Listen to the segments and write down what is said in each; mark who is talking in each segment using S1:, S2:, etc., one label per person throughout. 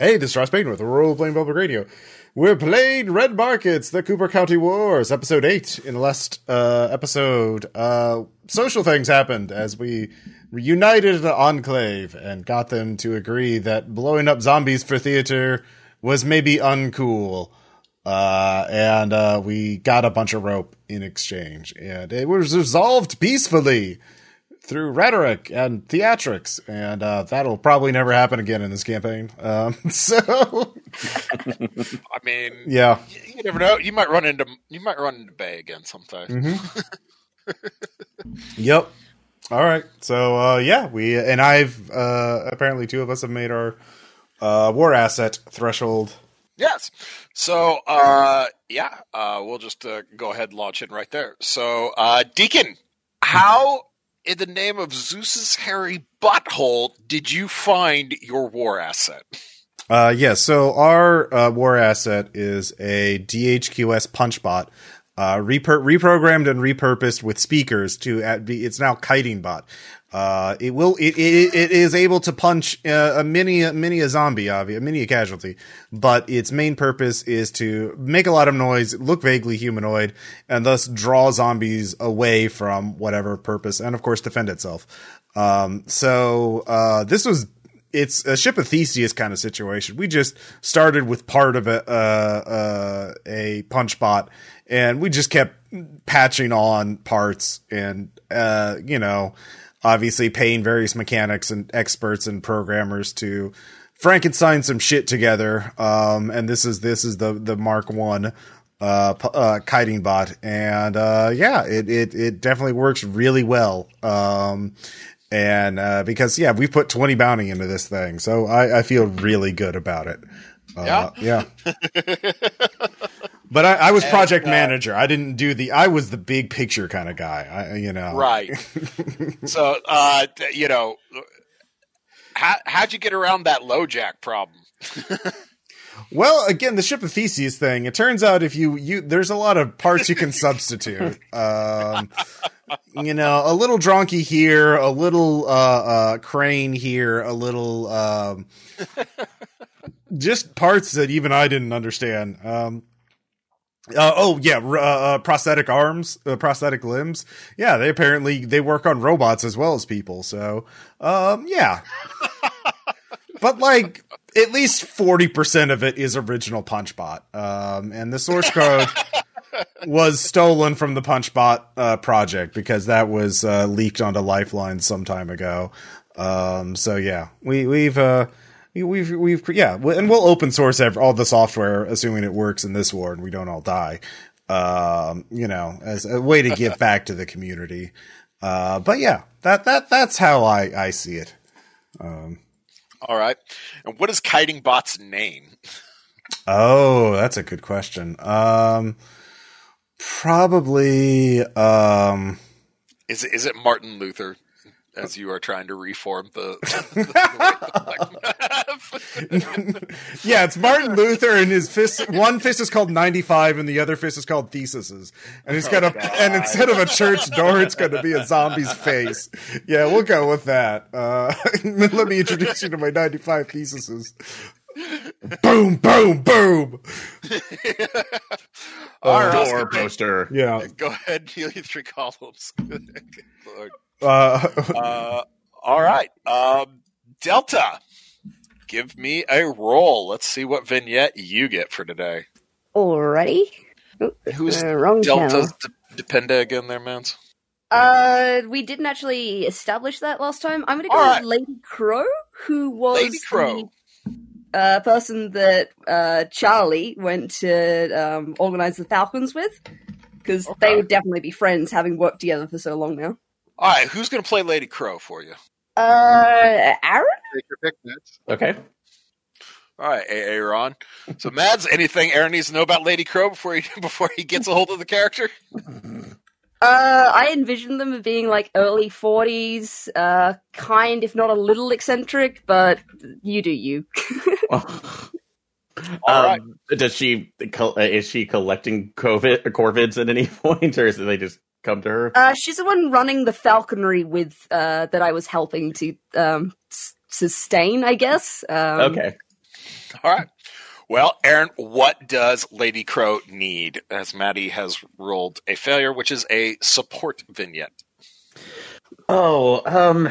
S1: Hey, this is Ross Payton with Rural Playing Public Radio. We're playing Red Markets, the Cooper County Wars, episode eight. In the last uh, episode, uh, social things happened as we reunited the Enclave and got them to agree that blowing up zombies for theater was maybe uncool. Uh, and uh, we got a bunch of rope in exchange, and it was resolved peacefully through rhetoric and theatrics, and uh, that'll probably never happen again in this campaign. Um, so,
S2: I mean,
S1: yeah,
S2: you, you never know. You might run into you might run into Bay again sometime.
S1: yep. All right. So, uh, yeah, we and I've uh, apparently two of us have made our uh, war asset threshold.
S2: Yes. So, uh, yeah, uh, we'll just uh, go ahead and launch in right there. So, uh, Deacon, how in the name of Zeus's hairy butthole did you find your war asset?
S1: Uh, yeah. So our uh, war asset is a DHQS punchbot, uh, repro- reprogrammed and repurposed with speakers to at be, it's now kiting bot. Uh, it will it, it it is able to punch uh, a mini a mini a zombie, obvi- mini a casualty, but its main purpose is to make a lot of noise, look vaguely humanoid, and thus draw zombies away from whatever purpose, and of course defend itself. Um, so uh, this was it's a ship of Theseus kind of situation. We just started with part of a uh, uh, a punch bot, and we just kept patching on parts, and uh, you know, obviously paying various mechanics and experts and programmers to Frankenstein some shit together. Um, and this is this is the the Mark One uh, p- uh kiting bot and uh yeah it it it definitely works really well um and uh, because yeah, we put twenty bounty into this thing, so I, I feel really good about it. Uh, yeah, but I, I was project manager. I didn't do the. I was the big picture kind of guy. I, you know,
S2: Right. so, uh, th- you know, how, how'd you get around that low jack problem?
S1: Well, again, the ship of Theseus thing. It turns out if you you there's a lot of parts you can substitute. Um, you know, a little dronky here, a little uh, uh, crane here, a little um, just parts that even I didn't understand. Um, uh, oh yeah, r- uh, uh, prosthetic arms, uh, prosthetic limbs. Yeah, they apparently they work on robots as well as people. So um, yeah, but like at least 40% of it is original punchbot um, and the source code was stolen from the punchbot uh, project because that was uh, leaked onto lifeline some time ago um, so yeah we, we've uh, we- we've we've cre- yeah we- and we'll open source ev- all the software assuming it works in this war and we don't all die um, you know as a way to give back to the community uh, but yeah that that that's how i i see it
S2: All right. And what is Kiting Bot's name?
S1: Oh, that's a good question. Um, probably. Um,
S2: Is it, is it Martin Luther as you are trying to reform the?
S1: yeah, it's Martin Luther, and his fist. One fist is called ninety-five, and the other fist is called theses. And he's got a. and instead of a church door, it's going to be a zombie's face. Yeah, we'll go with that. Uh, let me introduce you to my ninety-five theses. boom! Boom! Boom!
S2: All right.
S3: door poster.
S1: Yeah.
S2: Go ahead, Neil. You three columns. Good Lord.
S1: Uh,
S2: Uh, all right. Um, Delta, give me a roll. Let's see what vignette you get for today.
S4: Alrighty.
S2: Who's
S4: Uh, wrong
S2: Delta's
S4: channel.
S2: de- dependa again there, Mans?
S4: Uh, we didn't actually establish that last time. I'm gonna go
S2: Alright.
S4: with Lady Crow, who was
S2: Lady Crow.
S4: the uh, person that uh, Charlie went to um, organize the Falcons with, because
S2: Okay.
S4: they would definitely be friends, having worked together for so long now.
S2: All right. Who's going to play Lady Crow for you?
S4: Uh, Aaron.
S5: Take your pick, Nets.
S3: Okay.
S2: All right, A- Aaron. So, Mads, anything Aaron needs to know about Lady Crow before he before he gets a hold of the character?
S4: Uh, I envisioned them as being like early 40s, uh, kind, if not a little eccentric, but you do you.
S2: All right.
S3: Um, Does she col- uh, is she collecting COVID corvids at any point, or is it they just come to her?
S4: Uh, she's the one running the falconry with uh, that I was helping to um, s- sustain, I guess. Um,
S3: okay.
S2: All right. Well, Aaron, what does Lady Crow need? As Maddie has rolled a failure, which is a support vignette.
S3: Oh, um,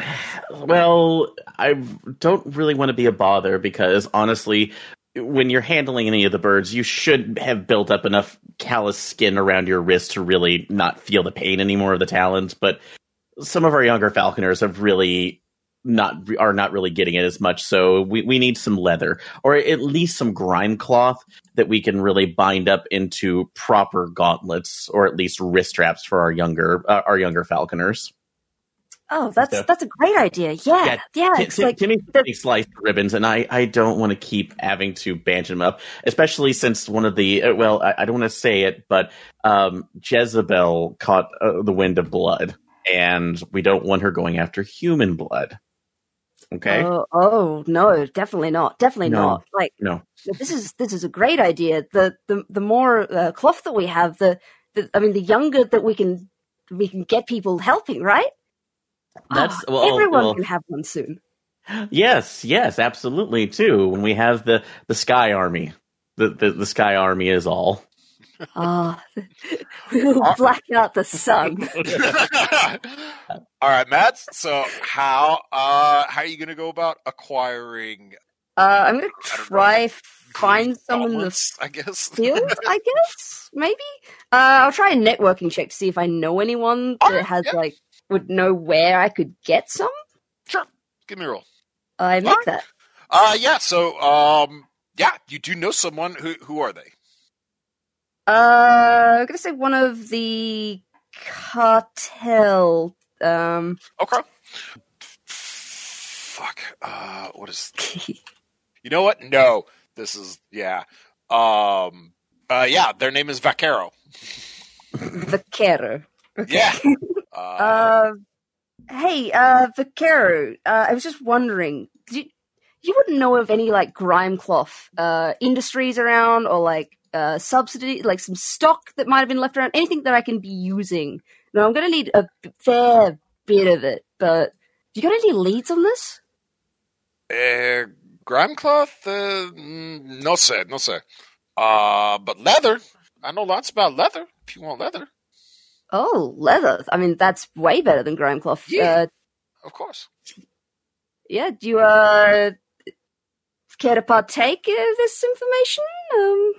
S3: well, I don't really want to be a bother because honestly, when you're handling any of the birds, you should have built up enough callous skin around your wrist to really not feel the pain anymore of the talons. But some of our younger falconers have really not are not really getting it as much. So we, we need some leather or at least some grime cloth that we can really bind up into proper gauntlets or at least wrist straps for our younger uh, our younger falconers.
S4: Oh, that's that's a great idea. Yeah, yeah.
S3: Ti-
S4: it's
S3: Ti-
S4: like
S3: Timmy Timmy sliced ribbons, and I, I don't want to keep having to band him up, especially since one of the uh, well, I, I don't want to say it, but um, Jezebel caught uh, the wind of blood, and we don't want her going after human blood. Okay,
S4: Oh, oh no, definitely not. Definitely
S3: No.
S4: not. Like
S3: No.
S4: this is this is a great idea. The the the more uh, cloth that we have, the, the I mean, the younger that we can we can get people helping, right?
S3: that's
S4: Ah,
S3: well,
S4: everyone
S3: well,
S4: can have one soon.
S3: yes, yes, absolutely too. When we have the the Sky Army, the the, the Sky Army is all.
S4: Ah, we will black out the sun.
S2: All right, Matt. So how uh how are you gonna go about acquiring
S4: Uh, I'm gonna
S2: I don't
S4: try find someone in the
S2: gauntlets, I guess.
S4: field, I guess. Maybe. Uh, I'll try a networking check to see if I know anyone
S2: All
S4: that
S2: right,
S4: has
S2: Oh, yeah.
S4: like would know where I could get some.
S2: Sure. Give me a roll.
S4: I make
S2: right.
S4: that.
S2: Uh yeah, so um yeah, you do know someone who who are they?
S4: Uh, I'm gonna say one of the cartel. Um,
S2: Okay. Fuck. Uh what is You know what? No. This is yeah. Um uh yeah, their name is Vaquero.
S4: Vaquero.
S2: Yeah. Uh,
S4: Uh, hey, uh, Vaquero. Uh, I was just wondering, do you, you wouldn't know of any like grime cloth uh industries around, or like uh subsidy, like some stock that might have been left around, anything that I can be using. No, I'm gonna need a b- fair bit of it, but. You got any leads on this?
S2: Uh, grime cloth? Uh, mm, no, sir. No, sir. Uh, but leather. I know lots about leather. If you want leather,
S4: Oh, leather. I mean, that's way better than grime cloth.
S2: Yeah.
S4: Uh,
S2: of course.
S4: yeah, do you uh, care to partake of this information? Um,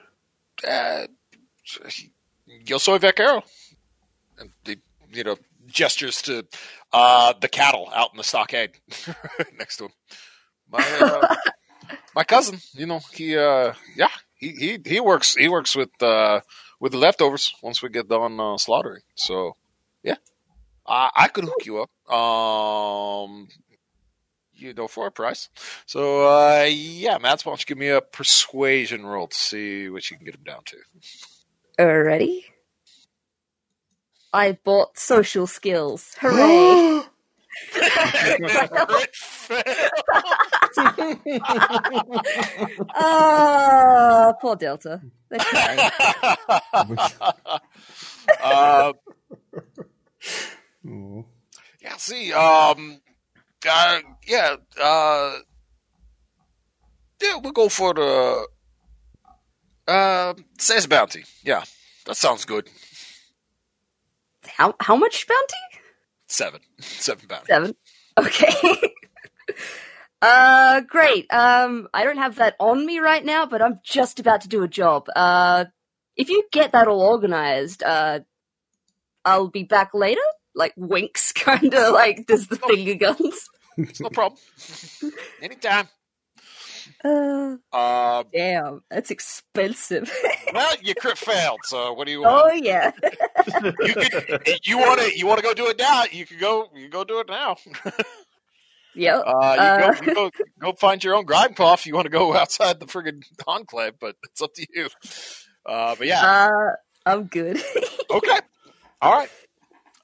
S2: Uh, yo soy vaquero. And he, you know, gestures to uh, the cattle out in the stockade next to him. My, uh, my cousin, you know, he, uh, yeah, he, he, he works, he works with, uh, with the leftovers once we get done uh, slaughtering. So, yeah, I, I could hook you up, um, you know, for a price. So, uh, yeah, Matt's why don't you give me a persuasion roll to see what you can get him down to.
S4: already? I bought social skills. Hooray!
S2: Crit fail.
S4: Ah, poor Delta. They're trying.
S2: uh,
S1: Ooh.
S2: yeah, see, um, uh, yeah, uh, yeah, we'll go for the uh, says bounty. Yeah, that sounds good.
S4: how how much bounty?
S2: Seven, seven bounty.
S4: Seven. Okay. uh, great. Um, I don't have that on me right now, but I'm just about to do a job. Uh, if you get that all organized, uh, I'll be back later. Like winks, kind of like does the finger guns.
S2: It's no problem. Anytime.
S4: Uh,
S2: Uh,
S4: damn, that's expensive.
S2: well, you crit failed. So what do you want?
S4: oh yeah.
S2: You could, you want to you want to go do it now? You can go you can go do it now.
S4: Yep.
S2: Uh,
S4: Uh.
S2: you, go, you go, go find your own grime cloth if you want to go outside the friggin' enclave, but it's up to you. Uh, but yeah,
S4: Uh, I'm good.
S2: okay, all right.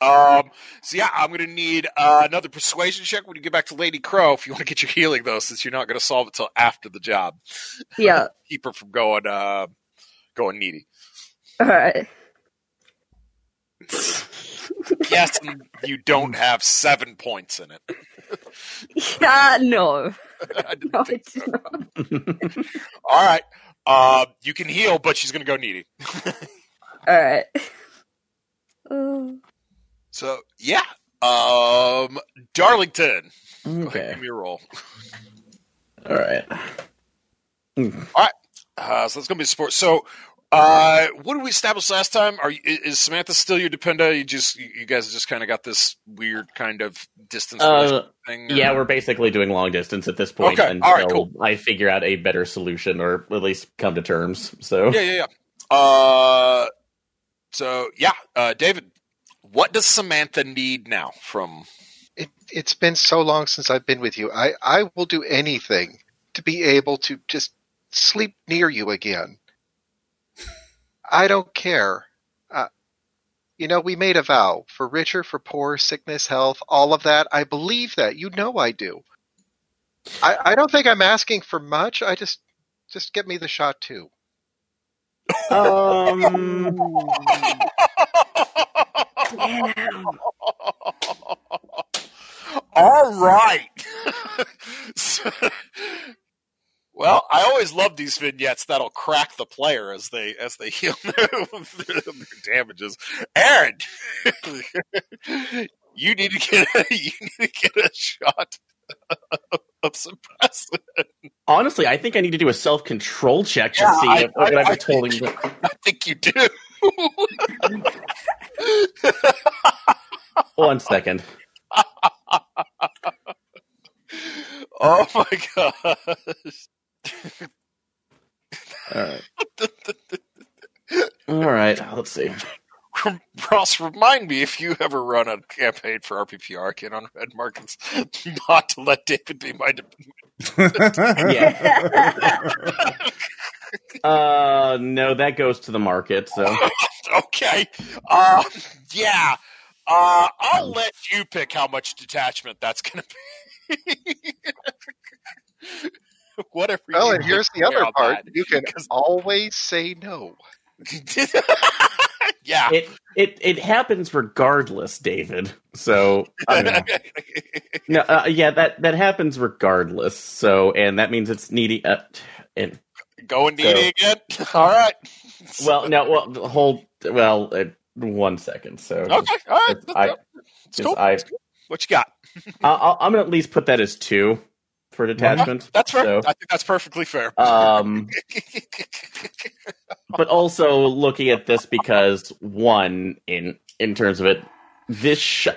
S2: Um, so yeah, I'm gonna need uh, another persuasion check when you get back to Lady Crow if you want to get your healing though, since you're not gonna solve it till after the job.
S4: yeah.
S2: Keep her from going uh, going needy.
S4: All right.
S2: Yes, you don't have seven points in it.
S4: Yeah. No.
S2: I didn't
S4: No,
S2: think-
S4: it's not.
S2: All right. Uh, you can heal, but she's going to go needy.
S4: All right. Oh.
S2: So, yeah. Um, Darlington.
S3: okay.
S2: Give me a roll.
S3: All right.
S2: Uh, so that's going to be support. So, uh, what did we establish last time? Are you, is Samantha still your dependa? You just you you guys just kind of got this weird kind of distance
S3: Uh,
S2: thing. or-
S3: yeah, we're basically doing long distance at this point
S2: Okay,
S3: until
S2: all right, cool.
S3: I figure out a better solution or at least come to terms. So
S2: yeah, yeah, yeah. Uh, so yeah, uh, David, what does Samantha need now from?
S5: It, it's been so long since I've been with you. I, I will do anything to be able to just sleep near you again. I don't care. Uh, you know, we made a vow for richer, for poor, sickness, health, all of that. I believe that. You know I do. I, I don't think I'm asking for much. I just just get me the shot too.
S3: um,
S2: All right. So- well, I always love these vignettes that'll crack the player as they as they heal their, their damages. Aaron, you need to get a, you need to get a shot of suppressive.
S3: honestly, I think I need to do a self control check to
S2: Yeah,
S3: see
S2: I-
S3: if what
S2: I-
S3: I'm
S2: I-
S3: holding.
S2: I think you do.
S3: One second.
S2: Oh my god.
S3: All right. All right. Let's see.
S2: Ross, remind me if you ever run a campaign for RPPR again on Red Markets, not to let David be my. De-
S3: Uh, no, that goes to the market. So
S2: okay, uh, yeah, uh, I'll let you pick how much detachment that's going to be. Whatever. you
S5: Well, Oh, and
S2: think
S5: here's the other
S2: about
S5: part.
S2: that.
S5: You can
S2: 'Cause-
S5: always say no.
S2: yeah.
S3: it it it happens regardless, David. So I mean, no, uh, yeah, that that happens regardless. So and that means it's needy. Uh, and
S2: Going needy again. All right.
S3: well, no, well, the whole well, uh, one second. So
S2: Okay. All right.
S3: It's- I,
S2: It's
S3: since
S2: cool.
S3: I,
S2: What you got?
S3: I I'll- I'm gonna at least put that as two for detachment.
S2: That's fair.
S3: So,
S2: I think that's perfectly fair.
S3: um, but also looking at this because one in in terms of it, this sh-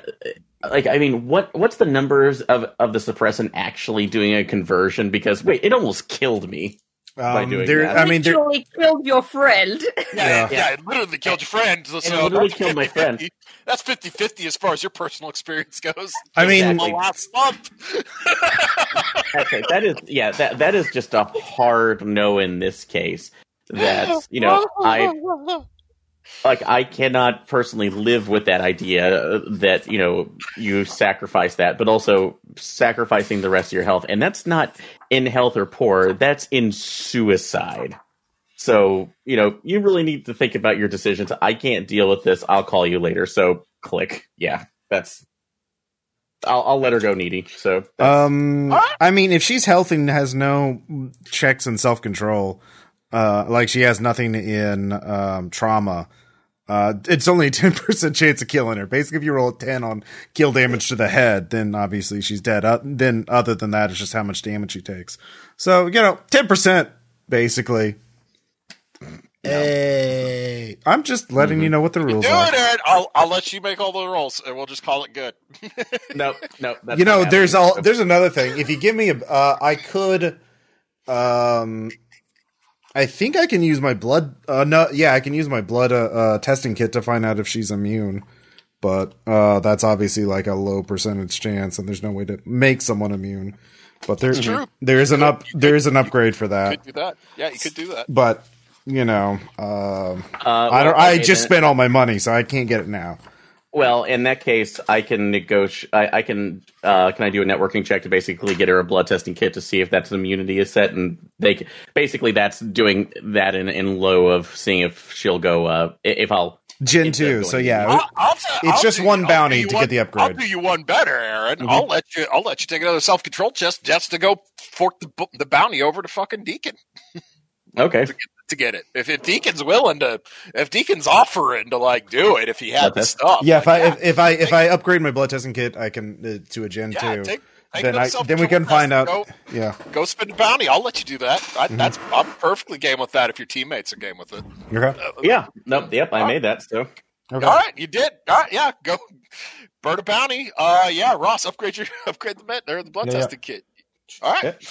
S3: like I mean, what what's the numbers of of the suppressant actually doing a conversion? Because wait, it almost killed me.
S1: Um,
S3: doing
S1: there-
S3: that.
S1: I mean, there-
S4: literally killed your friend.
S1: Yeah.
S2: Yeah, yeah, it literally killed your friend. So,
S3: it literally
S2: that's
S3: killed my friend.
S2: 50-50. That's 50 50 as far as your personal experience goes.
S1: I mean,
S2: The
S3: Exactly.
S2: last month.
S3: Okay, that is yeah, that that is just a hard no in this case. That's you know I like I cannot personally live with that idea uh, that you know you sacrifice that, but also sacrificing the rest of your health, and that's not in health or poor. That's in suicide. So you know you really need to think about your decisions. I can't deal with this. I'll call you later. So click. Yeah, that's. I'll, I'll let her go needy. So
S1: Um, I mean, if she's healthy and has no checks and self control, uh, like she has nothing in um, trauma, uh, it's only a ten percent chance of killing her. Basically, if you roll a ten on kill damage to the head, then obviously she's dead. Uh, then, other than that, it's just how much damage she takes. So you know, ten percent basically. Hey, I'm just letting
S3: Mm-hmm.
S1: you know what the rules
S2: Do
S1: are.
S2: it, Aaron. I'll, I'll let you make all the rolls and we'll just call it good.
S3: no, no. That's
S1: you know,
S3: not
S1: there's
S3: happening.
S1: all there's another thing. If you give me a, uh, I could, um, I think I can use my blood. Uh, no, yeah, I can use my blood uh, uh, testing kit to find out if she's immune. But uh, that's obviously like a low percentage chance, and there's no way to make someone immune. But there,
S2: true.
S1: there is an up, there is an upgrade for that.
S2: Could do that. Yeah, you could do that.
S1: But you know, um,
S3: Uh,
S1: I don't.
S3: well,
S1: I
S3: okay,
S1: just
S3: then-
S1: spent all my money, so I can't get it now.
S3: Well, in that case, I can negotiate. I, I can. Uh, can I do a networking check to basically get her a blood testing kit to see if that's immunity is set? And they c- basically that's doing that in in low of seeing if she'll go. Uh, i- if I'll
S1: Gen
S3: Instead of
S1: two.
S3: going
S1: So
S3: to
S1: yeah,
S2: I'll, I'll ta-
S1: It's
S2: I'll
S1: just
S2: do-
S1: one
S2: I'll
S1: bounty
S2: do you
S1: to get the upgrade. Mm-hmm.
S2: I'll do you one better, Aaron.
S3: Mhm.
S2: I'll let you. I'll let you take another self control test just to go fork the, bu- the bounty over to fucking Deacon
S3: Okay.
S2: to get it. If, if Deacon's willing to, if Deacon's offering to like do it, if he had
S3: Blood
S2: the
S3: test?
S2: stuff,
S1: yeah. If I
S2: like,
S1: if, if I if I upgrade my blood testing kit, I can uh, to a Gen
S2: yeah, yeah,
S1: two.
S2: take- take
S1: then
S2: another
S1: I then we
S2: self-control
S1: can
S2: test
S1: find out.
S2: and Go,
S1: Yeah.
S2: go spend a bounty. I'll let you do that. I,
S1: Mhm.
S2: That's I'm perfectly game with that. If your teammates are game with it,
S1: Okay.
S2: Uh,
S3: Yeah. Nope. Yep. I made that. So
S1: Okay.
S2: All right, you did. All right, yeah, go burn a bounty. Uh, yeah, Ross, upgrade your upgrade the met or the blood
S1: Yeah, yeah.
S2: testing kit. All right.
S3: Yep.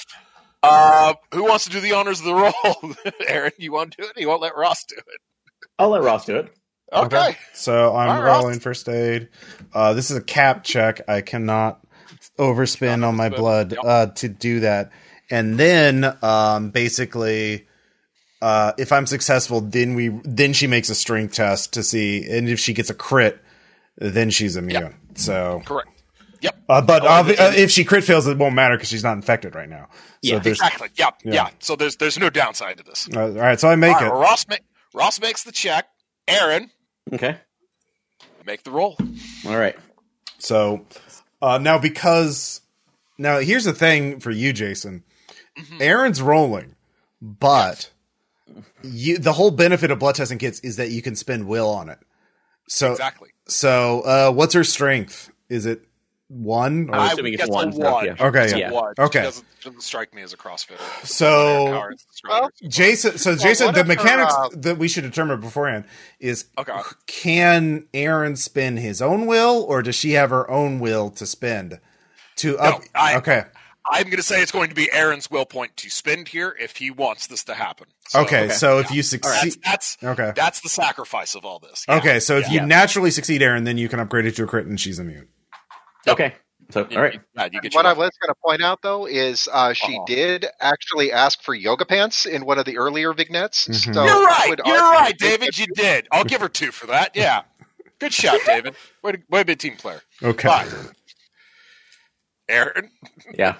S2: Uh, who wants to do the honors of the role? Aaron, you want to do it? You won't let Ross do it.
S3: I'll let Ross do it.
S2: Okay.
S1: So I'm
S2: All right.
S1: rolling first aid. Uh, this is a cap check. I cannot overspend on my
S2: Overspend.
S1: blood
S2: Yep.
S1: uh, to do that. And then um, basically, uh, if I'm successful, then we then she makes a strength test to see, and if she gets a crit, then she's immune. So,
S2: Correct.
S1: uh, but
S2: Oh,
S1: obvi-
S2: yeah.
S1: uh, if she crit fails, it won't matter because she's not infected right now. So
S3: Yeah,
S1: there's
S2: Exactly. Yeah,
S1: Yeah.
S2: yeah. So there's there's no downside to this.
S1: uh, all right. So I
S2: All
S1: make
S2: right,
S1: it.
S2: well, Ross ma- Ross makes the check. Aaron,
S3: Okay.
S2: make the roll.
S1: Uh,
S3: All right.
S1: So uh, now, because now here's the thing for you, Jason. Aaron's rolling, but you the whole benefit of blood testing kits is that you can spend will on it. So
S2: Exactly.
S1: so uh, what's her strength? Is it one? Or,
S3: I
S2: I would
S3: assuming it's
S2: guess
S3: one,
S2: a
S3: so,
S2: one.
S3: yeah.
S1: Okay,
S2: It's a
S3: yeah.
S2: one.
S1: Okay.
S2: She doesn't, doesn't strike me as a CrossFitter.
S1: so
S2: Aaron is the stronger.
S1: Jason, so Jason,
S5: what
S1: the
S5: if her,
S1: mechanics
S5: uh,
S1: that we should determine beforehand is
S2: Okay.
S1: can Aaron spend his own will, or does she have her own will to spend? To up,
S2: I-
S1: okay,
S2: I'm going to say it's going to be Aaron's will point to spend here if he wants this to happen. So
S1: okay, So if you
S2: that's
S1: succeed,
S2: that's
S1: okay,
S2: that's the sacrifice of all this. Yeah.
S1: okay. So if you
S3: Yeah.
S1: naturally succeed, Aaron, then you can upgrade it to a crit, and she's immune.
S2: Yep.
S3: Okay. So
S2: You-
S3: all right.
S2: you- yeah, you get
S5: what
S2: your-
S5: I was going to point out, though, is uh, she
S3: Uh-huh.
S5: did actually ask for yoga pants in one of the earlier vignettes.
S1: Mhm.
S5: So
S2: You're
S5: I
S2: right.
S5: would
S2: You're
S5: argue
S2: right,
S5: that
S2: David. You did. I'll give her two for that. Yeah. Good shot, David. Way to, way to be a team player.
S1: Okay,
S2: All right. Aaron,
S3: Yeah.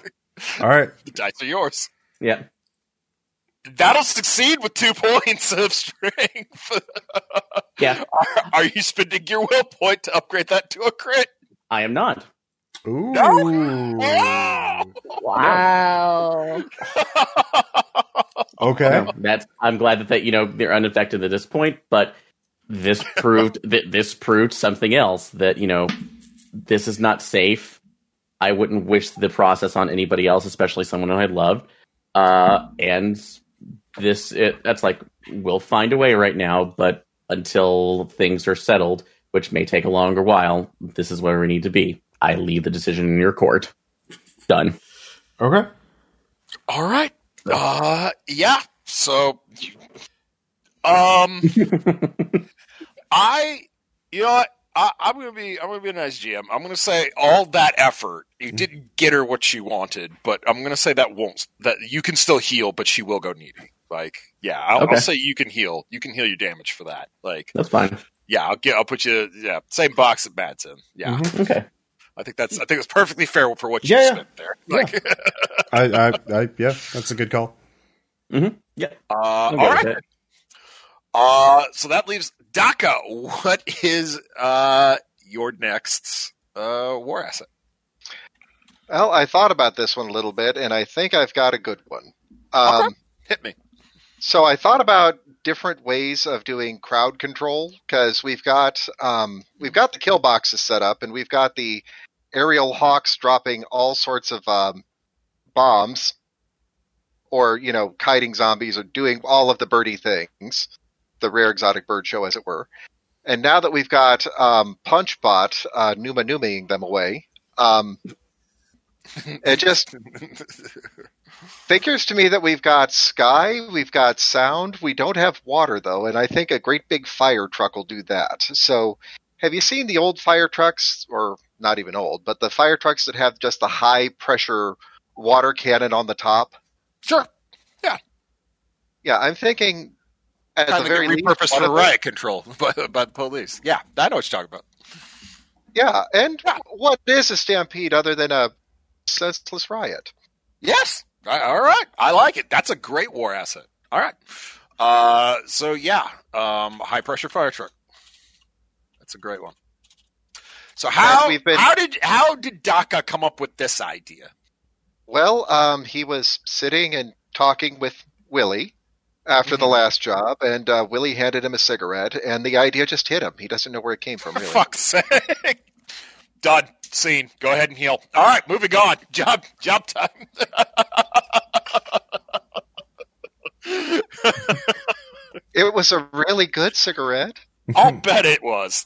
S1: all right.
S2: the dice are yours.
S3: Yeah.
S2: That'll succeed with two points of strength.
S3: Yeah.
S2: Are, are you spending your will point to upgrade that to a crit?
S3: I am not.
S1: Ooh.
S2: Wow.
S4: Wow.
S1: Okay.
S3: No, that's. I'm glad that, that you know they're unaffected at this point, but this proved that this proved something else that you know this is not safe. I wouldn't wish the process on anybody else, especially someone I loved. Uh, and this it, that's like we'll find a way right now, but until things are settled, which may take a longer while, this is where we need to be. I leave the decision in your court. Done.
S1: Okay.
S2: All right. Uh, yeah. So, um, I, you know, what? I, I'm gonna be, I'm gonna be a nice GM. I'm gonna say all that effort, you didn't get her what she wanted, but I'm gonna say that won't. That you can still heal, but she will go needy. Like, yeah, I'll,
S3: Okay.
S2: I'll say you can heal. You can heal your damage for that. Like,
S3: That's fine.
S2: yeah, I'll get, I'll put you, yeah, same box that Matt's in. Yeah,
S1: Mhm.
S3: Okay.
S2: I think that's, I think it's perfectly fair for what you
S1: Yeah, yeah.
S2: spent there.
S1: Yeah.
S2: Like,
S1: I, I, I, yeah, that's a good call.
S2: uh,
S3: I'm
S2: all
S3: good with
S2: right.
S3: it.
S2: Uh, so that leaves DACA. What is uh, your next uh, war asset?
S5: Well, I thought about this one a little bit, and I think I've got a good one. Um,
S2: Hit me.
S5: So I thought about different ways of doing crowd control because we've got um, we've got the kill boxes set up, and we've got the aerial hawks dropping all sorts of um, bombs, or you know, kiting zombies, or doing all of the birdie things, the rare exotic bird show, as it were. And now that we've got um, Punchbot uh, Numa Numaing them away, um, it Uh, just figures to me that we've got sky, we've got sound, we don't have water though, and I think a great big fire truck will do that. So, have you seen the old fire trucks, or not even old, but the fire trucks that have just the high pressure water cannon on the top?
S2: sure.
S5: Yeah, I'm thinking at
S2: Kind
S5: the
S2: of
S5: very
S2: get
S5: least,
S2: repurposed
S5: one
S2: for
S5: of the-
S2: riot control by, by the police. Yeah, I know what you're talking about.
S5: Yeah, and
S2: Yeah.
S5: what is a stampede other than a senseless riot?
S2: Yes. I- all right. I like it. That's a great war asset. All right. Uh, so yeah, um, high pressure fire truck. That's a great one. So how
S5: we've been-
S2: how did how did Daka come up with this idea?
S5: Well, um, he was sitting and talking with Willie after the last job, and uh, Willie handed him a cigarette, and the idea just hit him. He doesn't know where it came from,
S2: For
S5: really.
S2: fuck's sake. Done. Scene. Go ahead and heal. All right, moving on. Job job time.
S5: It was a really good cigarette.
S2: I'll bet it was.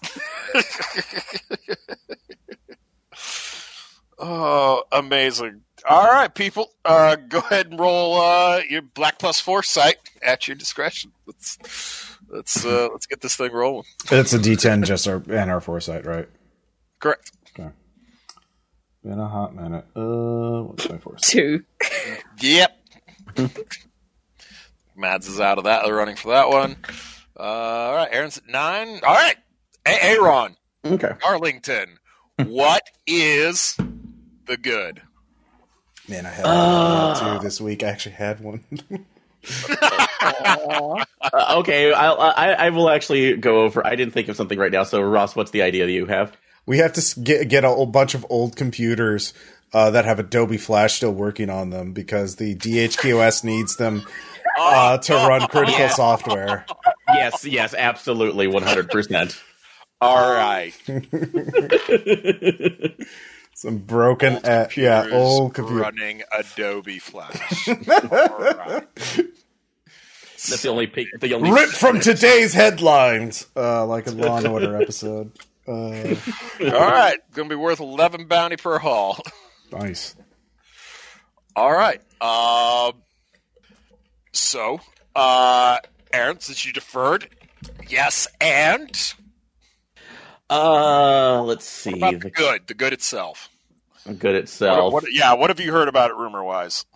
S2: oh, amazing. All right, people. Uh, go ahead and roll uh, your black plus four sight at your discretion. Let's let's uh, let's get this thing rolling.
S1: It's a D10 just our and our foresight, right?
S2: Correct.
S1: Been a hot minute. Uh, what's my foresight?
S4: Two.
S2: Yep. Mads is out of that. They're running for that one. Uh, all right, Aaron's at nine. All right, A- Aaron
S3: Okay.
S2: Arlington. what is the good?
S1: Man, I had uh, two this week. I actually had one.
S3: Uh, okay, I'll, I I will actually go over. I didn't think of something right now. So Ross, what's the idea that you have?
S1: we have to s- get get a whole bunch of old computers uh, that have Adobe Flash still working on them because the DHQS needs them
S2: Oh.
S1: uh, to run critical
S3: yeah.
S1: software.
S3: Yes, yes, absolutely, one hundred percent.
S2: All right.
S1: Some broken, a- yeah,
S2: computers
S1: old computer.
S2: running Adobe Flash. Alright.
S3: That's the only pic- the only
S1: Ripped from today's headlines, uh, like a Law and Order episode. Uh,
S2: All right, gonna be worth eleven bounty per haul.
S1: nice.
S2: All right. Um. So, uh, Aaron, since you deferred, yes, and
S3: Uh, let's see.
S2: what about the
S3: The
S2: good, the good itself.
S3: good
S2: What,
S3: itself.
S2: what- yeah, what have you heard about it rumor wise?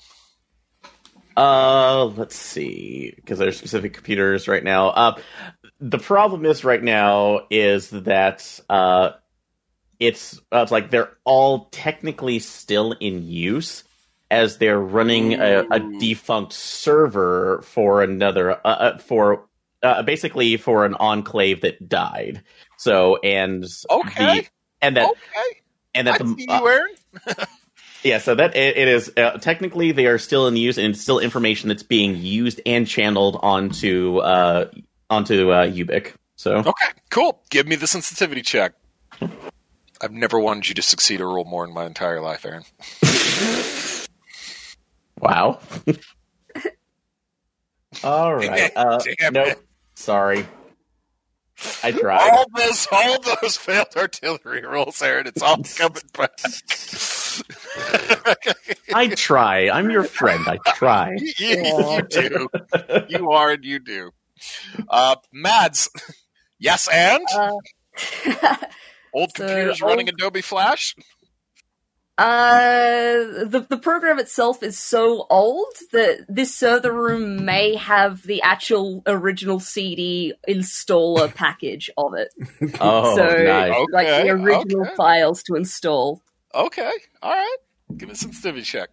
S3: Uh, let's see, because there's specific computers right now. Uh, the problem is right now is that uh, it's uh, it's like they're all technically still in use as they're running a, a
S2: Ooh.
S3: defunct server for another uh, uh, for uh, basically for an enclave that died. So and
S2: Okay.
S3: the, and that
S2: okay,
S3: and
S2: I
S3: that
S2: see
S3: the, uh,
S2: you, Aaron.
S3: yeah, so that it, it is uh, technically they are still in use, and it's still information that's being used and channeled onto uh, onto uh, Ubic. So
S2: Okay, cool. Give me the sensitivity check. I've never wanted you to succeed a roll more in my entire life, Aaron.
S3: wow. All right. Uh,
S2: Damn
S3: nope.
S2: it.
S3: Sorry. I tried.
S2: All those, all those failed artillery rolls, Aaron. It's all coming back.
S3: I try. I'm your friend. I try.
S2: you, you do. You are, and you do. Uh, Mads. Yes, and old
S4: so
S2: computers
S4: Uh, old-
S2: running Adobe Flash.
S4: Uh, the the program itself is so old that this server room may have the actual original CD installer package of it,
S3: Oh,
S4: So-
S3: nice.
S2: Okay,
S4: like the original
S2: okay,
S4: files to install.
S2: okay, all right. Give me a sensitivity check.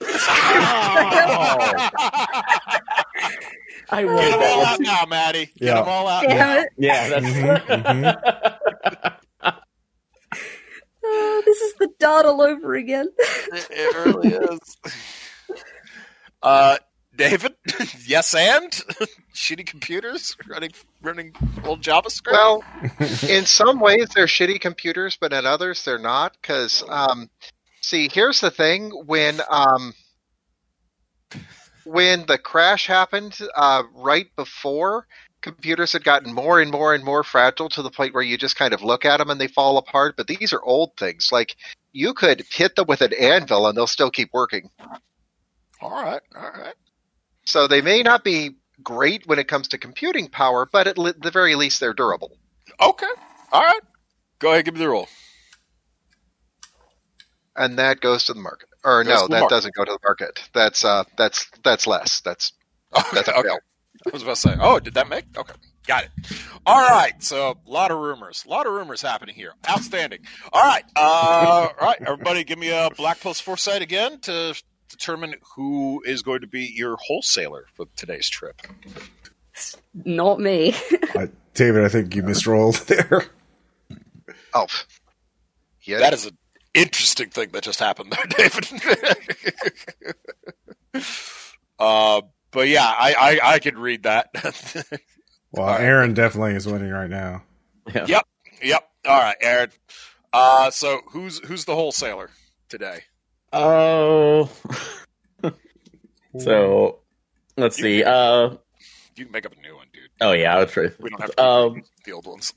S3: Oh. I rolled
S2: Get them all
S3: that
S2: out
S3: one.
S2: now, Maddie. Get
S1: Yeah.
S2: them all out.
S4: Damn
S2: now.
S4: it!
S3: Yeah,
S1: Mhm,
S3: that's.
S1: mhm.
S4: Uh, this is the dart all over again.
S2: It, it really is. Uh, David, yes, and shitty computers running running old JavaScript.
S5: Well, in some ways they're shitty computers, but in others they're not. Because, um, see, here's the thing: when um, when the crash happened, uh, right before computers had gotten more and more and more fragile to the point where you just kind of look at them and they fall apart. But these are old things; like you could hit them with an anvil and they'll still keep working.
S2: all right, all right.
S5: So they may not be great when it comes to computing power, but at le- the very least they're durable.
S2: Okay. All right. Go ahead, give me the roll.
S5: and that goes to the market. Or
S2: Goes to
S5: no,
S2: the
S5: that
S2: market.
S5: doesn't go to the market. That's uh, that's that's less. That's that's a
S2: okay.
S5: fail.
S2: I was about to say, oh, did that make? Okay. Got it. All right. So, a lot of rumors. A lot of rumors happening here. Outstanding. All right. Uh, all right. Everybody, give me a Black Plus Foresight again to determine who is going to be your wholesaler for today's trip.
S4: It's not me.
S1: I, David, I think you misrolled there.
S5: Elf. Yeah.
S2: That is an interesting thing that just happened there, David. uh, but yeah, I, I, I could read that.
S1: Well, Aaron definitely is winning right now.
S3: Yeah.
S2: Yep. yep. All right, Aaron. Uh, so who's who's the wholesaler today?
S3: Oh. so let's see. Uh
S2: You can make up a new one, dude.
S3: oh yeah, I was trying.
S2: We don't have to
S3: Um,
S2: the old ones.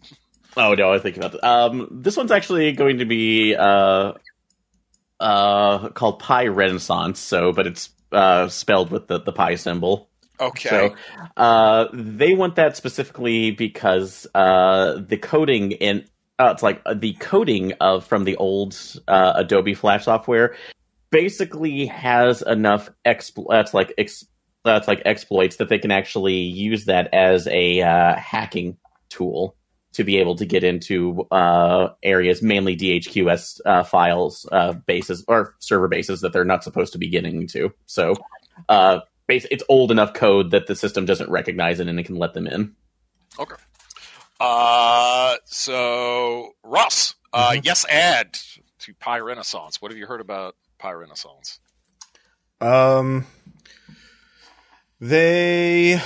S3: oh no, I was thinking about this. Um, this one's actually going to be uh, uh, called Pi Renaissance. So, but it's uh spelled with the the pi symbol.
S2: Okay.
S3: So uh, they want that specifically because uh, the coding in uh, it's like uh, the coding of from the old uh, Adobe Flash software basically has enough expl- that's like ex- that's like exploits that they can actually use that as a uh, hacking tool to be able to get into uh, areas mainly DHQS uh, files uh, bases or server bases that they're not supposed to be getting into. So uh, bas- it's old enough code that the system doesn't recognize it and it can let them in.
S2: okay. Uh, so Ross, uh,
S1: Mhm.
S2: yes, add to Pi Renaissance. What have you heard about Pi Renaissance?
S1: Um, they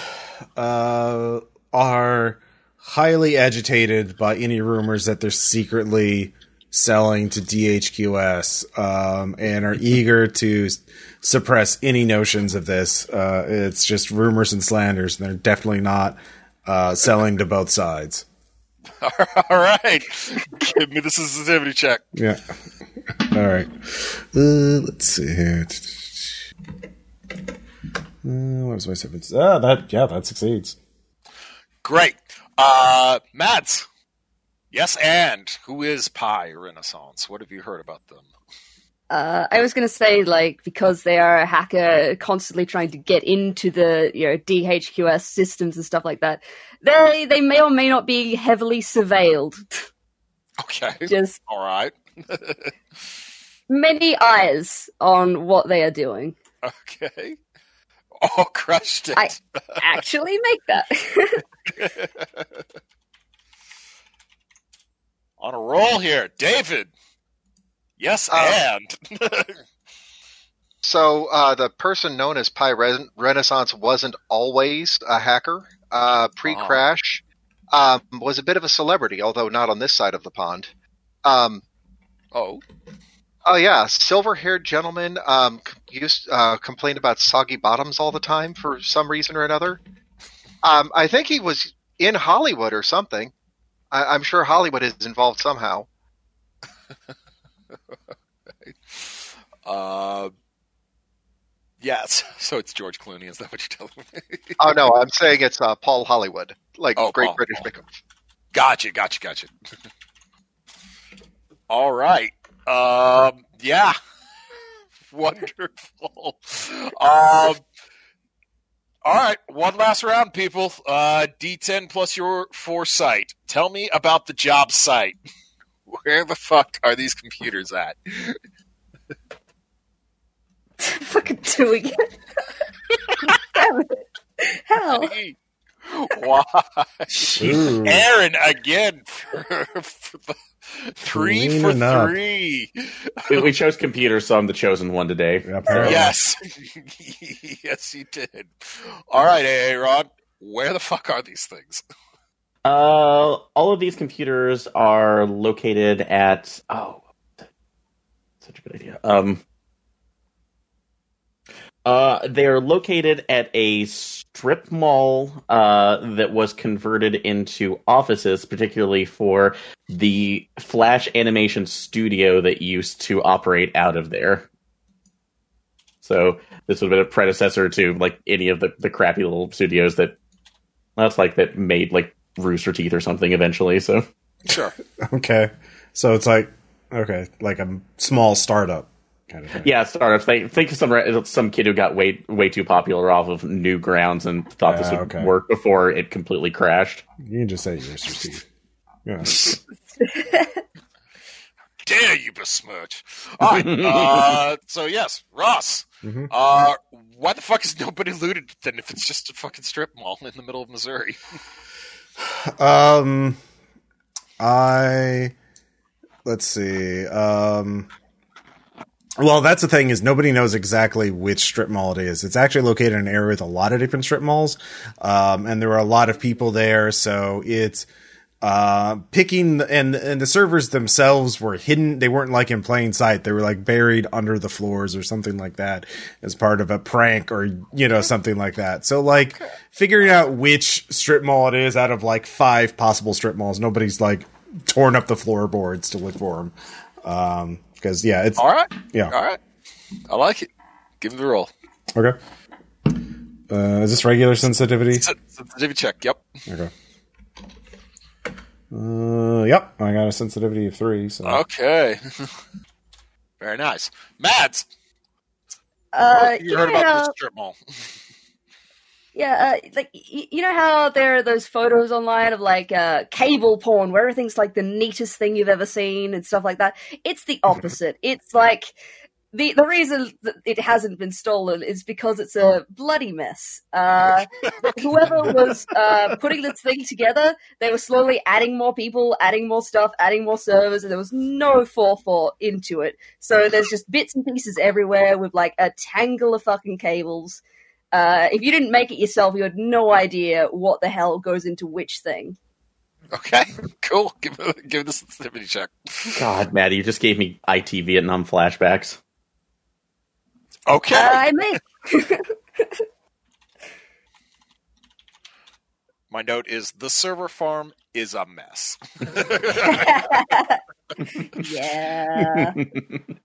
S1: uh, are highly agitated by any rumors that they're secretly selling to DHQS um, and are eager to s- suppress any notions of this. Uh, it's just rumors and slanders, and they're definitely not uh, selling to both sides.
S2: All right, give me the sensitivity check.
S1: Yeah. All right. Uh, let's see here. Uh, what was my seventh? Ah, that yeah, that succeeds.
S2: Great. Uh, Mads, yes, and who is Pi Renaissance? What have you heard about them?
S4: Uh, I was going to say, like, because they are a hacker constantly trying to get into the you know DHQS systems and stuff like that, they they may or may not be heavily surveilled.
S2: Okay.
S4: Just
S2: All right.
S4: many eyes on what they are doing.
S2: Okay. Oh, crushed it.
S4: I- Actually, make that.
S2: On a roll here, David. Yes,
S5: Uh,
S2: and
S5: So uh, the person known as Pi Ren- Renaissance wasn't always a hacker. Uh, pre-crash,
S2: Ah.
S5: um, was a bit of a celebrity, although not on this side of the pond. Um,
S2: oh,
S5: oh yeah, silver-haired gentleman um, c- used uh, complained about soggy bottoms all the time for some reason or another. Um, I think he was in Hollywood or something. I- I'm sure Hollywood is involved somehow.
S2: uh, yes. So it's George Clooney. Is that what you're telling me?
S5: Oh no, I'm saying it's uh, Paul Hollywood, like
S2: Oh,
S5: Great
S2: Paul,
S5: British
S2: Paul.
S5: Bake Off.
S2: Gotcha, gotcha, gotcha. All right. Um, yeah. Wonderful. Um, all right. One last round, people. Uh, D10 plus your foresight. Tell me about the job site. Where the fuck are these computers at?
S4: Fucking doing it. Damn it. Hell.
S2: Why?
S1: Ooh.
S2: Aaron again for, for the three
S1: Clean
S2: for
S1: it up.
S2: three.
S3: We, we chose computers, so I'm the chosen one today.
S1: Apparently.
S2: Yes. yes, you did. All right, AA Rod, where the fuck are these things?
S3: Uh, all of these computers are located at oh, such a good idea. Um, uh, they are located at a strip mall uh, that was converted into offices, particularly for the Flash Animation Studio that used to operate out of there. So this would have been a predecessor to like any of the, the crappy little studios that that's like that made like Rooster Teeth or something eventually. So
S2: Sure.
S1: Okay. So it's like okay, like a small startup kind of thing.
S3: yeah, startups. They think of some re- some kid who got way way too popular off of new grounds and thought this
S1: Ah,
S3: would
S1: okay.
S3: work before it completely crashed.
S1: You can just say Rooster Teeth. Yeah.
S2: dare you besmirch? All right. Uh, so yes, Ross.
S1: Mhm.
S2: Uh, why the fuck is nobody looted then if it's just a fucking strip mall in the middle of Missouri?
S1: Um, I let's see. Um, well, that's the thing is nobody knows exactly which strip mall it is. It's actually located in an area with a lot of different strip malls, um, and there were a lot of people there, so it's. Uh, picking and and the servers themselves were hidden. They weren't like in plain sight. They were like buried under the floors or something like that, as part of a prank or you know something like that. So like figuring out which strip mall it is out of like five possible strip malls. Nobody's like torn up the floorboards to look for them. Um, because yeah, it's
S2: All right.
S1: yeah.
S2: All right. I like it. Give me the roll.
S1: Okay. Uh, is this regular sensitivity?
S2: S- Sensitivity check. Yep.
S1: Okay. Uh, yep, I got a sensitivity of three. So
S2: Uh-huh. Oh. Okay. Very nice, Mads.
S4: Uh,
S2: you heard
S4: know
S2: about
S4: how-
S2: this strip mall?
S4: Yeah, uh, like y- you know how there are those photos online of like uh, cable porn, where everything's like the neatest thing you've ever seen and stuff like that. It's the opposite. it's like the the reason that it hasn't been stolen is because it's a bloody mess. Uh, whoever was uh, putting this thing together, they were slowly adding more people, adding more stuff, adding more servers, and there was no forethought into it. So there's just bits and pieces everywhere with like a tangle of fucking cables. Uh, if you didn't make it yourself, you had no idea what the hell goes into which thing.
S2: Okay. Cool. Give give the sensitivity check.
S3: God, Maddie, you just gave me IT Vietnam flashbacks.
S2: Okay.
S4: Uh, I made
S2: My note is the server farm is a mess.
S4: yeah.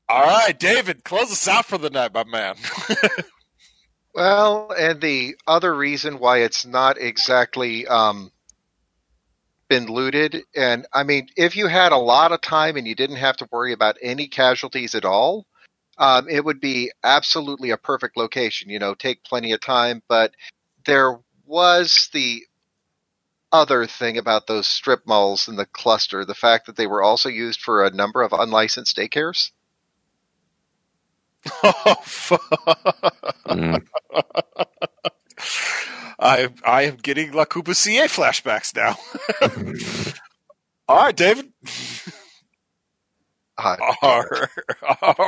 S2: All right, David, close us out for the night, my man.
S5: Well, and the other reason why it's not exactly um, been looted, and I mean, if you had a lot of time and you didn't have to worry about any casualties at all, um, it would be absolutely a perfect location. You know, take plenty of time, but there was the other thing about those strip malls in the cluster the fact that they were also used for a number of unlicensed daycares.
S2: oh, fuck.
S3: Mm.
S2: I I am getting La Coupa CA flashbacks now. All right, David.
S5: Uh,
S2: All right.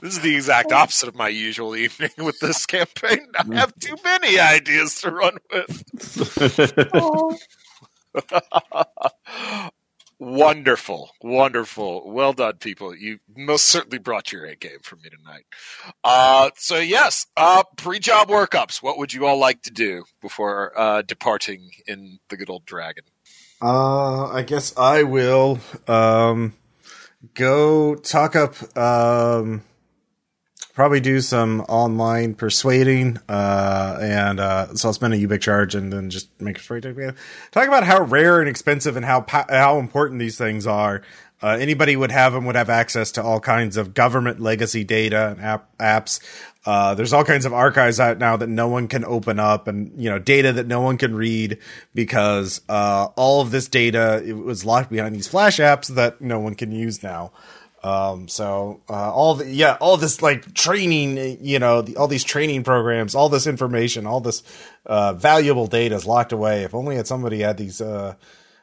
S2: This is the exact opposite of my usual evening with this campaign. I have too many ideas to run with.
S4: Oh,
S2: wonderful, wonderful. Well done, people. You most certainly brought your A game for me tonight. Uh, so yes, uh, pre-job workups. What would you all like to do before uh, departing in the good old dragon?
S1: Uh, I guess I will um go talk up um probably do some online persuading uh and uh so I'll spend a ubic charge and then just make a persuade check. talk about how rare and expensive and how po- how important these things are. Uh, anybody would have them would have access to all kinds of government legacy data and app, apps. Uh, there's all kinds of archives out now that no one can open up, and you know data that no one can read because uh, all of this data it was locked behind these flash apps that no one can use now. Um, so uh, all the yeah, all this like training, you know, the, all these training programs, all this information, all this uh, valuable data is locked away. If only had somebody had these. Uh,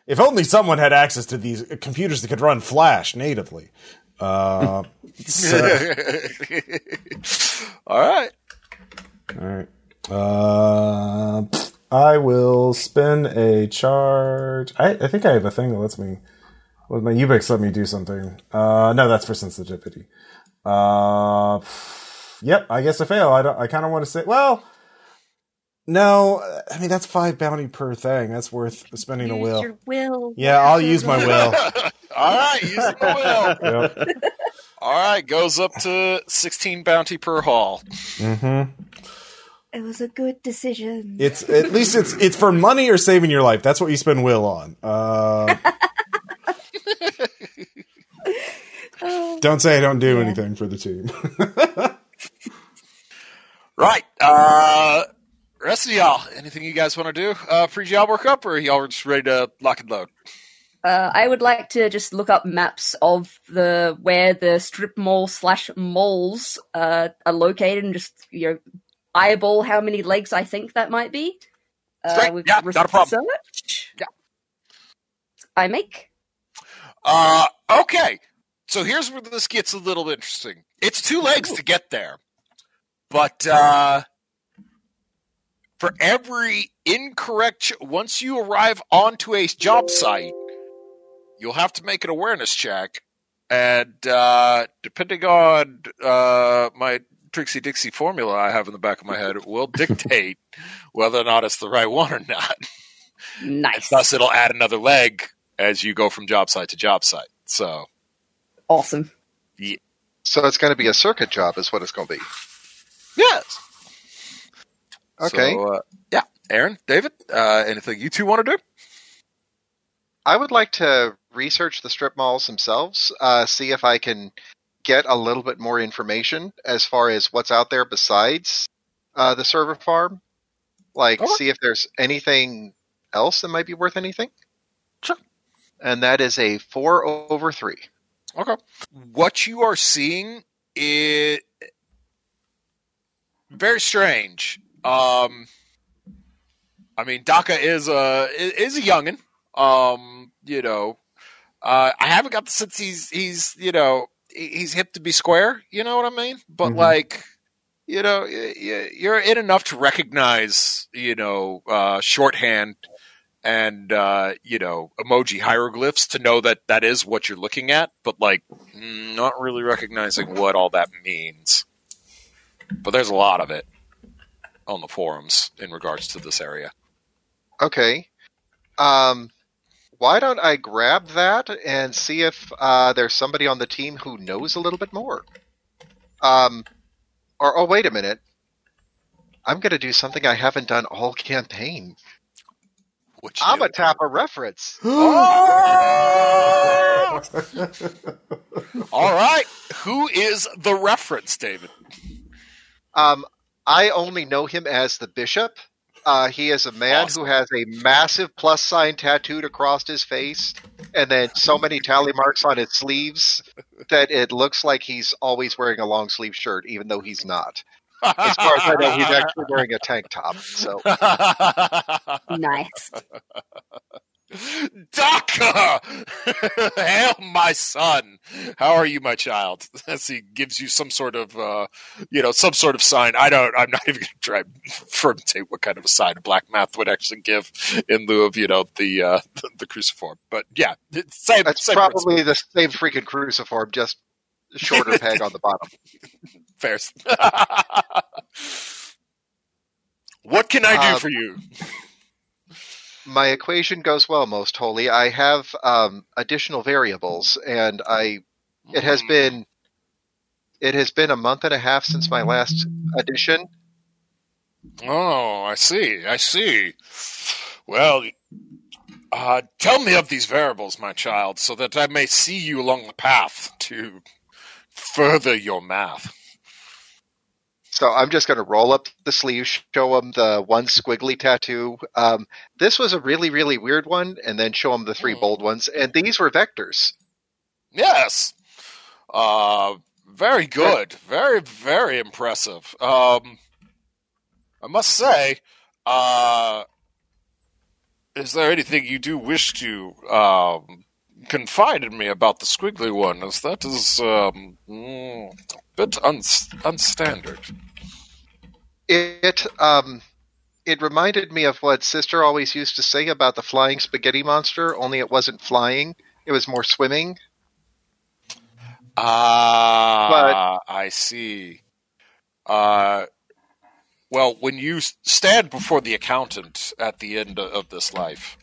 S1: if only someone had access to these computers that could run Flash natively. Uh, so-
S2: all right.
S1: all right. Uh, I will spin a charge. I, I think I have a thing that lets me. Well, my Ubix let me do something. Uh, no, that's for sensitivity. Uh, yep. I guess I fail. I don't. I kind of want to say. Well, no. I mean, that's five bounty per thing. That's worth spending a will.
S4: will.
S1: Yeah, I'll use my will.
S2: all right. Use the will.
S1: Yep.
S2: All right. Goes up to sixteen bounty per haul.
S1: hmm
S4: It was a good decision.
S1: It's at least it's it's for money or saving your life. That's what you spend will on. Uh,
S4: Oh.
S1: don't say I don't do anything for the team.
S2: Right. Uh, rest of y'all, anything you guys want to do? Uh, pre-job workup, or y'all are just ready to lock and load?
S4: Uh, I would like to just look up maps of the where the strip mall slash malls uh, are located, and just you know eyeball how many legs I think that might be. Uh,
S2: Right,
S4: with
S2: yeah, not a problem.
S4: research.
S2: Yeah.
S4: I make.
S2: Uh, okay. So here's where this gets a little interesting. It's two legs to get there. But uh, for every incorrect, ch- once you arrive onto a job site, you'll have to make an awareness check. And uh, depending on uh, my Trixie Dixie formula I have in the back of my head, it will dictate whether or not it's the right one or not.
S4: Nice.
S2: Thus, it'll add another leg as you go from job site to job site. So.
S4: Awesome.
S5: So it's going to be a circuit job, is what it's going to be.
S2: Yes.
S5: Okay.
S2: So, uh, yeah, Aaron, David, uh, anything you two want to do?
S5: I would like to research the strip malls themselves, uh, see if I can get a little bit more information as far as what's out there besides uh, the server farm. Like,
S2: Okay.
S5: see if there's anything else that might be worth anything.
S2: Sure.
S5: And that is a four over three.
S2: Okay. What you are seeing is very strange. Um, I mean, Daka is a is a youngin. Um, you know, uh, I haven't got the sense he's he's you know he- he's hip to be square. You know what I mean? But
S1: Mhm.
S2: like, you know, y- y- you're in enough to recognize you know uh, shorthand and uh, you know emoji hieroglyphs to know that that is what you're looking at, but like not really recognizing what all that means. But there's a lot of it on the forums in regards to this area.
S5: Okay. Um, why don't I grab that and see if uh, there's somebody on the team who knows a little bit more? Um, or oh, wait a minute. I'm going to do something I haven't done all campaign.
S2: Which
S5: I'm
S2: you-
S5: going to tap a reference.
S2: Oh! all right. Who is the reference, David?
S5: Um, I only know him as the bishop. Uh, he is a man
S2: Awesome.
S5: who has a massive plus sign tattooed across his face, and then so many tally marks on his sleeves that it looks like he's always wearing a long sleeve shirt, even though he's not. As far as I know, he's actually wearing a tank top. So
S4: Nice.
S2: Daka! Hail, my son! How are you, my child? As he gives you some sort of, uh, you know, some sort of sign. I don't, I'm not even going to try to fermentate what kind of a sign black math would actually give in lieu of, you know, the uh, the cruciform. But yeah, it's same,
S5: that's
S2: same principle.
S5: probably the same freaking cruciform, just shorter peg on the bottom.
S2: Fairs. what can I do
S5: Uh,
S2: for you?
S5: My equation goes well, most holy. I have um, additional variables, and I It has been it has been a month and a half since my last edition.
S2: Oh, I see. I see. Well, uh, tell me of these variables, my child, so that I may see you along the path to further your math.
S5: So I'm just going to roll up the sleeve, show him the one squiggly tattoo. Um, this was a really, really weird one, and then show him the three
S2: Hmm.
S5: bold ones. And these were vectors.
S2: Yes. Uh, very good. Very, very impressive. Um, I must say, uh, is there anything you do wish to um, confide in me about the squiggly one? As that is um, mm, a bit uns- unstandard.
S5: It um, it reminded me of what Sister always used to say about the flying spaghetti monster. Only it wasn't flying; it was more swimming.
S2: Ah, I see. Uh, well, when you s- stand before the accountant at the end o- of this life,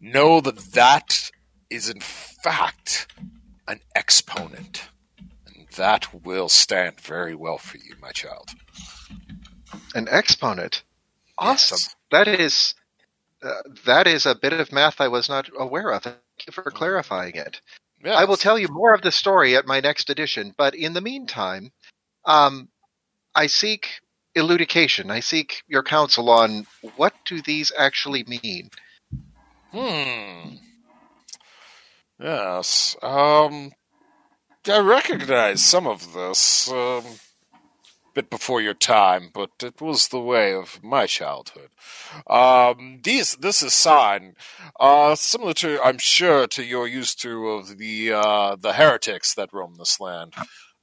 S2: know that that is in fact an exponent, and that will stand very well for you, my child.
S5: An exponent. Awesome.
S2: Yes.
S5: That is uh, that is a bit of math I was not aware of. Thank you for clarifying it. I will
S2: Mm-hmm. Yes.
S5: tell you more of the story at my next edition, but in the meantime, um, I seek elucidation. I seek your counsel on what do these actually mean.
S2: Hmm. Yes. Um, I recognize some of this. Um, bit before your time, but it was the way of my childhood. Um, these, this is sign, uh, similar to, I'm sure, to your used to of the uh, the heretics that roam this land,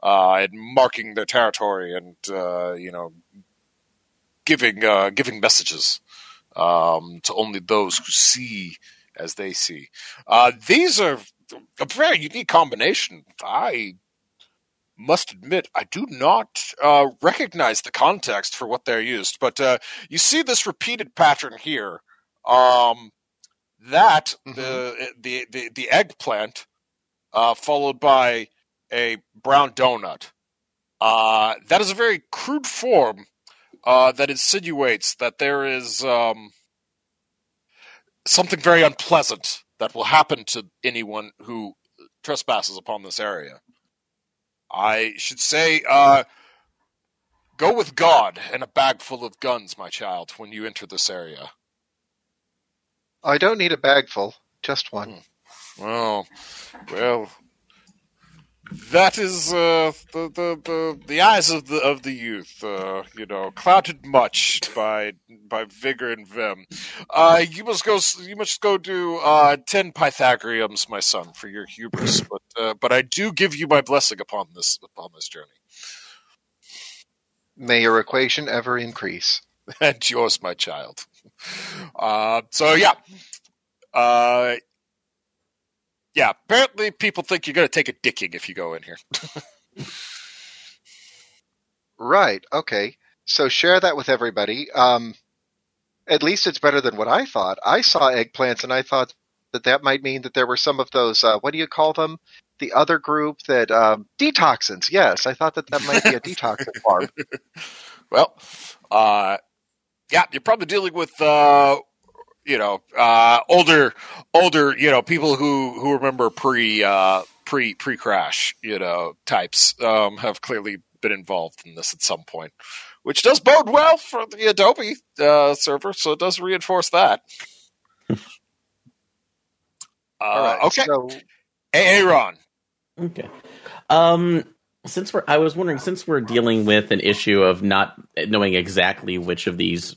S2: uh, and marking their territory and uh, you know giving uh, giving messages um, to only those who see as they see. Uh, these are a very unique combination. I must admit, I do not uh, recognize the context for what they're used, but uh, you see this repeated pattern here. Um, that the, the the the eggplant, uh, followed by a brown donut. Uh, that is a very crude form uh, that insinuates that there is um, something very unpleasant that will happen to anyone who trespasses upon this area. I should say, uh, go with God and a bag full of guns, my child, when you enter this area.
S5: I don't need a bag full, just one.
S2: Hmm. Well, well, that is uh, the, the the the eyes of the of the youth. Uh, you know, clouded much by by vigor and vim. Uh, you must go. s- You must go do uh, ten Pythagoreums, my son, for your hubris. But uh, but I do give you my blessing upon this upon this journey,
S5: May your equation ever increase.
S2: and yours, my child. Uh, so yeah, uh, yeah. Apparently, people think you're going to take a dicking if you go in here.
S5: Right. Okay. So share that with everybody. Um, at least it's better than what I thought. I saw eggplants, and I thought that that might mean that there were some of those. Uh, what do you call them? The other group that um, detoxins. Yes, I thought that that might be a detoxin farm.
S2: Well, uh, yeah, you're probably dealing with uh, you know uh, older older you know people who who remember pre uh, pre pre crash you know types um, have clearly been involved in this at some point, which does bode well for the Adobe uh, server. So it does reinforce that. Uh,
S5: All right.
S2: Okay,
S5: So
S2: Aaron.
S3: Okay. Um, since we're, I was wondering, since we're dealing with an issue of not knowing exactly which of these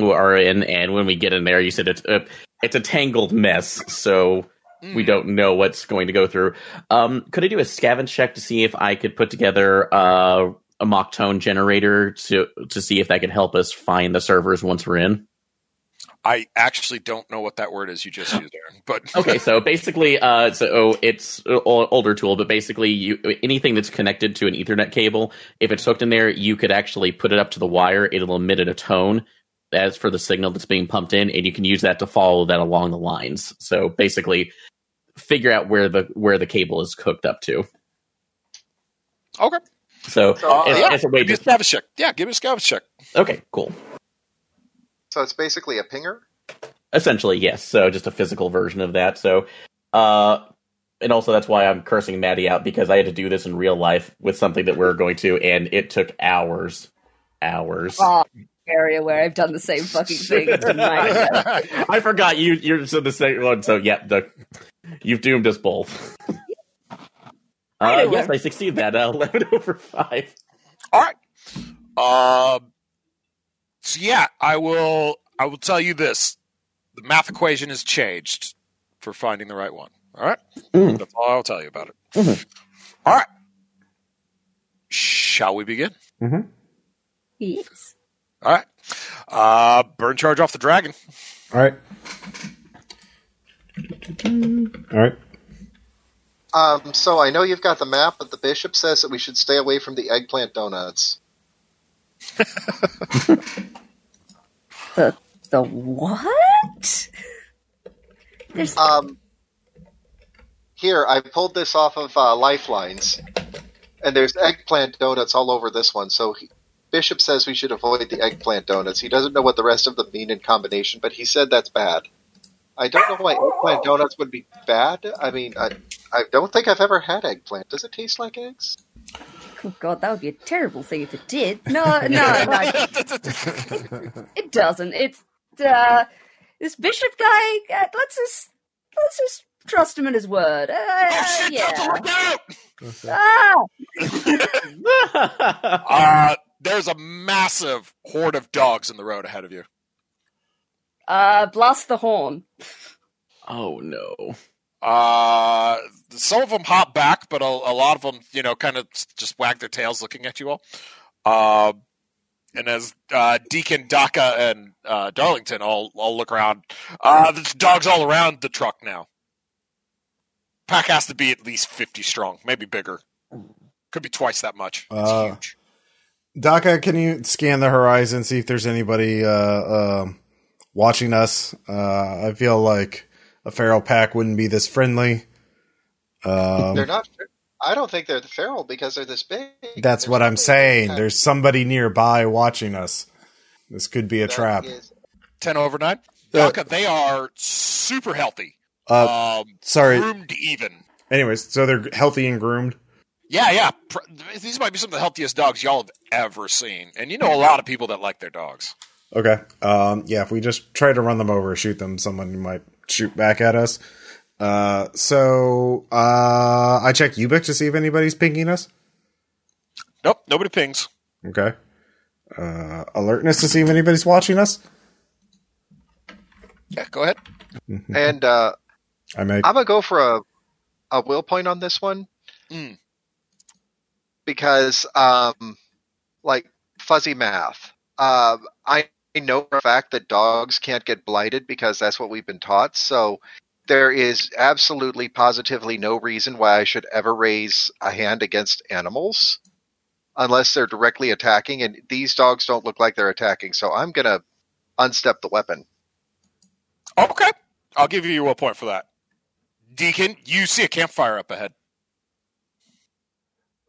S3: are in, and when we get in there, you said it's a, it's a tangled mess, so
S2: Hmm,
S3: we don't know what's going to go through. Um, could I do a scavenge check to see if I could put together uh, a mock tone generator to to see if that could help us find the servers once we're in?
S2: I actually don't know what that word is you just used, Aaron. But
S3: okay so basically uh so oh, it's an ol- older tool but basically you anything that's connected to an ethernet cable if it's hooked in there you could actually put it up to the wire it'll emit it a tone as for the signal that's being pumped in and you can use that to follow that along the lines so basically figure out where the where the cable is hooked up to
S2: okay,
S3: so
S2: Uh,
S5: So,
S3: as,
S5: Uh, yeah,
S3: as a way
S2: give me a
S3: to
S2: scavenge check. Yeah, give me a scavenge check.
S3: okay cool
S5: so it's basically a pinger.
S3: Essentially, yes. So just a physical version of that. So, uh, and also that's why I'm cursing Maddie out because I had to do this in real life with something that we are going to, and it took hours, hours.
S4: Oh, area where I've done the same fucking thing. It's a nightmare.
S3: I forgot you. You're so the same one. So yeah, the you've doomed us both.
S4: I
S3: Uh,
S4: know
S3: yes,
S4: where-
S3: I succeed that. Uh, Eleven over five.
S2: All right. Um. So yeah, I will. I will tell you this: the math equation has changed for finding the right one. All right.
S3: Mm.
S2: That's all I'll tell you about it. All right. Shall we begin?
S4: Yes.
S2: All right. Uh, burn charge off the dragon.
S1: All right. All right.
S5: Um, so I know you've got the map, but the bishop says that we should stay away from the eggplant donuts.
S4: The the what? There's
S2: Uh,
S5: Um, here, I pulled this off of uh, Lifelines, and there's eggplant donuts all over this one. So he, Bishop says we should avoid the eggplant donuts. He doesn't know what the rest of them mean in combination, but he said that's bad. I don't know why eggplant donuts would be bad. I mean, I, I don't think I've ever had eggplant. Does it taste like eggs?
S4: oh god, that would be a terrible thing if it did. No, no, no. It doesn't. It's uh, this bishop guy. Uh, let's just let's just trust him in his word. Uh,
S2: oh shit! Doctor,
S4: yeah.
S2: look out!
S4: Ah!
S2: Uh, there's a massive horde of dogs in the road ahead of you.
S4: Uh, blast the horn.
S3: oh no.
S2: Uh, some of them hop back, but a, a lot of them, you know, kind of just wag their tails looking at you all. Uh, and as uh, Deacon, Daka, and uh, Darlington all, all look around, uh, there's dogs all around the truck now. Pack has to be at least 50 strong, maybe bigger. Could be twice that much. It's
S1: Uh,
S2: huge.
S1: Daka, can you scan the horizon, see if there's anybody uh, um watching us? Uh, I feel like a feral pack wouldn't be this friendly. Um,
S5: they're not. I don't think they're the feral because they're this big.
S1: that's
S5: They're
S1: what I'm
S5: something
S1: saying.
S5: like
S1: There's somebody nearby watching us. This could be a
S5: that
S1: trap.
S5: is-
S2: 10 over
S1: Uh,
S2: 9. Daka, they are super healthy.
S1: uh,
S2: um,
S1: sorry.
S2: groomed even.
S1: Anyways, so they're healthy and groomed.
S2: Yeah, yeah. Pr- These might be some of the healthiest dogs y'all have ever seen. And you know a lot of people that like their dogs.
S1: Okay. Um, yeah, if we just try to run them over, shoot them, someone might shoot back at us. Uh, so uh, I check Ubik to see if anybody's pinging us.
S2: Nope, nobody pings.
S1: Okay. Uh, alertness to see if anybody's watching us.
S2: Yeah, go ahead.
S5: And uh,
S1: Mm-hmm. I make
S5: I'm gonna go for a a will point on this one
S2: Mm.
S5: because, um, like fuzzy math. Um, I know for a fact that dogs can't get blighted because that's what we've been taught. So there is absolutely, positively no reason why I should ever raise a hand against animals unless they're directly attacking. And these dogs don't look like they're attacking, so I'm gonna unstep the weapon.
S2: Oh, Okay. I'll give you a point for that. Deacon, you see a campfire up ahead.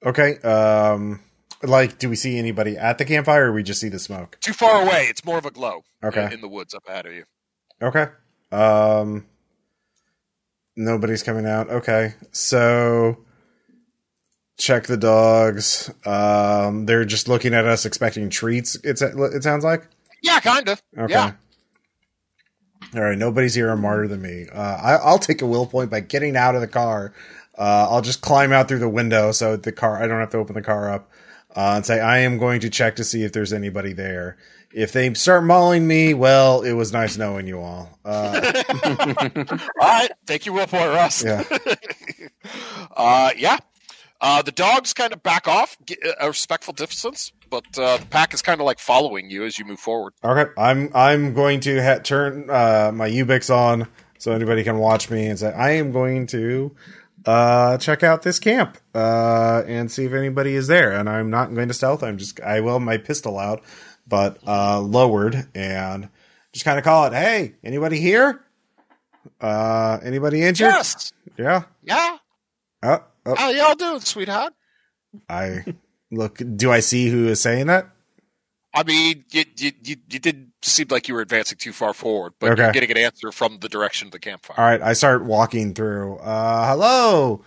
S1: okay. Um, like, do we see anybody at the campfire, or we just see the smoke?
S2: Too far away. It's more of a glow
S1: Okay.
S2: in the woods up ahead of you.
S1: Okay. Um, nobody's coming out. Okay. So check the dogs. Um, they're just looking at us, expecting treats. It's it sounds like.
S2: Yeah, kind of.
S1: Okay.
S2: Yeah.
S1: All right. Nobody's here martyr than me. Uh, I, I'll take a will point by getting out of the car. Uh, I'll just climb out through the window so the car. I don't have to open the car up. Uh, and say I am going to check to see if there's anybody there. If they start mauling me, well, it was nice knowing you all. Uh,
S2: All right, thank you, Will Point Ross.
S1: Yeah.
S2: uh, yeah. Uh, the dogs kind of back off get a respectful distance, but uh, the pack is kind of like following you as you move forward.
S1: Okay, I'm I'm going to ha- turn uh, my Ubix on so anybody can watch me and say I am going to uh, check out this camp uh, and see if anybody is there. And I'm not going to stealth. I'm just I will have my pistol out, but uh, lowered and just kind of call it. Hey, anybody here? Uh, anybody injured?
S2: Yes.
S1: Yeah.
S2: Yeah.
S1: Oh, oh,
S2: How y'all doing, sweetheart?
S1: I look. Do I see who is saying that?
S2: I mean, you, you, you, you did seem like you were advancing too far forward, but
S1: Okay.
S2: you're getting an answer from the direction of the campfire.
S1: All right, I start walking through. Uh, hello.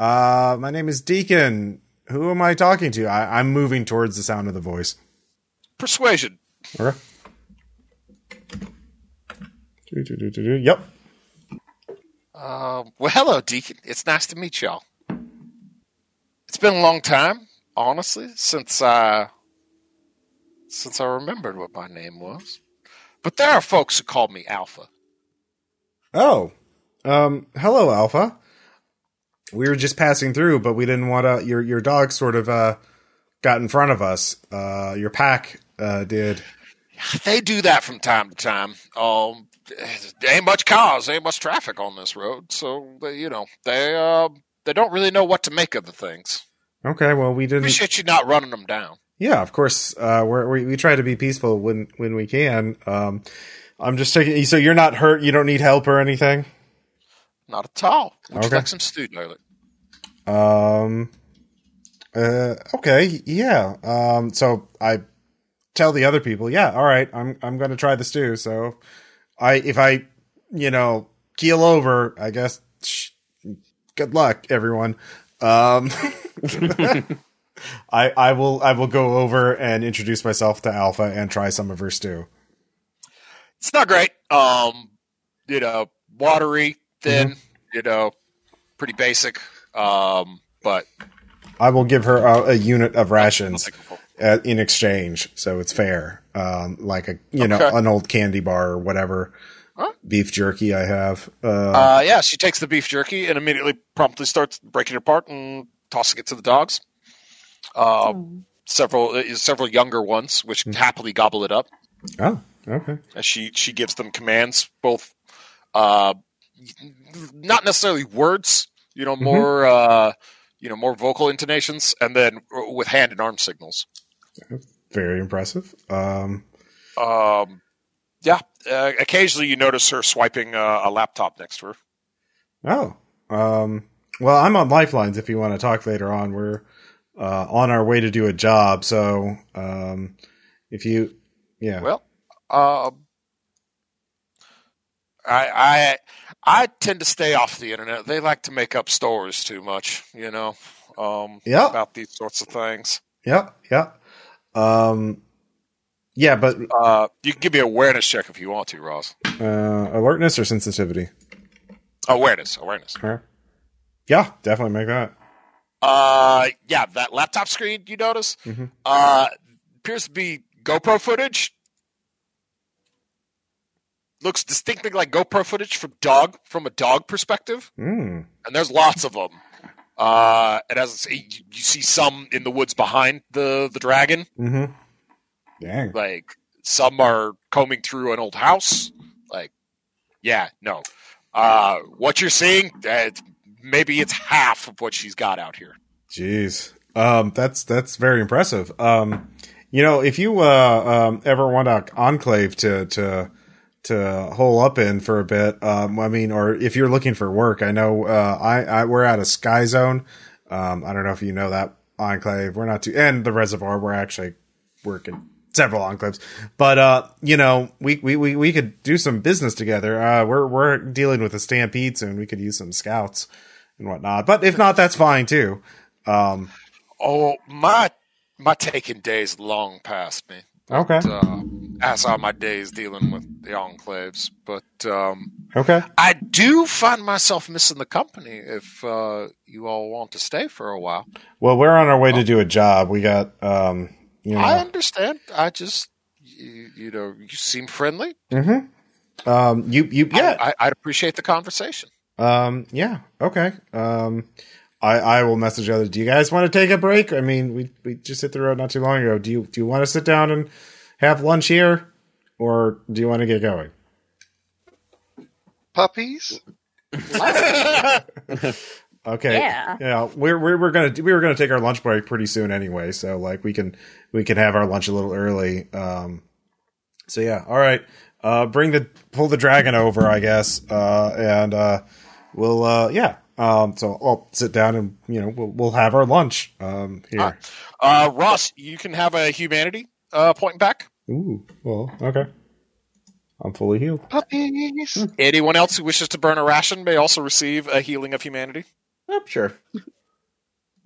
S1: Uh, my name is Deacon. Who am I talking to? I, I'm moving towards the sound of the voice.
S2: Persuasion.
S1: Okay. Do-do-do-do-do. Yep.
S2: Um, well, hello, Deacon. It's nice to meet y'all. It's been a long time, honestly, since I since I remembered what my name was. But there are folks who call me Alpha.
S1: Oh. Um. Hello, Alpha. We were just passing through, but we didn't want to. Your your dog sort of uh got in front of us. Uh, your pack uh did.
S2: They do that from time to time. Um, there ain't much cars, ain't much traffic on this road, so they, you know they uh, they don't really know what to make of the things.
S1: Okay. Well, we didn't.
S2: Appreciate you not running them down.
S1: Yeah, of course. Uh, we're, we we try to be peaceful when when we can. Um, I'm just taking. So you're not hurt. You don't need help or anything.
S2: Not at all. Would
S1: Okay.
S2: you like some stew, Darling?
S1: Um. Uh. Okay. Yeah. Um. So I tell the other people. Yeah. All right. I'm I'm going to try this too. So I if I you know keel over, I guess. Shh, good luck, everyone. Um. I I will I will go over and introduce myself to Alpha and try some of her stew.
S2: It's not great. Um, you know, watery, thin. you know, pretty basic. Um, but
S1: I will give her a, a unit of rations
S2: applicable.
S1: uh, in exchange, so it's fair. Um, like a you know
S2: Okay.
S1: an old candy bar or whatever
S2: Huh?
S1: beef jerky I have. Uh,
S2: Uh, yeah, she takes the beef jerky and immediately promptly starts breaking it apart and tossing it to the dogs. Uh, Several uh, several younger ones, which happily gobble it up.
S1: oh,
S2: Uh,
S1: okay.
S2: As she she gives them commands, both uh, not necessarily words, you know, more uh, you know more vocal intonations, and then uh, with hand and arm signals.
S1: Very impressive. Um,
S2: Um, yeah, uh, occasionally you notice her swiping uh, a laptop next to her.
S1: Oh. Um, well, I'm on lifelines if you want to talk later on. We're uh, on our way to do a job. So um, if you, yeah.
S2: Well, um, I I I tend to stay off the internet. They like to make up stories too much, you know, um,
S1: yeah.
S2: about these sorts of things.
S1: Yeah. Yeah. Um, yeah, but
S2: Uh, you can give me an awareness check if you want to, Ross.
S1: uh, alertness or sensitivity?
S2: Awareness, awareness.
S1: Huh? Yeah, definitely make that.
S2: Uh, yeah, that laptop screen you notice
S1: Mhm.
S2: uh, appears to be GoPro footage. Looks distinctly like GoPro footage from dog from a dog perspective,
S1: Mm.
S2: and there's lots of them. Uh, and as I say, you, you see some in the woods behind the the dragon,
S1: Mm-hmm. Dang.
S2: like some are combing through an old house. Like, yeah, no. Uh, what you're seeing, uh, it's- maybe it's half of what she's got out here.
S1: Jeez, um, that's that's very impressive. Um, you know, if you uh, um, ever want a enclave to to to hole up in for a bit, um, I mean, or if you're looking for work, I know uh, I, I we're out of Sky Zone. Um, I don't know if you know that enclave. We're not too, and the reservoir. We're actually working several enclaves, but uh, you know, we, we we we could do some business together. Uh, we're we're dealing with a stampede soon. We could use some scouts and whatnot. But if not, that's fine too. Um,
S2: Oh, my my taking days long past me.
S1: okay.
S2: Uh, as are my days dealing with the enclaves. But um,
S1: Okay.
S2: I do find myself missing the company if uh, you all want to stay for a while.
S1: Well, we're on our way to do a job. We got, um, you
S2: I
S1: know,
S2: understand. I just, you, you know, you seem friendly.
S1: um, you, you, yeah,
S2: I, I, I'd appreciate the conversation.
S1: um, yeah, okay. Um, I, I will message the other. Do you guys want to take a break? I mean, we, we just hit the road not too long ago. Do you, do you want to sit down and have lunch here or do you want to get going?
S5: Puppies?
S1: Okay.
S4: Yeah.
S1: We're, we're, we're going to, we were going to take our lunch break pretty soon anyway. So like we can, we can have our lunch a little early. Um, so yeah. All right. Uh, bring the, pull the dragon over, I guess. Uh, and, uh, we'll, uh, yeah. Um, so I'll sit down and, you know, we'll, we'll have our lunch, um, here.
S2: Uh, Ross, you can have a humanity uh, point back.
S1: Ooh. Well, okay. I'm fully healed.
S5: Puppies?
S2: Anyone else who wishes to burn a ration may also receive a healing of humanity.
S3: Oh, sure.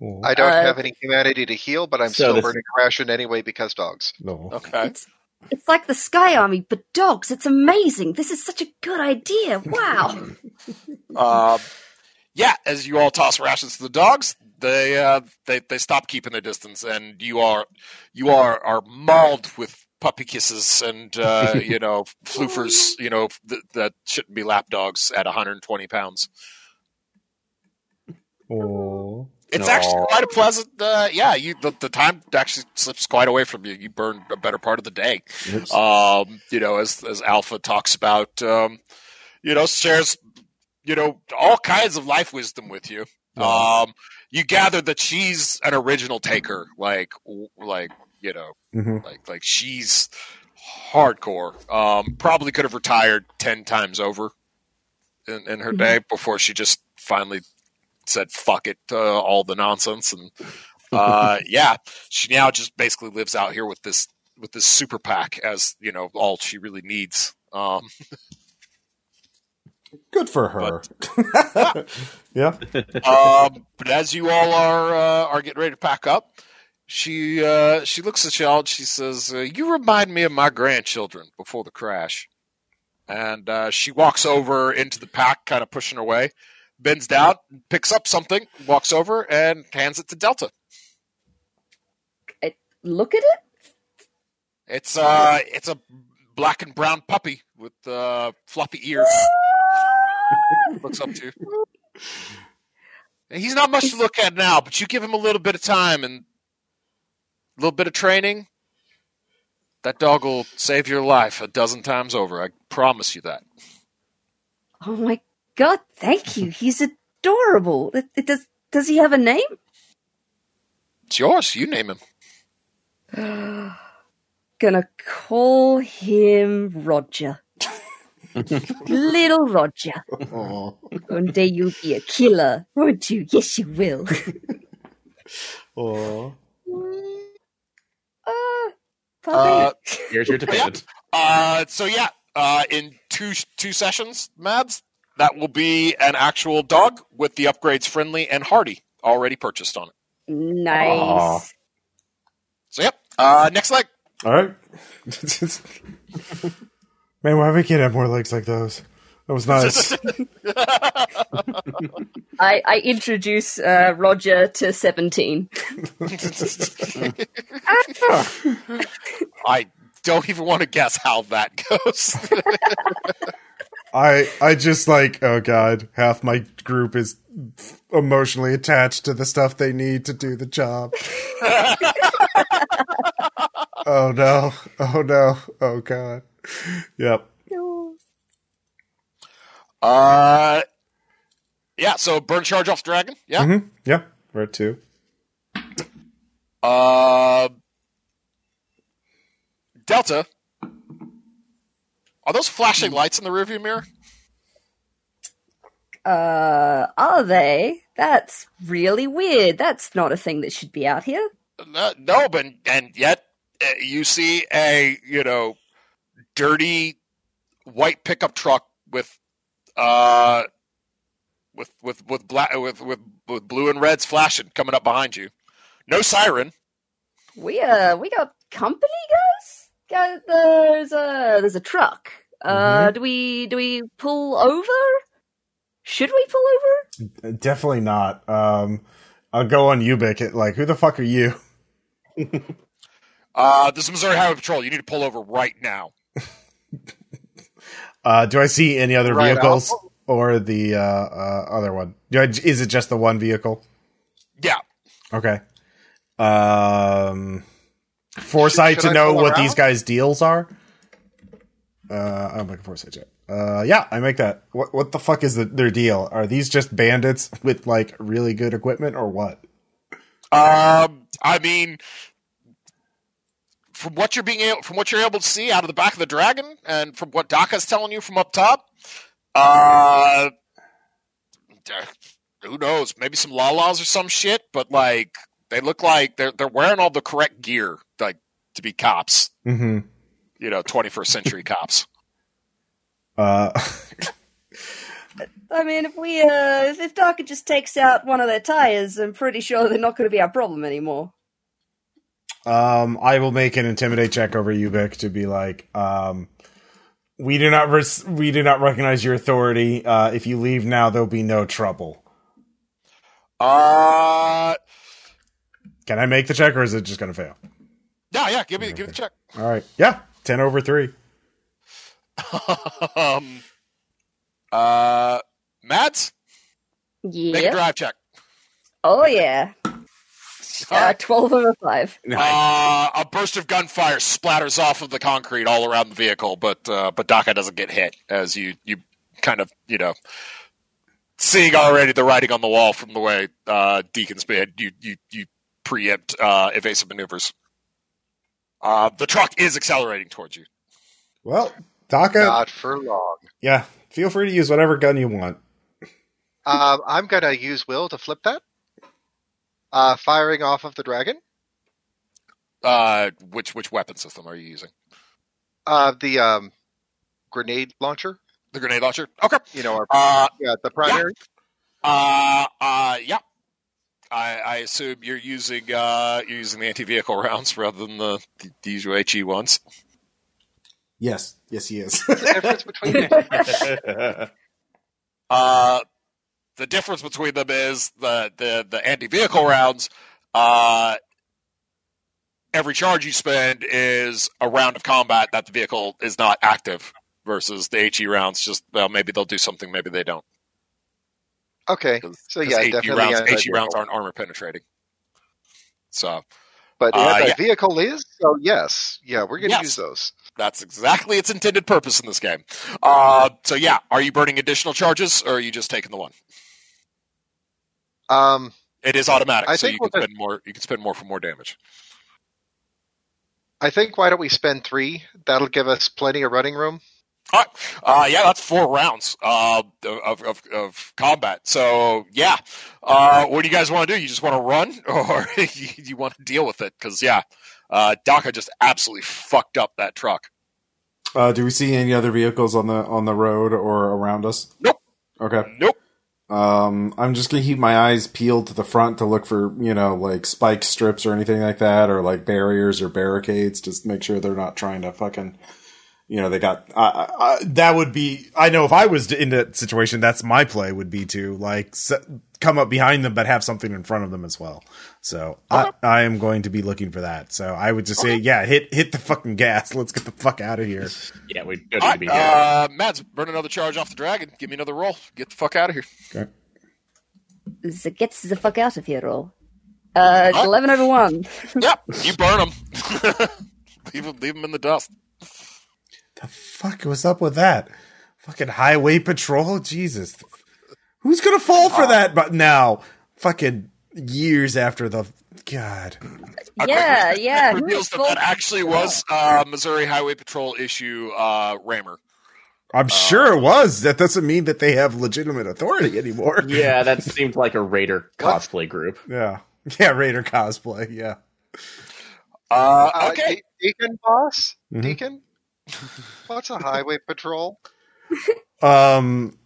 S1: Oh,
S5: I don't
S4: Uh,
S5: have any humanity to heal, but I'm
S3: So
S5: still
S3: this-
S5: burning ration anyway because dogs.
S1: no.
S2: Okay.
S4: It's it's like the Sky Army, but dogs. It's amazing. This is such a good idea. Wow.
S2: Um, yeah, as you all toss rations to the dogs, they uh, they they stop keeping their distance, and you are you are are mauled with puppy kisses and uh, you know floofers, you know th- that shouldn't be lap dogs at 120 pounds.
S1: Oh.
S2: It's
S3: Aw.
S2: actually quite a pleasant. Uh, yeah, you the, the time actually slips quite away from you. You burn a better part of the day.
S1: Oops.
S2: um, you know, as as Alpha talks about, um, you know, shares, you know, all kinds of life wisdom with you.
S1: Aw.
S2: Um, you gather that she's an original taker, like w- like you know,
S1: Mhm.
S2: like like she's hardcore. Um, probably could have retired ten times over in, in her
S4: Mhm.
S2: day before she just finally said "fuck it" to all the nonsense and. Uh, yeah, she now just basically lives out here with this with this super pack as you know all she really needs. Um,
S1: Good for her. yeah.
S2: um, but as you all are uh, are getting ready to pack up, she uh, she looks at y'all and she says, uh, "You remind me of my grandchildren before the crash." And uh, she walks over into the pack, kind of pushing her way. bends down, picks up something, walks over, and hands it to Delta.
S4: Look at it.
S2: It's uh, it's a black and brown puppy with uh, floppy ears. looks up to. And He's not much to look at now, but you give him a little bit of time and a little bit of training. That dog will save your life a dozen times over. I promise you that.
S4: Oh my god! Thank you. He's adorable. It, it does. Does he have a name?
S2: It's yours. You name him.
S4: Gonna call him Roger. Little Roger.
S1: Oh,
S4: One day you'll be a killer, won't you? Yes, you will.
S1: oh.
S4: Uh,
S2: Uh,
S4: puppy.
S3: Here's your dependent.
S2: Uh, so yeah, uh, in two two sessions, Mads, that will be an actual dog with the upgrades friendly and hardy already purchased on it.
S4: nice.
S2: So yep. Uh, next leg.
S1: All right. Man, why we can't have more legs like those? That was nice.
S4: I, I introduce uh, Roger to 17.
S2: I don't even want to guess how that goes.
S1: I I just like oh god, half my group is emotionally attached to the stuff they need to do the job. oh no. Oh no. Oh god. Yep.
S2: uh, yeah. So burn charge off dragon. Yeah.
S1: Mhm. Yep. We're at two.
S2: Uh, Delta. Are those flashing lights in the rearview mirror?
S4: Uh, are they? That's really weird. That's not a thing that should be out here.
S2: No, no, but and yet uh, you see a you know dirty white pickup truck with uh with with with black with with, with blue and reds flashing coming up behind you. No siren.
S4: We uh we got company, guys. Guys, There's a there's a truck. Uh, do we do we pull over? Should we pull over?
S1: Definitely not. Um I'll go on Ubik at like who the fuck are you?
S2: Uh, this is Missouri Highway Patrol. You need to pull over right now.
S1: Uh, do I see any other
S5: Right,
S1: vehicles
S5: I'll-
S1: or the uh, uh, other one? Do I, is it just the one vehicle?
S2: Yeah.
S1: Okay. Um, foresight
S5: Should- should
S1: to
S5: I
S1: know
S5: pull
S1: what
S5: around?
S1: these guys' deals are. Uh, I'm making foresight check. Uh, yeah, I make that. What what the fuck is the, their deal? Are these just bandits with like really good equipment or what?
S2: Um, I mean, from what you're being able, from what you're able to see out of the back of the dragon, and from what Daka's telling you from up top, uh, uh, who knows? Maybe some lalas or some shit. But like, they look like they're they're wearing all the correct gear, like to be cops.
S1: Mm-hmm.
S2: You know, 21st century cops.
S1: Uh,
S4: I mean, if we uh if, if Darker just takes out one of their tires, I'm pretty sure they're not going to be our problem anymore.
S1: Um, I will make an intimidate check over Ubik to be like, um, we do not res- we do not recognize your authority. Uh, if you leave now, there'll be no trouble.
S2: Uh,
S1: Can I make the check, or is it just going to fail?
S2: yeah, yeah. Give me, give me the check.
S1: All right, yeah, ten over three.
S2: um, uh, Mads, make a
S4: Yeah.
S2: drive check.
S4: Oh yeah. Uh, Twelve over five.
S2: Uh, a burst of gunfire splatters off of the concrete all around the vehicle, but uh, but Daka doesn't get hit as you you kind of you know seeing already the writing on the wall from the way uh, Deacon's been. You you you preempt uh, evasive maneuvers. Uh, the truck is accelerating towards you.
S1: Well, Taka,
S5: Not for long.
S1: yeah, feel free to use whatever gun you want.
S5: Um, I'm gonna use will to flip that. Uh, firing off of the dragon.
S2: Uh, which which weapon system are you using?
S5: Uh, the um, grenade launcher.
S2: The grenade launcher. Okay.
S5: You know, our,
S2: Uh,
S5: yeah, the primary.
S2: uh, uh, yeah. I, I assume you're using uh, you're using the anti-vehicle rounds rather than the, the, the usual HE ones.
S1: Yes, yes, he is.
S5: What's the difference between
S2: Uh, The difference between them is the the, the anti vehicle rounds. Uh, every charge you spend is a round of combat that the vehicle is not active. Versus the HE rounds, just well, maybe they'll do something, maybe they don't.
S5: Okay.
S2: 'Cause-
S5: So
S2: 'cause
S5: yeah,
S2: HE
S5: definitely uh,
S2: rounds,
S5: anti-vehicle.
S2: HE rounds aren't armor penetrating. So
S5: But
S2: Uh,
S5: anti
S2: yeah.
S5: vehicle is? So yes. Yeah, we're gonna
S2: Yes.
S5: use those.
S2: That's exactly its intended purpose in this game. Uh, so yeah, are you burning additional charges, or are you just taking the one?
S5: Um
S2: It is automatic,
S5: I
S2: so
S5: think
S2: you
S5: we'll
S2: can spend more. You can spend more for more damage.
S5: I think why don't we spend three? That'll give us plenty of running room.
S2: Uh, yeah, that's four rounds uh, of, of of combat. So yeah, uh, what do you guys want to do? You just want to run, or you, you want to deal with it? Because yeah, uh, Daka just absolutely fucked up that truck.
S1: Uh, do we see any other vehicles on the on the road or around us?
S2: Nope.
S1: Okay.
S2: Nope.
S1: Um, I'm just gonna keep my eyes peeled to the front to look for you know like spike strips or anything like that, or like barriers or barricades. Just make sure they're not trying to fucking. You know they got. I I I- that would be. I know if I was in that situation, that's my play would be to like s come up behind them, but have something in front of them as well. So I, I am going to be looking for that. So I would just say, yeah, hit hit the fucking gas. Let's get the fuck out of here.
S3: Yeah, we don't
S2: All
S3: need
S2: right,
S3: to be here.
S2: uh, Mads, burn another charge off the dragon. Give me another roll. Get the fuck out of here.
S1: Okay.
S4: So gets the fuck out of here, roll. Uh,
S2: Huh?
S4: eleven over one.
S2: Yep, you burn them. leave them, in the dust.
S1: The fuck was up with that? Fucking highway patrol? Jesus. Who's gonna fall for that but now? Fucking years after the God.
S4: yeah, yeah. who
S2: Reveals
S4: is
S2: that
S4: full-
S2: that actually was uh, Missouri Highway Patrol issue uh, rammer.
S1: I'm sure it was. That doesn't mean that they have legitimate authority anymore.
S3: Yeah, that seemed like a raider cosplay group.
S1: Yeah. Yeah, Raider cosplay, yeah.
S2: Uh,
S5: Uh,
S2: okay,
S5: De- Deacon boss?
S1: Mhm.
S5: Deacon? What's a highway patrol?
S1: Um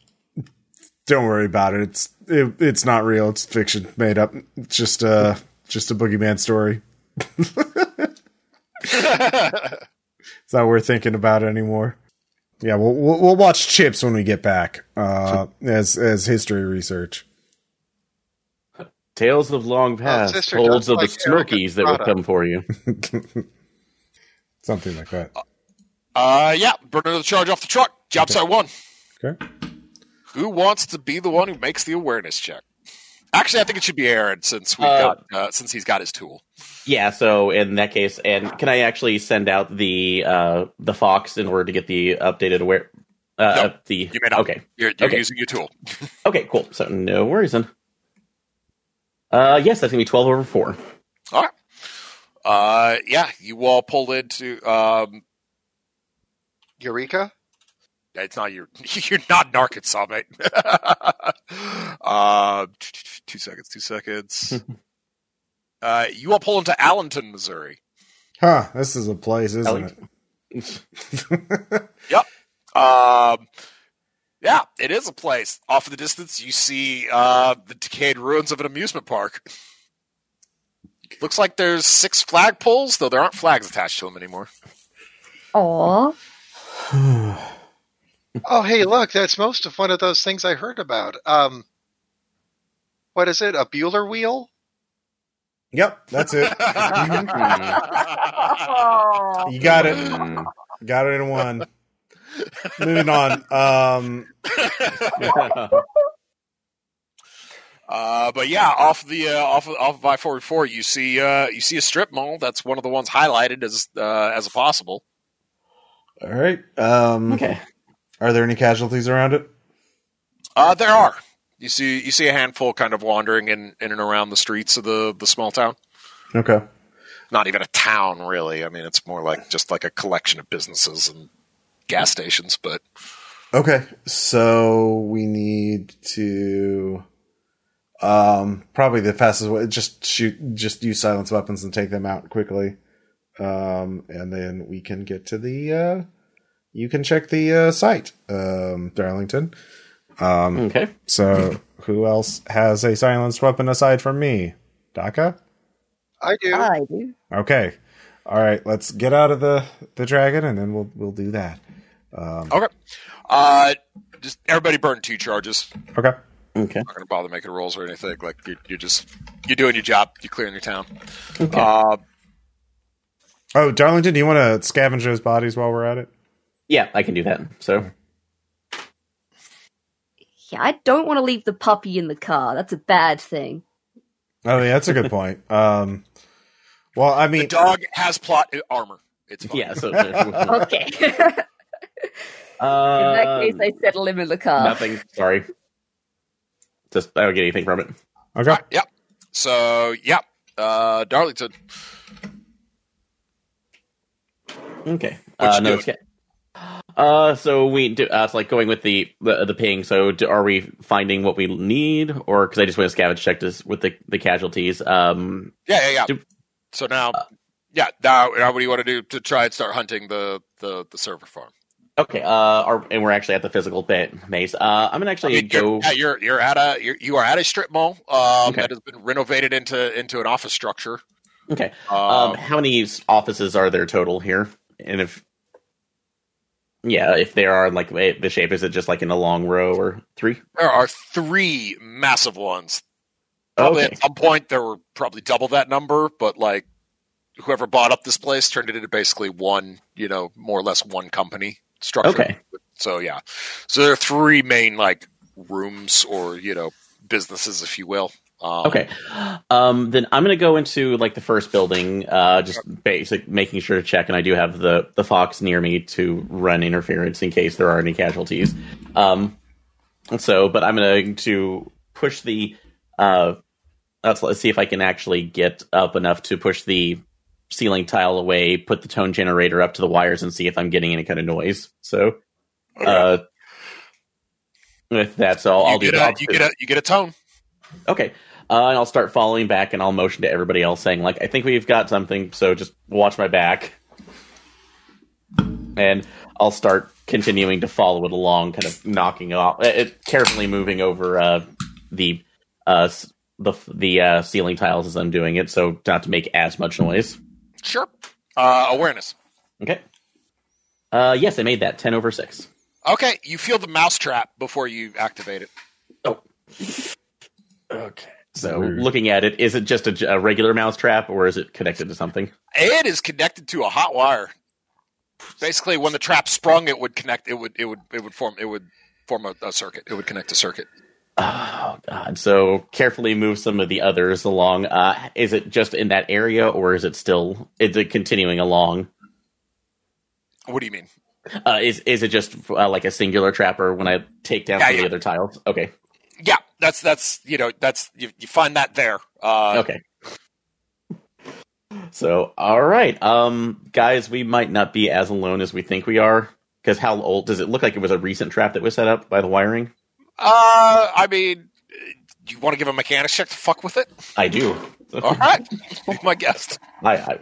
S1: don't worry about it. It's it, it's not real, it's fiction made up. It's just uh just a boogeyman story. It's not worth thinking about anymore. Yeah, we'll we'll, we'll watch chips when we get back uh, as as history research.
S3: Tales of
S2: Oh,
S3: long past,
S5: sister,
S3: holds
S5: just
S3: of the
S5: like
S3: snurkies
S5: arrogant
S3: that will
S5: product.
S3: come for you.
S1: Something like that.
S2: uh, yeah, burn another charge off the truck. Job site one.
S1: Okay.
S2: Who wants to be the one who makes the awareness check? Actually, I think it should be Aaron since we
S3: Uh,
S2: got uh, since he's got his tool.
S3: Yeah, so in that case, and can I actually send out the uh the fox in order to get the updated aware? Uh,
S2: No,
S3: up the
S2: you may not.
S3: okay,
S2: You're, you're
S3: Okay.
S2: using your tool.
S3: okay, cool. So no worries then. Uh, yes, that's gonna be twelve over four.
S2: All right. Uh, yeah, you all pull into. Um,
S5: Eureka?
S2: it's not your. You're not in Arkansas, mate. uh, t- t- t- two seconds. Two seconds. uh, you all pull into Allenton, Missouri.
S1: Huh, this is a place, isn't
S3: Alec-
S1: it?
S2: Um, yeah, it is a place. Off in the distance, you see uh, the decayed ruins of an amusement park. Looks like there's six flag poles, though there aren't flags attached to them anymore.
S4: Aw.
S5: Oh hey look, that's most of one of those things I heard about. Um what is it? A Bueller wheel?
S1: yep, that's it. You got it.
S3: Mm.
S1: Got it in one. Moving on. Um
S2: Uh, but yeah, off the uh, off of- off of I forty four, you see uh, you see a strip mall. That's one of the ones highlighted as uh, as a possible.
S1: all right. Um
S3: okay,
S1: are there any casualties around it?
S2: Uh, there are you see you see a handful kind of wandering in, in and around the streets of the the small town.
S1: Okay.
S2: Not even a town, really. I mean, it's more like just like a collection of businesses and gas stations. But
S1: Okay. So we need to um probably the fastest way just shoot just use silence weapons and take them out quickly. Um and then we can get to the uh you can check the uh site, um Darlington. Um
S3: okay.
S1: so who else has a silenced weapon aside from me? Daka?
S5: I do.
S4: I do.
S1: Okay. All right, let's get out of the the dragon and then we'll we'll do that.
S3: Um,
S2: okay, uh, just everybody burn two charges.
S1: Okay.
S3: Okay.
S2: not going to bother making rolls or anything. Like you're, you're just you're doing your job. You're clearing your town.
S3: Okay.
S2: Uh,
S1: Oh, Darlington, do you want to scavenge those bodies while we're at it?
S3: yeah, I can do that. So
S4: Yeah, I don't want to leave the puppy in the car. That's a bad thing.
S1: Oh, yeah, that's a good point. Um, well, I
S2: the
S1: mean,
S2: dog has plot and armor. It's fine.
S3: yeah, so
S4: Okay. in
S2: Um,
S4: that case, I settle him in the car.
S3: Uh, nothing. Sorry. Just I don't get anything from it.
S1: okay.
S2: Yep. So yep. Uh, Darlington.
S3: Okay.
S2: What
S3: uh,
S2: you
S3: no,
S2: doing?
S3: it's- uh, so we do. Uh, it's like going with the the, the ping. So do, are we finding what we need, or because I just went to scavenge check this with the the casualties? Um,
S2: Yeah, yeah, yeah.
S3: Do- Uh.
S2: so now, yeah. Now, now, what do you want to do to try and start hunting the the, the server farm?
S3: okay. Uh, are, and we're actually at the physical ba- base. Uh, I'm
S2: I
S3: gonna actually
S2: mean,
S3: go.
S2: you're, yeah, you're you're at a you're, you are at a strip mall um,
S3: Okay.
S2: that has been renovated into into an office structure.
S3: Okay.
S2: Um,
S3: Um, how many s- offices are there total here? And if yeah, if there are like eh, the shape, is it just like in a long row or three?
S2: there are three massive ones. Probably
S3: Okay.
S2: at some point there were probably double that number, but like whoever bought up this place turned it into basically one, you know, more or less one company structure.
S3: Okay.
S2: So yeah, so there are three main like rooms or you know businesses, if you will. Um,
S3: Okay. Um, then I'm going to go into like the first building, uh, just basic making sure to check. And I do have the, the fox near me to run interference in case there are any casualties. Um, so, but I'm going to push the, uh, let's, let's see if I can actually get up enough to push the ceiling tile away, put the tone generator up to the wires and see if I'm getting any kind of noise. So, uh, if that's all,
S2: You
S3: I'll do
S2: get
S3: that.
S2: a, you get a you get a tone.
S3: Okay. Uh, and I'll start following back and I'll motion to everybody else saying, like, I think we've got something, so just watch my back. And I'll start continuing to follow it along, kind of knocking off, it, it- carefully moving over uh, the uh, s- the f- the uh, ceiling tiles as I'm doing it, so not to make as much noise.
S2: Sure. Uh, awareness.
S3: Okay. Uh, yes, I made that ten over six.
S2: Okay, you feel the mousetrap before you activate it.
S3: Okay. So
S1: Rude.
S3: looking at it, is it just a, j- a regular mouse trap, or is it connected to something?
S2: It is connected to a hot wire. Basically, when the trap sprung, it would connect. It would. It would. It would form. It would form a, a circuit. It would connect a circuit.
S3: Oh God! So carefully move some of the others along. Uh, is it just in that area, or is it still? Is it continuing along?
S2: What do you mean?
S3: Uh, is is it just uh, like a singular trapper when I take down
S2: Yeah,
S3: some of
S2: yeah.
S3: the other tiles? Okay,
S2: Yeah, that's that's you know that's you, you find that there. Uh,
S3: okay. So all right, um, guys, we might not be as alone as we think we are. Because how old does it look like? It was a recent trap that was set up by the wiring.
S2: uh I mean, you want to give a mechanics check to fuck with it?
S3: I do.
S2: All right, be my guest.
S3: I, I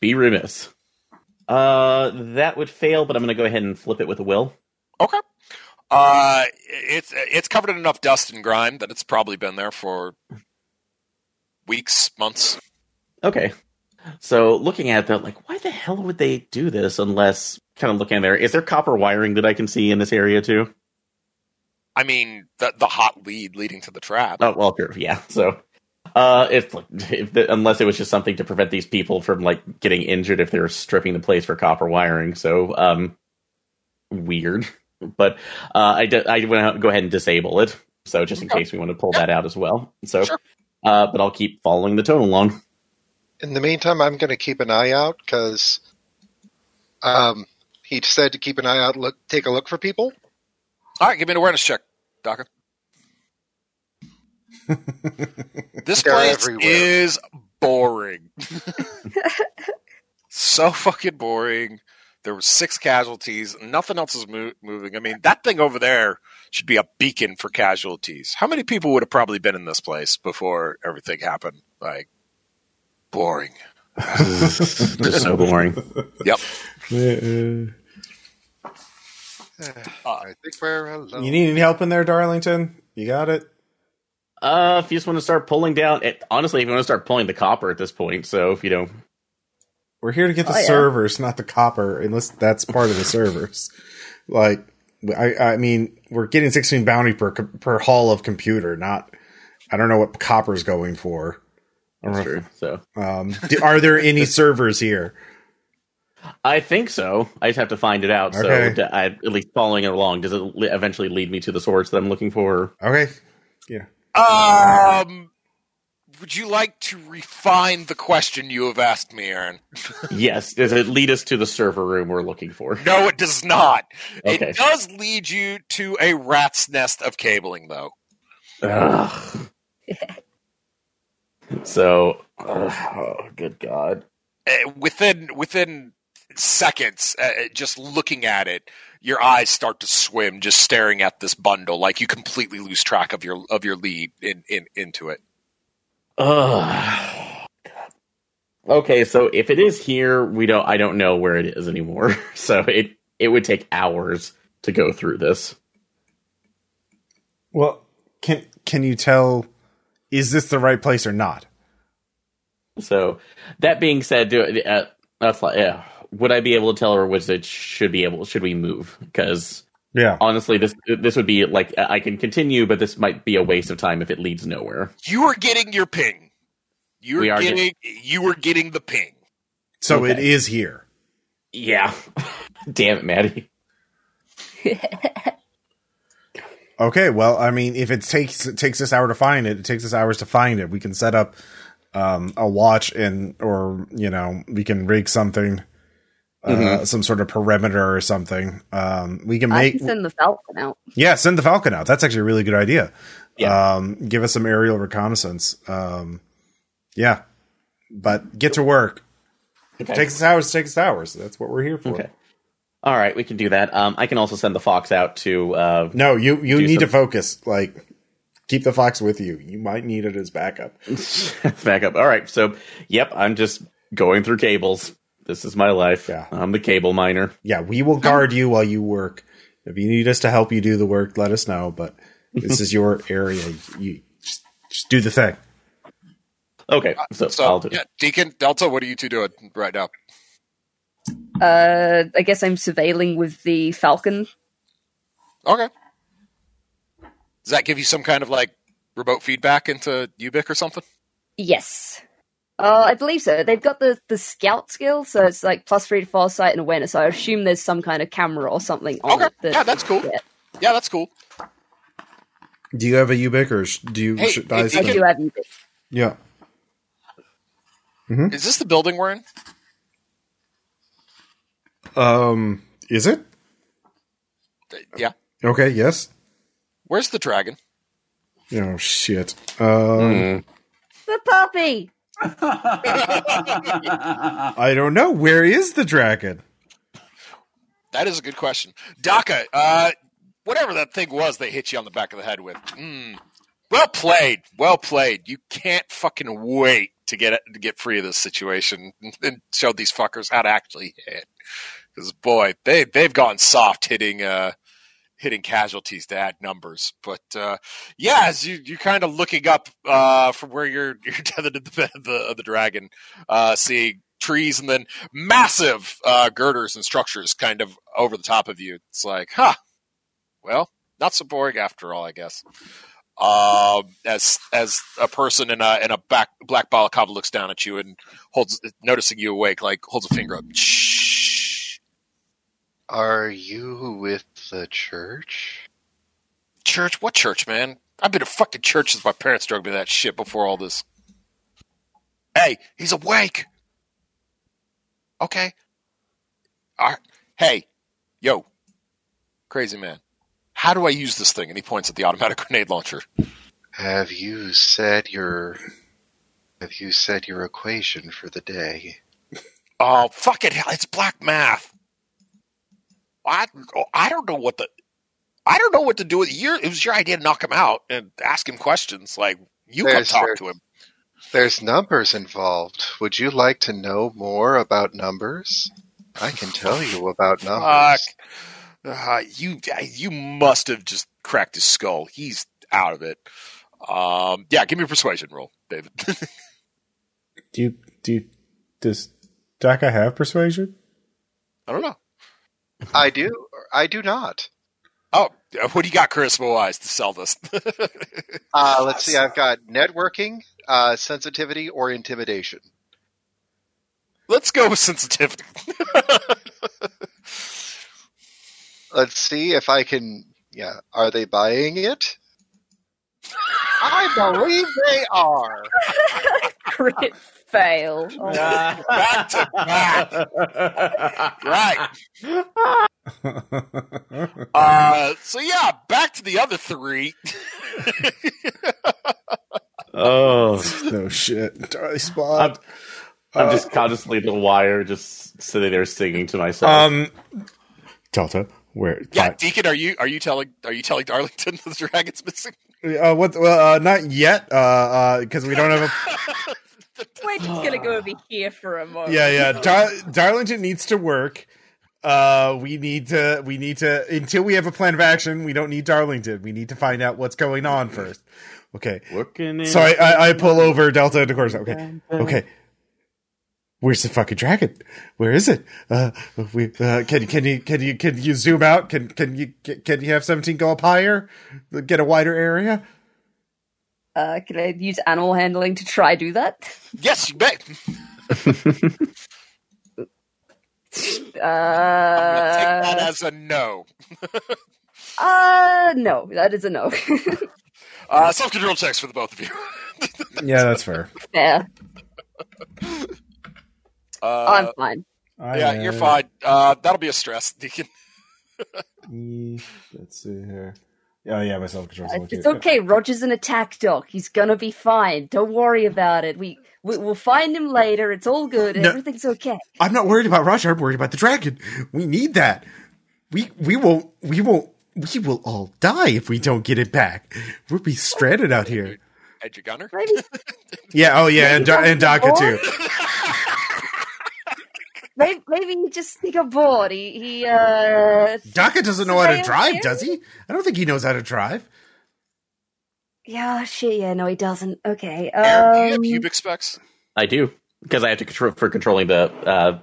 S3: be remiss. Uh, that would fail, but I'm going to go ahead and flip it with a will.
S2: Okay. Uh, it's it's covered in enough dust and grime that it's probably been there for weeks, months.
S3: Okay. So looking at that, like, why the hell would they do this unless kind of looking at there, is there copper wiring that I can see in this area too?
S2: I mean, the the hot lead leading to the trap.
S3: Oh, well, sure. Yeah. So, uh, if, if the, unless it was just something to prevent these people from like getting injured if they were stripping the place for copper wiring. So, um, weird, but, uh, I, d- I want to go ahead and disable it. So just in
S2: Okay.
S3: case we want to pull that out as well. So,
S2: Sure.
S3: uh, but I'll keep following the tone along.
S5: In the meantime, I'm going to keep an eye out because um, he said to keep an eye out, look, take a look for people.
S2: All right, give me an awareness check, Docker. this
S5: They're
S2: place
S5: everywhere.
S2: is boring. so fucking boring. There were six casualties. Nothing else is mo- moving. I mean, that thing over there should be a beacon for casualties. How many people would have probably been in this place before everything happened? Like, boring.
S3: Just so boring.
S1: You
S5: I think we're alone.
S1: need any help in there, Darlington? You got it.
S3: Uh, if you just want to start pulling down, it, honestly, if you want to start pulling the copper at this point, so if you know,
S1: We're here to get the
S4: Oh, yeah.
S1: servers, not the copper, unless that's part of the servers. Like, I, I mean, we're getting 16 bounty per co- per haul of computer. Not, I don't know what copper's going for. I don't
S3: That's
S1: know if-
S3: true. So
S1: Um, do, are there any servers here?
S3: I think so. I just have to find it out.
S1: Okay.
S3: So d- I, at least following it along, does it le- eventually lead me to the source that I'm looking for?
S1: Okay,
S2: Um, would you like to refine the question you have asked me, Aaron?
S3: yes. Does it lead us to the server room we're looking for?
S2: No, it does not.
S3: Okay.
S2: It does lead you to a rat's nest of cabling, though.
S3: Ugh. so, ugh, oh, good God.
S2: Uh, within within seconds, uh, uh, just looking at it, your eyes start to swim just staring at this bundle, like you completely lose track of your of your lead in, in into it.
S3: Ugh. Okay, so if it is here, we don't. I don't know where it is anymore. So it it would take hours to go through this.
S1: Well, can can you tell? Is this the right place or not?
S3: So that being said, do uh, that's like, yeah. Would I be able to tell her which it should be able? Should we move? Because
S1: Yeah.
S3: honestly, this this would be like I can continue, but this might be a waste of time if it leads nowhere.
S2: You are getting your ping. You
S3: We
S2: are
S3: are
S2: getting you are getting the ping.
S1: So it
S3: Okay.
S1: is here.
S3: Yeah, damn it, Maddie.
S1: Okay. Well, I mean, if it takes it takes us hour to find it, it takes us hours to find it. We can set up um, a watch and or you know we can rig something, uh,
S3: Mhm.
S1: some sort of perimeter or something. Um, we can
S4: I
S1: make
S4: can send the Falcon out.
S1: yeah send the Falcon out. That's actually a really good idea.
S3: Yeah.
S1: Um, give us some aerial reconnaissance. Um, yeah. But get to work. If it
S3: Okay.
S1: takes us hours, it takes us hours. That's what we're here for.
S3: Okay. All right, we can do that. Um, I can also send the fox out to uh,
S1: No, you you
S3: Do
S1: need to
S3: some-
S1: focus. Like keep the fox with you. You might need it as backup.
S3: back up. All right, so yep, I'm just going through cables. This is my life.
S1: Yeah.
S3: I'm the cable miner.
S1: Yeah, we will guard you while you work. If you need us to help you do the work, let us know. But this is your area. You just, just do the thing.
S3: Okay, so, I'll
S2: Uh, So
S3: do.
S2: yeah, Deacon Delta, what are you two doing right now?
S4: Uh, I guess I'm surveilling with the Falcon.
S2: Okay. Does that give you some kind of like remote feedback into Ubic or something?
S4: Yes. Uh, I believe so. They've got the, the scout skill, so it's like plus three to foresight and awareness. So I assume there's some kind of camera or something on
S2: Okay.
S4: it. that-
S2: Yeah, that's cool.
S4: yeah.
S2: Yeah, that's cool.
S1: Do you have a ubic or sh- do you?
S2: Hey,
S1: should
S2: hey,
S1: I
S4: I
S1: spend-
S2: Deacon.
S4: do have you.
S1: yeah.
S2: Is this the building we're in?
S1: Um. Is it
S2: Th- Yeah.
S1: okay? Yes.
S2: Where's the dragon?
S1: Oh shit. Um.
S2: Hmm.
S3: Mm.
S4: The puppy!
S1: I don't know. Where is the dragon?
S2: That is a good question. Daka, uh, whatever that thing was they hit you on the back of the head with. Mm. Well played. Well played. You can't fucking wait to get to get free of this situation and show these fuckers how to actually hit. Because boy, they they've gone soft hitting uh hitting casualties to add numbers. But uh, yeah, as you you're kind of looking up uh, from where you're you're tethered to the bed of the, of the dragon, uh, seeing trees and then massive uh, girders and structures kind of over the top of you. It's like, huh, well, not so boring after all, I guess. Um, as as a person in a in a back, black balaclava looks down at you and holds, noticing you awake, like holds a finger up. Shh,
S5: Are you with the church?
S2: church? What church, man? I've been to fucking church since my parents drug me to that shit before all this. Hey, he's awake. Okay. All right. Hey, yo, crazy man. How do I use this thing? And he points at the automatic grenade launcher.
S5: Have you said your have you said your equation for the day?
S2: Oh, fuck it. It's black math. I, oh, I don't know what the. I don't know what to do with you. It was your idea to knock him out and ask him questions. Like, you
S5: There's
S2: come
S5: your-
S2: talk to him.
S5: There's numbers involved. Would you like to know more about numbers? I can tell you about numbers.
S2: Fuck. Uh, you you must have just cracked his skull. He's out of it. Um, yeah, give me a persuasion roll, David.
S1: Do you do? You, does Daka have persuasion?
S2: I don't know.
S5: I do. or I do not.
S2: Oh, uh, what do you got, charisma wise, to sell this?
S5: Uh, let's see. I've got networking, uh, sensitivity, or intimidation.
S2: Let's go with sensitivity.
S5: Let's see if I can. Yeah, are they buying it? I believe they are.
S4: Crit fail. Oh,
S3: back
S2: to right. Uh, so yeah, back to the other three.
S3: Oh,
S1: no shit. Charlie
S3: I'm,
S1: Spot.
S3: I'm
S1: Uh,
S3: just constantly the wire, just sitting there singing to myself.
S1: Um, Delta, where?
S2: Yeah, Deacon, are you are you telling are you telling Darlington the dragon's missing?
S1: Uh, what? Well, uh, not yet, because we don't have a.
S4: Oh.
S6: We're just gonna go over here for a moment.
S1: Yeah, yeah. Dar- Darlington needs to work. Uh, we need to. We need to. Until we have a plan of action, we don't need Darlington. We need to find out what's going on first. Okay.
S3: Working in-
S1: So I, I, I pull over Delta into Corsa. Okay. Okay. Where's the fucking dragon? Where is it? Uh, we, uh, can can you can you can you zoom out? Can can you can you have seventeen go up higher? Get a wider area.
S4: Uh, can I use animal handling to try do that?
S2: Yes, you bet. I'm gonna take that
S4: Uh,
S2: as a no.
S4: uh, no, that is a no.
S2: Uh, Self control checks for the both of you.
S1: Yeah, that's fair.
S4: Fair. I'm
S2: Uh,
S4: fine.
S2: yeah, you're fine. Uh, that'll be a stress, Deacon.
S1: Let's see here. Oh yeah, my self control.
S4: It's, it's okay. Roger's an attack dog. He's gonna be fine. Don't worry about it. We, we we'll find him later. It's all good.
S1: No.
S4: Everything's okay.
S1: I'm not worried about Roger. I'm worried about the dragon. We need that. We we won't we won't we will all die if we don't get it back. We'll be stranded out here.
S2: Edge your gunner.
S4: Maybe
S1: Yeah. Oh yeah, and, Da- and Daka too.
S4: maybe, maybe he just he got bored. He he uh
S1: Daka doesn't know how to
S4: Surveillance
S1: drive,
S4: here?
S1: does he? I don't think he knows how to drive.
S4: yeah shit yeah no he doesn't. Okay.
S2: Aaron, do you have
S4: Um,
S2: cubic specs?
S3: I do because I have to control for controlling the uh,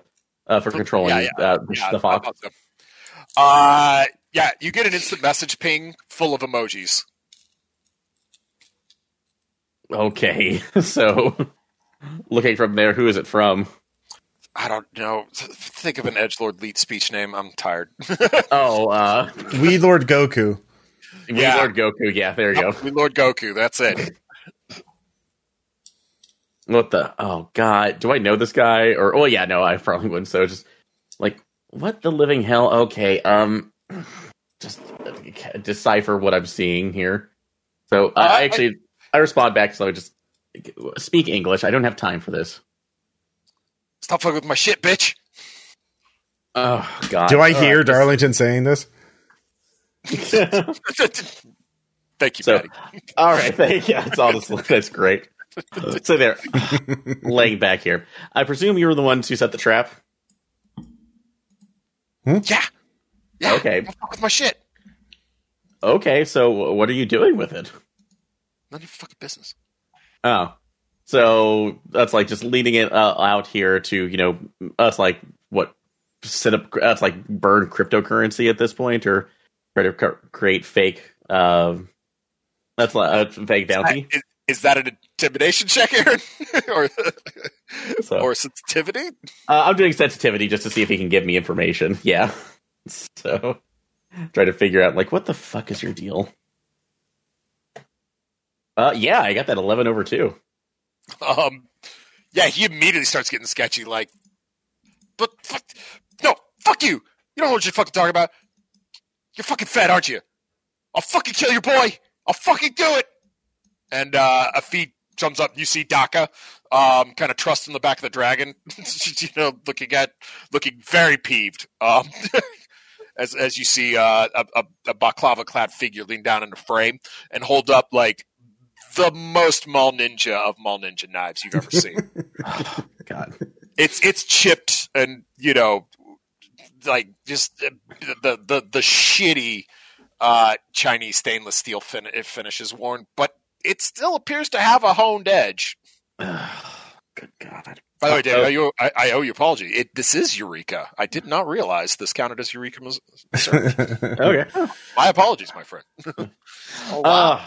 S3: uh for controlling
S2: Yeah,
S3: Uh,
S2: Yeah,
S3: the fox.
S2: I thought so. Uh, yeah, you get an instant message ping full of emojis.
S3: Okay, so looking from there, who is it from?
S2: I don't know. Think of an edge lord lead speech name. I'm tired.
S3: Oh, uh,
S1: We Lord Goku.
S2: Yeah.
S3: Lord Goku. Yeah, there you go.
S2: We Lord Goku. That's it.
S3: What the? Oh God, do I know this guy? Or oh yeah, no, I probably wouldn't. So just like what the living hell? Okay, um, just uh, decipher what I'm seeing here. So Uh, I
S2: I-
S3: I actually I respond back slow. Just speak English. I don't have time for this.
S2: Stop fucking with my shit, bitch.
S3: Oh God,
S1: Do I
S3: Uh,
S1: hear
S3: just-
S1: Darlington saying this?
S2: Thank you,
S3: So-
S2: Patty.
S3: All right, thank you. That's honestly that's great. So there, laying back here. I presume you were the ones who set the trap.
S2: Yeah. Yeah.
S3: Okay.
S2: Don't fuck with my shit.
S3: Okay, so what are you doing with it?
S2: None of your fucking business.
S3: Oh, so that's like just leading it uh, out here to you know us like what set up uh, us like burn cryptocurrency at this point or try to cr- create fake um that's like a fake bounty.
S2: Uh, Is, is that an intimidation check, Aaron, or
S3: So-
S2: or sensitivity?
S3: Uh, I'm doing sensitivity just to see if he can give me information. Yeah, so try to figure out like what the fuck is your deal. Uh, yeah, I got that eleven over two.
S2: Um, yeah, he immediately starts getting sketchy. Like, but fuck, no, fuck you. You don't know what you're fucking talking about. You're fucking fat, aren't you? I'll fucking kill your boy. I'll fucking do it. And uh, a feed jumps up. You see Daka, um, kind of trust in the back of the dragon. She's, you know, looking at, looking very peeved. Um, as as you see uh, a, a, a baklava-clad figure lean down in the frame and hold up like the most mall ninja of mall ninja knives you've ever seen.
S3: Oh, God,
S2: it's it's chipped and you know like just uh, the the the shitty uh chinese stainless steel fin- finish is worn but it still appears to have a honed edge
S3: Good God.
S2: By the way, Dave,
S3: Uh-oh.
S2: I, owe, I, I owe you apology. It, this is Eureka. I did not realize this counted as Eureka. Mis- sir.
S3: Okay.
S2: My apologies, my friend.
S5: Oh,
S3: Uh,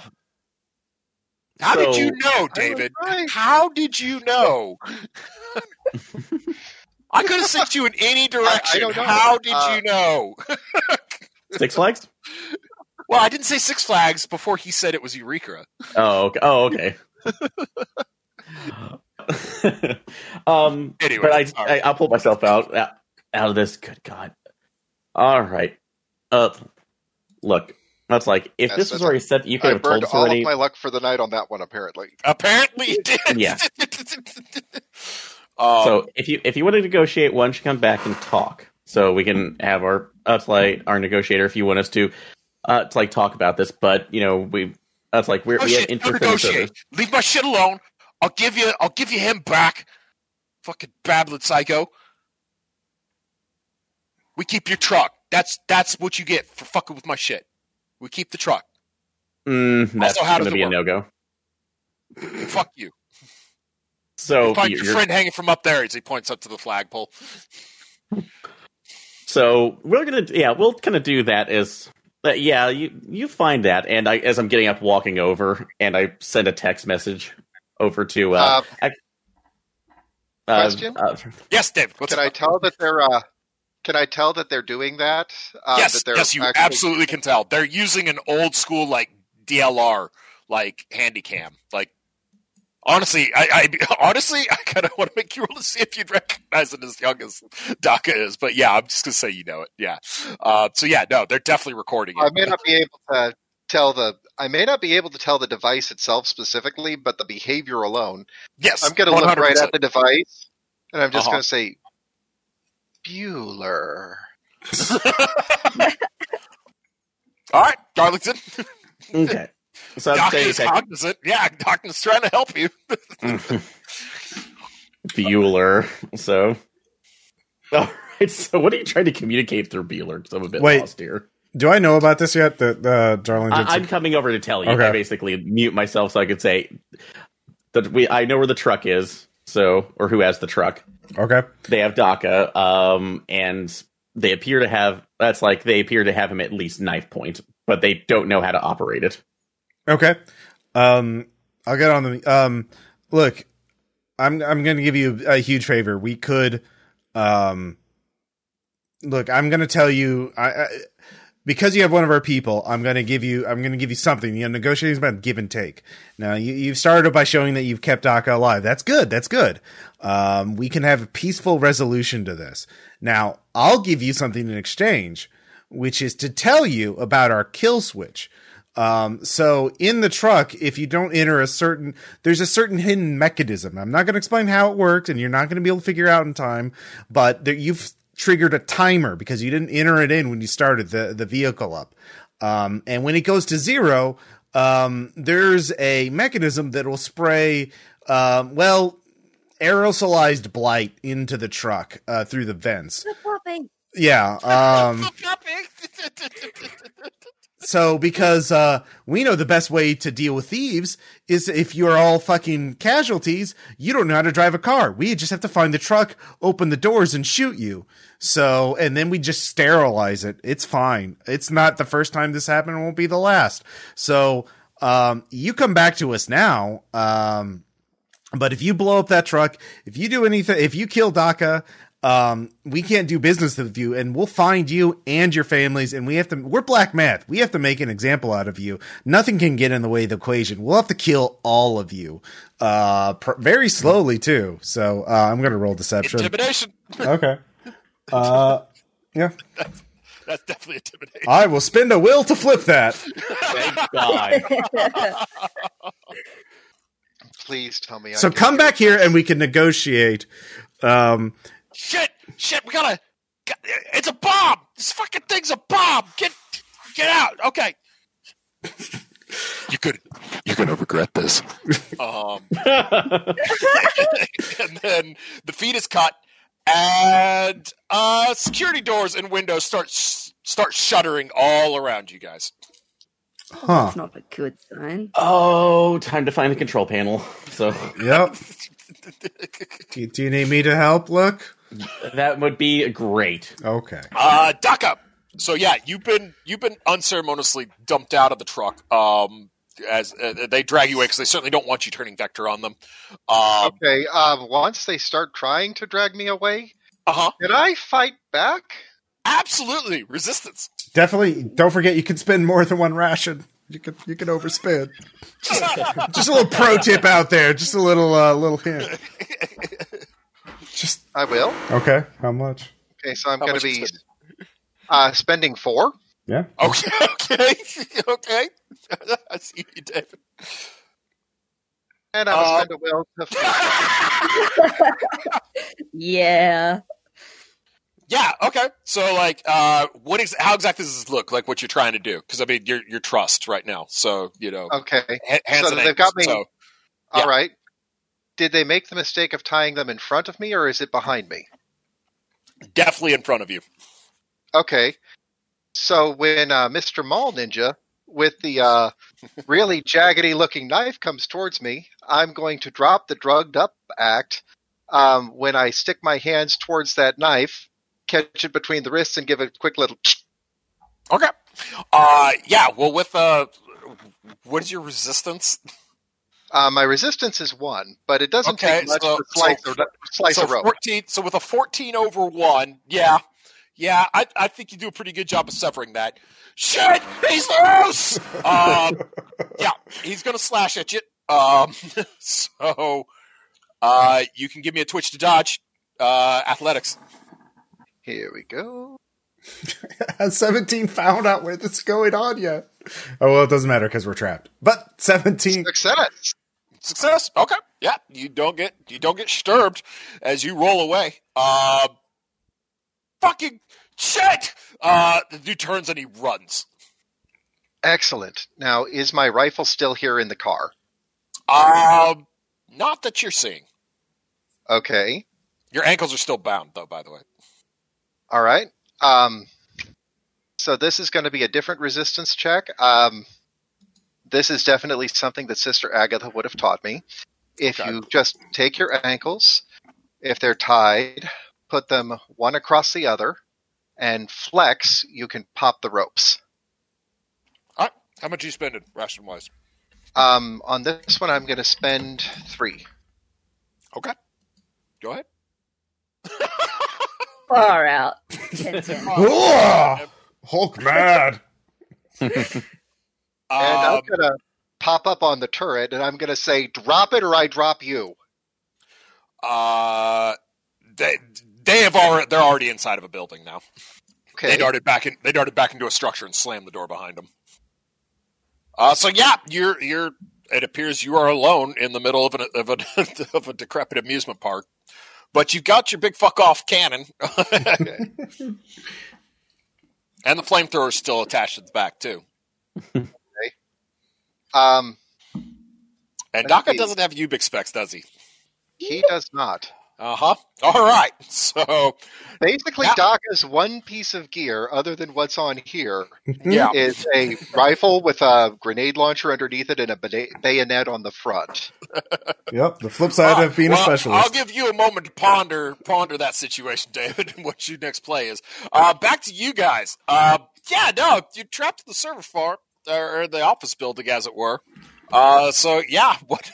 S2: How did
S3: So-
S2: you know,
S5: I was
S2: David?
S5: right.
S2: How did you know? I could have sent you in any direction.
S5: don't know.
S2: How did
S5: Uh,
S2: you know?
S3: Six Flags?
S2: Well, I didn't say Six Flags before he said it was Eureka.
S3: Oh, okay. Oh, okay. um,
S2: Anyway,
S3: but I,
S2: sorry.
S3: I I'll pull myself out out out of this. Good God! All right. Uh, look, that's like if
S5: Yes,
S3: this was
S5: that's-
S3: already said, you could
S5: I
S3: have told
S5: burned all
S3: somebody.
S5: of my luck for the night on that one, apparently.
S2: Apparently, you did.
S3: Yeah.
S2: um,
S3: so if you if you want to negotiate, why don't you come back and talk so we can have our that's like our negotiator if you want us to uh to like talk about this. But you know we that's like we're,
S2: oh,
S3: we have
S2: shit, don't
S3: interest in each other.
S2: negotiate. Leave my shit alone. I'll give you. I'll give you him back. Fucking babbling psycho. We keep your truck. That's that's what you get for fucking with my shit. We keep the truck.
S3: Mm, that's
S2: Also, how
S3: going
S2: does it
S3: to be a
S2: work?
S3: no go.
S2: Fuck you.
S3: So
S2: Find
S3: you-
S2: your
S3: Oh, you're-
S2: friend hanging from up there as he points up to the flagpole.
S3: So we're gonna, yeah, we'll kind of do that as, uh, yeah, you you find that, and I as I'm getting up, walking over, and I send a text message over to uh,
S5: Uh,
S3: uh,
S5: question?
S3: uh,
S2: Yes, David. What's
S5: can I
S2: up?
S5: tell that they're? Uh, can I tell that they're doing that? Uh,
S2: yes,
S5: that they're
S2: yes, you
S5: actually-
S2: absolutely can tell. They're using an old school like DLR, like handycam. Like honestly, I, I honestly I kind of want to make you roll to see if you'd recognize it as young as Daka is. But yeah, I'm just gonna say you know it. Yeah. Uh, so yeah, no, they're definitely recording
S5: I
S2: it.
S5: may not be able to tell the. I may not be able to tell the device itself specifically, but the behavior alone.
S2: yes,
S5: I'm going to look right at the device, and I'm just
S2: Uh-huh.
S5: going to say, Bueller.
S2: All right, Darlington.
S3: okay. So I'm
S2: Daka
S3: saying
S2: is cognizant. Yeah, Daka's trying to help you.
S3: Bueller. So, all right. So what are you trying to communicate through Bueller? 'Cause I'm a bit
S1: Wait.
S3: lost here.
S1: Do I know about this yet? That uh, Darlington.
S3: I, I'm coming over to tell you. I
S1: Okay.
S3: basically mute myself so I could say that we. I know where the truck is. So, or who has the truck?
S1: okay.
S3: they have DACA, um, and they appear to have that's like they appear to have him at least knife point, but they don't know how to operate it.
S1: Okay. Um, I'll get on the. Um, look, I'm I'm going to give you a huge favor. We could, um, look, I'm going to tell you, I, I because you have one of our people, I'm going to give you, I'm going to give you something. You know, negotiating is about give and take. Now, you you've started by showing that you've kept DACA alive. That's good. That's good. Um, we can have a peaceful resolution to this. Now, I'll give you something in exchange, which is to tell you about our kill switch. Um, so in the truck, if you don't enter a certain, there's a certain hidden mechanism. I'm not going to explain how it works and you're not going to be able to figure out in time, but there, you've triggered a timer because you didn't enter it in when you started the, the vehicle up. Um, and when it goes to zero, um, there's a mechanism that will spray, um, well, aerosolized blight into the truck, uh, through the vents. Yeah. Um, so because uh, we know the best way to deal with thieves is if you're all fucking casualties, you don't know how to drive a car. We just have to find the truck, open the doors, and shoot you. So and then we just sterilize it. It's fine. It's not the first time this happened. It won't be the last. So um, you come back to us now. Um, but if you blow up that truck, if you do anything, if you kill DACA, um, we can't do business with you, and we'll find you and your families, and we have to. We're black math. We have to make an example out of you. Nothing can get in the way of the equation. We'll have to kill all of you, uh, pr- very slowly too. So uh, I'm gonna roll deception.
S2: Intimidation.
S1: okay. Uh, yeah.
S2: That's definitely intimidation.
S1: I will spend a will to flip that.
S3: Thank God.
S5: Please tell me. I
S1: So
S5: can
S1: come
S5: hear
S1: back
S5: you.
S1: here, and we can negotiate. Um,
S2: Shit! Shit! We gotta. got- It's a bomb! This fucking thing's a bomb! Get, get out! Okay. You could. You're gonna regret this. Um, and then the feed is cut, and uh, security doors and windows start s- start shuttering all around you guys.
S1: huh.
S4: That's not a good sign.
S3: oh, time to find the control panel. So
S1: Yep. Do you, do you need me to help? Look.
S3: That would be great.
S1: Okay.
S2: Uh, DACA. So yeah, you've been you've been unceremoniously dumped out of the truck. Um, as uh, they drag you away because they certainly don't want you turning vector on them. Um,
S5: Okay, um, once they start trying to drag me away,
S2: uh huh.
S5: can I fight back?
S2: Absolutely resistance.
S1: Definitely. Don't forget, you can spend more than one ration. You can you can overspend. Just, just a little pro tip out there. Just a little uh, little hint. Just
S5: I will.
S1: okay. How much?
S5: Okay, so I'm
S2: How
S5: going
S2: much
S5: to be
S2: you spend?
S5: uh, spending four.
S1: Yeah.
S2: Okay, okay, okay. I see you, David.
S5: And I'm
S2: Uh,
S5: going to spend a will to
S6: Yeah.
S2: Yeah. Okay. So, like, uh, what is how exactly does this look like? What you're trying to do? Because I mean, you're you're trust right now. So you know,
S5: Okay.
S2: ha- hands
S5: so
S2: and
S5: they've
S2: ankles.
S5: got me-
S2: So Yeah.
S5: All right. Did they make the mistake of tying them in front of me or is it behind me?
S2: definitely in front of you.
S5: Okay. So when uh, Mr. Mall Ninja with the uh, really jaggedy looking knife comes towards me, I'm going to drop the drugged up act. Um, when I stick my hands towards that knife, catch it between the wrists and give it a quick little.
S2: Okay. Uh, yeah. Well, with uh, what is your resistance?
S5: Uh, my resistance is one, but it doesn't
S2: Okay,
S5: take much
S2: so-
S5: to slice,
S2: so-
S5: a, slice
S2: so
S5: a rope.
S2: 14 so with a 14 over 1 yeah yeah I, I think you do a pretty good job of severing that shit he's loose um, yeah he's gonna slash at you um, so uh, you can give me a twitch to dodge uh, athletics
S5: Here we go.
S1: Has seventeen found out where this is going on yet? Oh well, it doesn't matter because we're trapped. But seventeen.
S5: Success.
S2: success okay yeah you don't get you don't get disturbed as you roll away uh, fucking shit uh, the dude turns and he runs
S5: Excellent. Now, is my rifle still here in the car?
S2: um, not that you're seeing
S5: Okay.
S2: Your ankles are still bound, though. By the way,
S5: All right. Um, so this is going to be a different resistance check. Um, this is definitely something that Sister Agatha would have taught me. If
S2: Okay.
S5: you just take your ankles, if they're tied, put them one across the other, and flex, you can pop the ropes.
S2: how much you spending, ration wise?
S5: Um, on this one, I'm going to spend three.
S2: Okay, go ahead.
S4: Far out. Ten, ten.
S5: Uh,
S1: Ugh! Hulk mad.
S5: And
S2: Um,
S5: I'm going to pop up on the turret, and I'm going to say, drop it or I drop you.
S2: uh, they they have already they're already inside of a building now. They
S5: Okay.
S2: darted back in. They darted back into a structure and slammed the door behind them. Uh, so yeah, you're you're. It appears you are alone in the middle of an of a of a decrepit amusement park, but you've got your big fuck off cannon, and the flamethrower is still attached to the back too.
S5: Um,
S2: And
S5: That'd
S2: Daka
S5: be-
S2: doesn't have Ubix specs, does he?
S5: he does not.
S2: Uh huh. All right. So
S5: Basically,
S2: Yeah.
S5: Daka's one piece of gear, other than what's on here,
S2: yeah,
S5: is a rifle with a grenade launcher underneath it and a bana- bayonet on the front.
S1: Yep. The flip side
S2: All right.
S1: of being
S2: Well,
S1: a specialist.
S2: I'll give you a moment to ponder ponder that situation, David, and what your next play is. Uh, back to you guys. Uh, yeah, no, you're trapped in the server farm or the office building, as it were. Uh, so yeah, what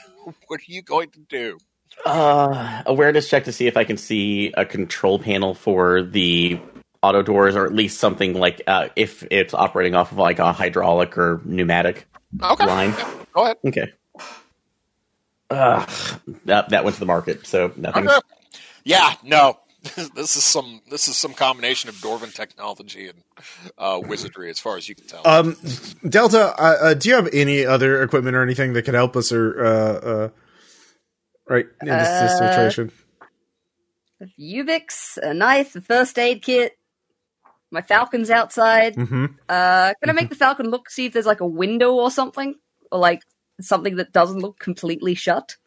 S2: what are you going to do?
S3: Uh, awareness check to see if I can see a control panel for the auto doors, or at least something like uh, if it's operating off of like a hydraulic or pneumatic
S2: Okay.
S3: line.
S2: Go ahead.
S3: Okay. Ugh, that that went to the market, so nothing.
S2: Okay. Yeah, no. this is some this is some combination of Dwarven technology and uh, wizardry, as far as you can tell.
S1: Um, Delta, uh, uh, do you have any other equipment or anything that could help us or uh, uh, right in this, this
S4: Uh,
S1: situation?
S4: Ubix, a knife, a first aid kit. My falcon's outside.
S1: Mm-hmm.
S4: Uh, can I make the falcon look, see if there's like a window or something? Or like something that doesn't look completely shut?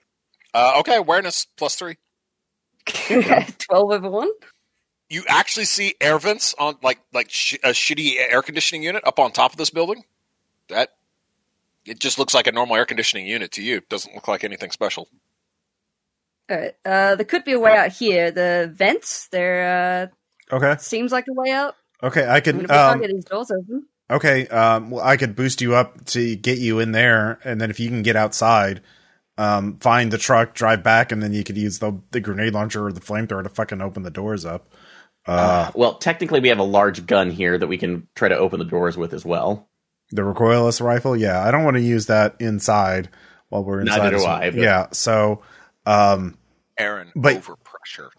S2: Uh, okay, awareness plus three.
S4: 12 over 1.
S2: you actually see air vents on like like sh- a shitty air conditioning unit up on top of this building. That it just looks like a normal air conditioning unit to you. Doesn't look like anything special.
S4: All right. Uh, there could be a way out here. The vents. There
S1: Okay.
S4: uh, seems like a way out.
S1: Okay. I
S4: I mean, if
S1: could.
S4: we can't
S1: Um,
S4: get these doors open.
S1: okay. Um, well, I could boost you up to get you in there, and then if you can get outside, um, find the truck, drive back, and then you could use the the grenade launcher or the flamethrower to fucking open the doors up. Uh,
S3: well, technically, we have a large gun here that we can try to open the doors with as well.
S1: the recoilless rifle. Yeah, I don't want to use that inside while we're
S3: Neither
S1: inside.
S3: do
S1: as well.
S3: I, but-
S1: Yeah. So, um,
S2: Aaron,
S1: But-
S2: overpressure.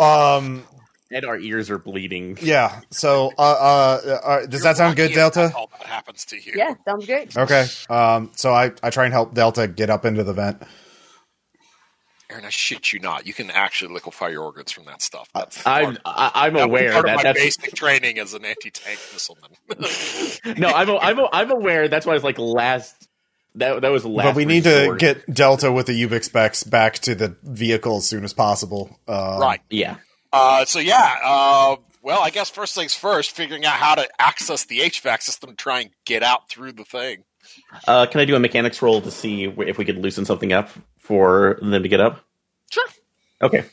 S1: um,
S3: And our ears are bleeding.
S1: yeah. So, uh, uh, uh does that sound good, Delta?
S2: All that happens to you.
S4: Yeah, sounds great.
S1: Okay. Um, so I, I try and help Delta get up into the vent.
S2: Aaron, I shit you not. You can actually liquefy your organs from that stuff. That's
S3: I'm
S2: part-
S3: I, I'm
S2: that was
S3: aware
S2: part
S3: that
S2: of my
S3: that's
S2: basic training as an anti-tank missileman.
S3: no. I'm a, I'm a, I'm aware that's why it's like last. That that was the last.
S1: but we need to
S3: resort.
S1: get Delta with the Ubix specs back to the vehicle as soon as possible. Um,
S2: right.
S3: yeah.
S2: Uh, so yeah. Uh, well, I guess first things first, figuring out how to access the HVAC system to try and get out through the thing.
S3: Uh, can I do a mechanics roll to see wh- if we could loosen something up for them to get up?
S2: Sure.
S3: Okay.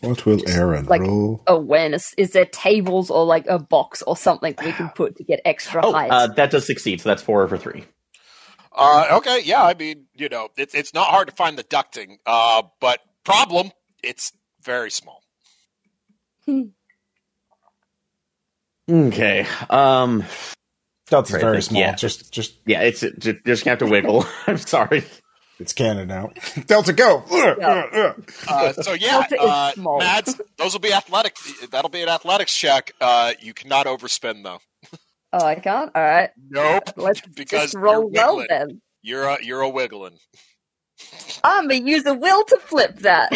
S1: What will Aaron
S4: like-
S1: roll?
S4: Awareness. Is there tables or like a box or something we can put to get extra
S3: Oh,
S4: height?
S3: uh, that does succeed. So that's four over three.
S2: Uh, okay. Yeah. I mean, you know, it's it's not hard to find the ducting. Uh, but problem, it's very small.
S3: Okay. Um.
S1: Delta's
S3: Right,
S1: very
S3: like,
S1: small.
S3: yeah.
S1: Just just
S3: Yeah. It's it, ju- just gonna have to wiggle. I'm sorry.
S1: it's cannon out. Delta, go! Ugh,
S4: Yeah.
S1: ugh, ugh.
S2: Uh, so yeah,
S4: Delta is
S2: uh,
S4: small.
S2: Mads, those will be athletic. That'll be an athletics check. Uh, you cannot overspend though.
S4: oh, I can't. All right.
S2: Nope.
S4: Let's
S2: Because
S4: just
S2: you're
S4: roll well
S2: wiggling.
S4: then.
S2: You're a you're a wiggling.
S4: I'm gonna use a will to flip that.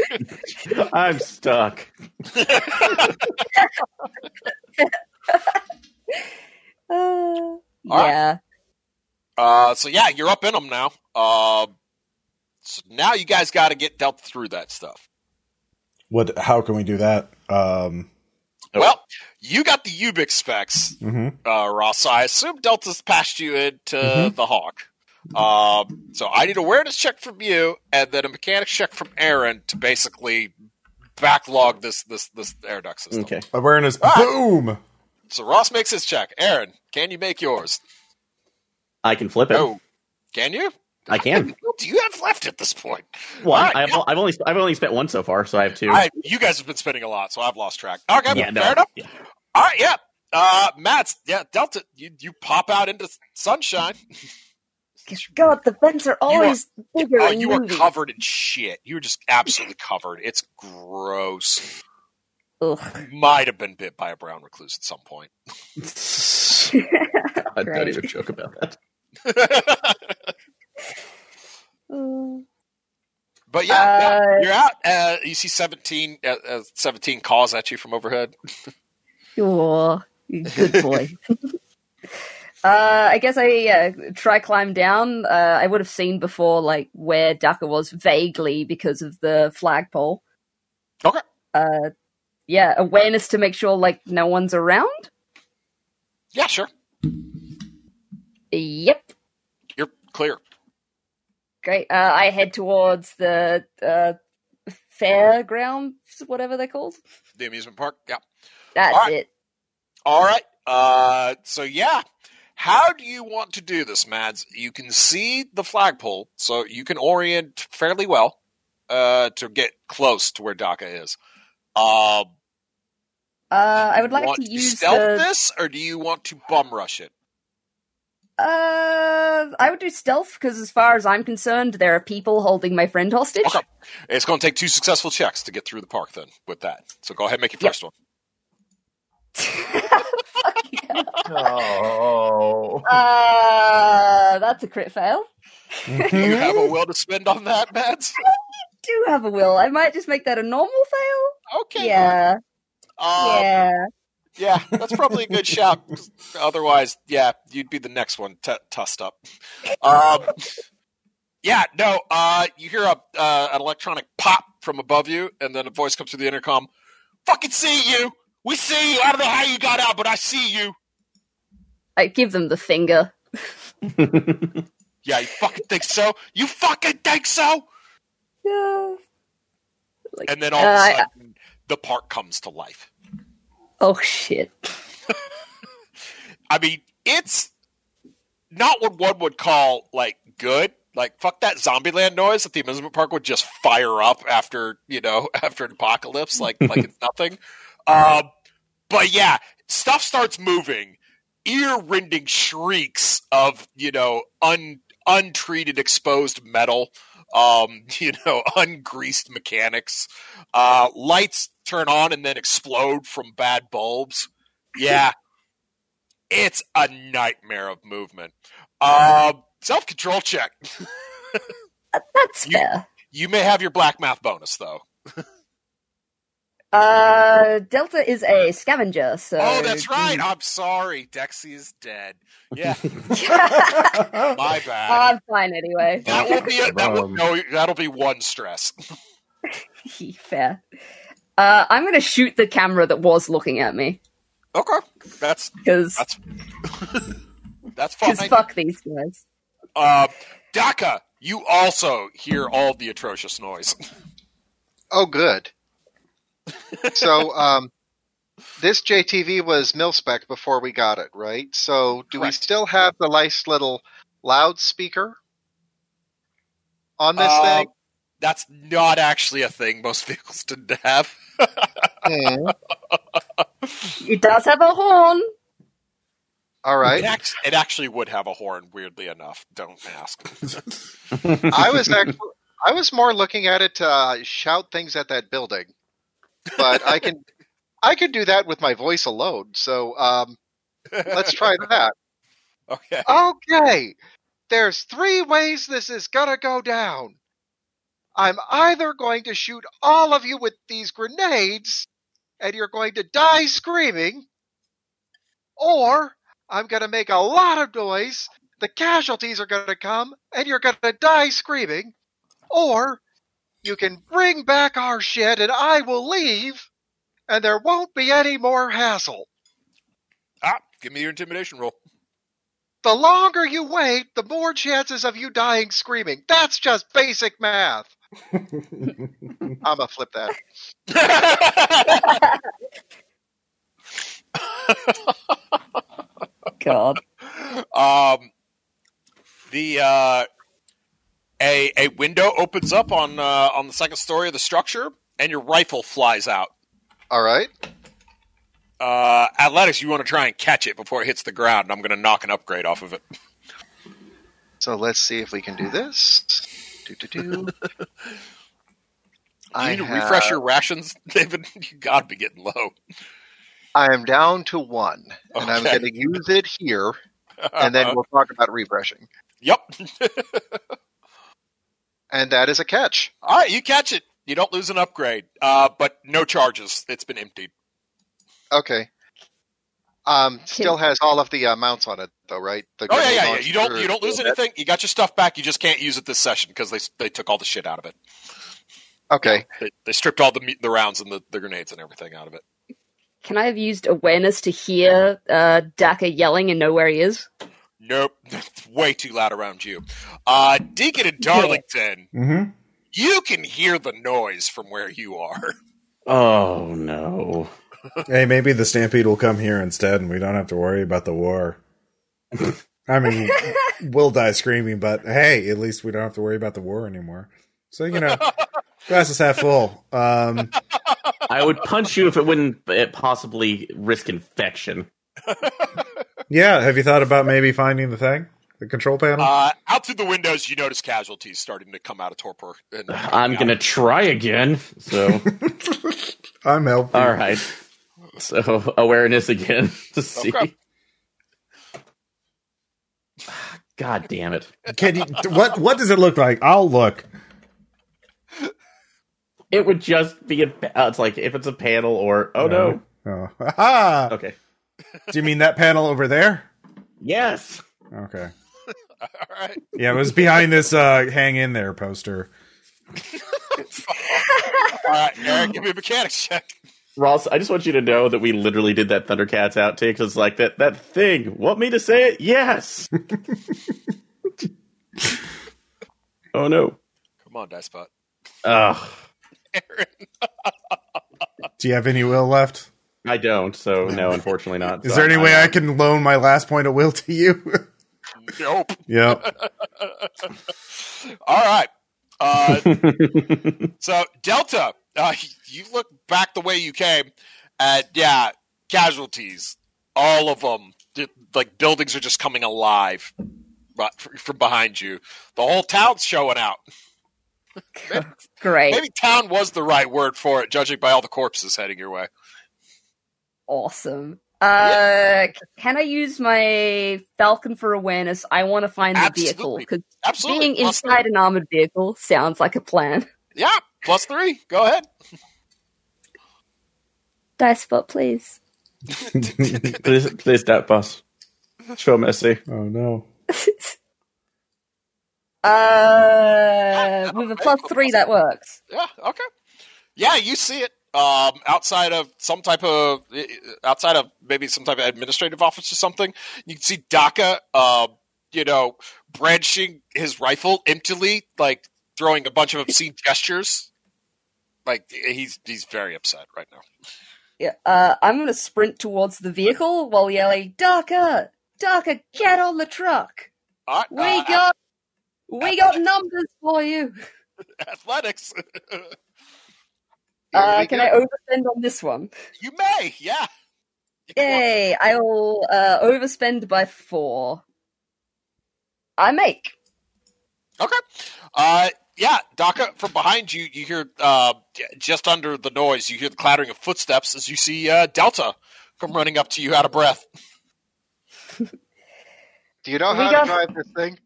S2: Okay.
S3: I'm stuck.
S4: Uh,
S2: right.
S4: yeah.
S2: Uh, so yeah, you're up in them now. Um, so now you guys got to get Delta through that stuff.
S1: What? How can we do that? Um,
S3: Oh.
S2: Well, you got the Ubix specs,
S1: mhm.
S2: uh, Ross. I assume Delta's passed you into
S3: Mm-hmm.
S1: Mhm.
S2: the Hawk. Um, so I need awareness check from you, and then a mechanics check from Aaron to basically backlog this this this air duct system.
S3: Okay.
S1: Awareness.
S2: Ah.
S1: Boom.
S2: So Ross makes his check. Aaron, can you make yours?
S3: I can flip it.
S2: Oh, can you?
S3: I can.
S2: What do you have left at this point?
S3: Well,
S2: All right,
S3: I've, I've only I've only spent one so far, so I have two.
S2: I, you guys have been spending a lot, so I've lost track. Okay,
S3: yeah, no,
S2: fair enough.
S3: yeah.
S2: All right, yeah. Uh, Matt's, yeah, Delta, you, you pop out into s- sunshine.
S4: God, the vents are
S2: are-
S4: always bigger
S2: Oh,
S4: in
S2: you are
S4: movies.
S2: covered in shit. You're just absolutely covered. It's gross.
S4: Ugh.
S2: You might have been bit by a brown recluse at some point.
S3: I
S4: Great.
S3: don't even joke about that.
S4: Uh,
S2: but yeah,
S4: Uh,
S2: yeah, you're out. Uh, you see 17, uh, uh, 17 calls at you from overhead.
S4: aw, you good boy. uh, I guess I yeah, try climb down. Uh, I would have seen before like where Daka was vaguely because of the flagpole.
S2: Okay.
S4: Uh, yeah, awareness to make sure like no one's around.
S2: Yeah, sure.
S4: Yep.
S2: You're clear.
S4: Great. Uh, I head towards the uh, fairground, whatever they're called.
S2: The amusement park. Yeah.
S4: That's
S2: Alright.
S4: it.
S2: All right. Uh, so yeah, how do you want to do this, Mads? You can see the flagpole, so you can orient fairly well uh, to get close to where DACA is. Um,
S4: Uh, I would like
S2: want
S4: to use
S2: stealth
S4: the.
S2: this, or do you want to bum rush it?
S4: Uh, I would do stealth because, as far as I'm concerned, there are people holding my friend hostage.
S2: Okay. It's going to take two successful checks to get through the park. Then with that, so go ahead and make your
S4: Yep.
S2: first one.
S3: Oh.
S4: Uh, that's a crit fail.
S2: Do you have a will to spend on that, Mads?
S4: Do have a will. I might just make that a normal fail.
S2: Okay.
S4: Yeah,
S2: Uh,
S4: yeah.
S2: Yeah, that's probably a good shout. Otherwise, yeah, you'd be the next one t- tussed up. Um, yeah, no, uh, you hear a, uh, an electronic pop from above you, and then a voice comes through the intercom. Fucking see you! We see you! I don't know how you got out, but I see you!
S4: I give them the finger.
S2: Yeah, you fucking think so? You fucking think so?
S4: Yeah. Like,
S2: And then all of
S4: uh,
S2: a
S4: I-
S2: sudden, the park comes to life.
S4: oh shit.
S2: I mean, it's not what one would call like good. Like fuck that Zombieland noise that the amusement park would just fire up after you know after an apocalypse, like like it's nothing. Um, but yeah, stuff starts moving, ear-rending shrieks of you know un untreated exposed metal, um, you know ungreased mechanics. Uh, lights turn on and then explode from bad bulbs. Yeah, it's a nightmare of movement. Um, Self control check.
S4: That's
S2: You-
S4: fair.
S2: You may have your black math bonus though.
S4: Uh, Delta is a scavenger, so.
S2: oh, that's right. I'm sorry. Dexy is dead. Yeah, my bad.
S4: I'm fine anyway.
S2: that will be a, that will
S7: Um,
S2: no. That'll be one stress.
S4: fair. Uh, I'm gonna shoot the camera that was looking at me
S2: Okay, that's
S4: because
S2: That's that's fine.
S4: because fuck these guys.
S2: Uh, Daka, you also hear all the atrocious noise.
S5: Oh, good. so, um, this JTV was mil-spec before we got it, right? So, do
S2: Correct.
S5: we still have the nice little loudspeaker on this
S2: Um,
S5: thing?
S2: That's not actually a thing most vehicles didn't have.
S5: Hmm.
S4: It does have a horn.
S5: All
S2: It,
S5: right.
S2: act- it actually would have a horn, weirdly enough. Don't ask.
S5: I was actually, I was more looking at it to uh, shout things at that building, but I can, I can do that with my voice alone. So, um, let's try that.
S2: okay.
S5: okay, there's three ways this is gonna go down. I'm either going to shoot all of you with these grenades, and you're going to die screaming, or I'm gonna make a lot of noise, the casualties are gonna come, and you're gonna die screaming, or you can bring back our shit and I will leave, and there won't be any more hassle.
S2: Ah, give me your intimidation roll.
S5: The longer you wait, the more chances of you dying screaming. That's just basic math. I'm gonna flip that.
S4: God.
S2: um, the uh, a a window opens up on uh, on the second story of the structure, and your rifle flies out.
S5: All right.
S2: Uh, athletics, you want to try and catch it before it hits the ground. and I'm going to knock an upgrade off of it.
S5: So let's see if we can do this. Do do do.
S2: You
S5: I
S2: need to refresh
S5: have-
S2: your rations, David. You got to be getting low.
S5: I am down to one, and I'm
S2: Okay. Uh-huh.
S5: going to use it here, and then we'll talk about refreshing.
S2: yep.
S5: And that is a catch.
S2: All right, you catch it. You don't lose an upgrade, uh, but no charges. It's been emptied.
S5: Okay. Um, still has all of the uh, mounts on it, though, right? The
S2: Oh yeah,
S5: grenade
S2: yeah, yeah.
S5: launcher-
S2: You don't you don't lose anything. You got your stuff back. You just can't use it this session because they they took all the shit out of it.
S5: Okay.
S2: They, they stripped all the mu- the rounds and the, the grenades and everything out of it.
S4: Can I have used awareness to hear uh, Daka yelling and know where he is?
S2: Nope, It's way too loud around you. Uh, Deacon and Darlington,
S7: hmm
S1: Mm-hmm.
S2: you can hear the noise from where you are.
S3: oh no.
S1: hey, maybe the stampede will come here instead, and we don't have to worry about the war. I mean, we'll die screaming, but hey, at least we don't have to worry about the war anymore. So you know, glass is half full. Um,
S3: I would punch you if it wouldn't uh, possibly risk infection.
S1: yeah, have you thought about maybe finding the thing, the control panel?
S2: Uh, out through the windows, you notice casualties starting to come out of torpor. And
S3: I'm gonna try again. So
S1: I'm helping.
S3: all right. So awareness again to see.
S2: Okay.
S3: God damn it.
S1: Can you? What What does it look like? I'll look.
S3: It would just be a. Uh, it's like if it's a panel or oh no.
S1: Oh, ah!
S3: Okay.
S1: Do you mean that panel over there?
S3: Yes.
S1: Okay.
S2: All right.
S1: Yeah, it was behind this uh, "Hang in there" poster.
S2: All right, Eric, give me a mechanics check.
S3: Ross, I just want you to know that we literally did that Thundercats outtake. It's like that that thing. Want me to say it? Yes. Oh no.
S2: Come on, Dicebot.
S3: Ugh.
S2: Aaron.
S1: Do you have any will left?
S3: I don't, so no, unfortunately not.
S1: Is
S3: So
S1: there any
S3: I-
S1: way I can loan my last point of will to you?
S2: Nope.
S1: yep.
S2: All right. Uh, so Delta, uh, you look back the way you came, and yeah, casualties, all of them. Like buildings are just coming alive, but from behind you, the whole town's showing out.
S4: Great.
S2: Maybe town was the right word for it, judging by all the corpses heading your way.
S4: Awesome. Uh, Can I use my Falcon for awareness? I want to find the vehicle
S2: Absolutely.
S4: because
S2: Absolutely.
S4: being
S2: Plus-
S4: inside an armored vehicle sounds like a plan.
S2: yeah, plus three. Go ahead.
S4: Dice spot, please.
S3: please, please, that boss. Show mercy.
S1: oh no.
S4: uh, with a plus three, that works.
S2: Yeah. Okay. Yeah, you see it um, outside of some type of outside of maybe some type of administrative office or something. You can see Daka, um, you know, branching his rifle emptily, like throwing a bunch of obscene gestures. Like he's he's very upset right now.
S4: Yeah, uh, I'm gonna sprint towards the vehicle while yelling, "Darker, Darker, get on the truck!
S2: All right,
S4: We
S2: uh,
S4: got, we got numbers for you."
S2: athletics.
S5: Here
S4: Uh,
S5: we
S4: can
S5: go.
S4: I overspend on this one?
S2: you may, yeah. You can walk-
S4: Yay! I will uh, overspend by four. I make.
S2: Okay. Uh, yeah, Daka, from behind you, you hear uh, j- just under the noise, you hear the clattering of footsteps as you see uh, Delta come running up to you out of breath.
S5: Do you know
S4: We
S5: how
S4: got-
S5: to drive this thing?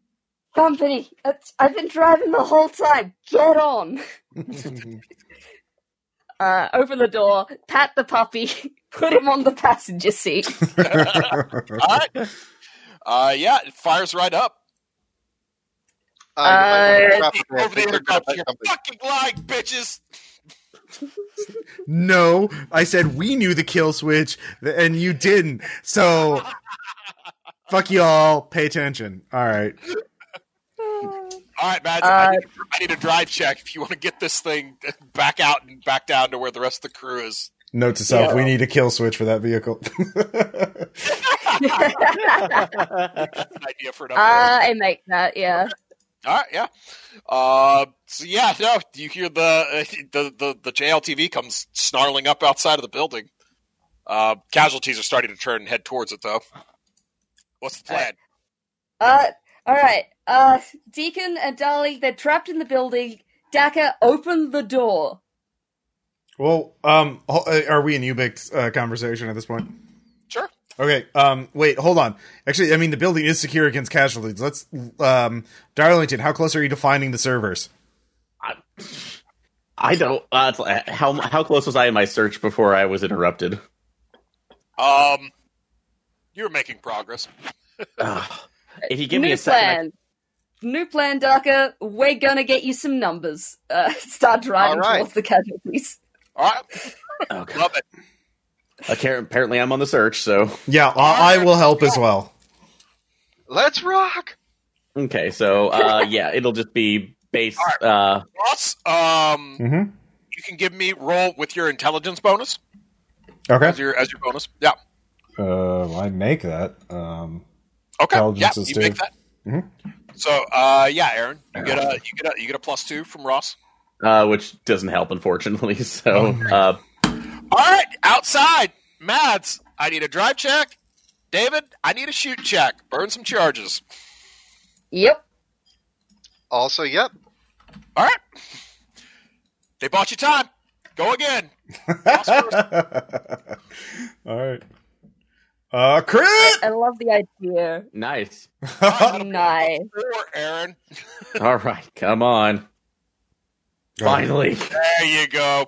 S4: Company, it's- I've been driving the whole time. Get on. Uh, open the door, pat the puppy, put him on the passenger seat.
S2: All right. Uh, yeah, it fires right up.
S5: I
S4: Uh,
S5: am a proper man.
S2: Over the
S5: Think
S2: intercom,
S5: about
S2: you're
S5: something.
S2: fucking lying, bitches.
S1: no, I said we knew the kill switch and you didn't. So fuck y'all. Pay attention. All right.
S2: All right, man.
S4: Uh,
S2: I, need, I need a drive check if you want to get this thing back out and back down to where the rest of the crew is.
S1: Note to self:
S4: Yeah.
S1: we need a kill switch for that vehicle.
S4: Uh,
S2: That's an idea for another. day.
S4: I make that, uh, yeah.
S2: All right, yeah. Uh, so yeah, no, you hear the, uh, the the the JLTV comes snarling up outside of the building. Uh, casualties are starting to turn and head towards it, though. What's the plan?
S4: Uh, all right. Uh, Deacon and Darling, they're trapped in the building. Daka, open the door.
S1: well, um, ho- uh, are we in Ubix uh, conversation at this point?
S2: Sure.
S1: Okay. Um. Wait. Hold on. Actually, I mean, the building is secure against casualties. Let's. Um. Darlington, how close are you to finding the servers?
S3: I- I don't. Uh, it's- how how close was I in my search before I was interrupted?
S2: Um, you're making progress.
S3: Ugh. if you give
S4: New
S3: me a second,
S4: plan. New plan, Daka. We're gonna get you some numbers. Uh, start driving
S5: All right.
S4: towards the casualties.
S2: All right,
S3: I, oh, God.
S2: love it.
S3: Okay, apparently I'm on the search. So
S1: Yeah, I, I will help as well.
S5: Let's rock.
S3: okay, so uh, yeah, it'll just be base. Uh,
S2: Ross, um,
S1: Mm-hmm.
S2: you can give me roll with your intelligence bonus as
S1: Okay.
S2: your as your bonus. Yeah.
S1: Uh, I make that. Um.
S2: Okay. Yeah,
S1: Intelligence
S2: you
S1: is
S2: make
S1: two. Mm-hmm.
S2: that. So, uh, yeah, Aaron, you get a you get a you get a plus two from Ross.
S3: uh, which doesn't help, unfortunately. So uh,
S2: All right, outside, Mads. I need a drive check. David, I need a shoot check. Burn some charges.
S4: Yep.
S5: Also, yep.
S2: All right. They bought you time. Go again. Ross first.
S1: All right. Uh, crit.
S4: I love the idea.
S3: nice. Uh,
S4: nice.
S2: Four, Aaron.
S3: All right, come on. Finally,
S2: There you go.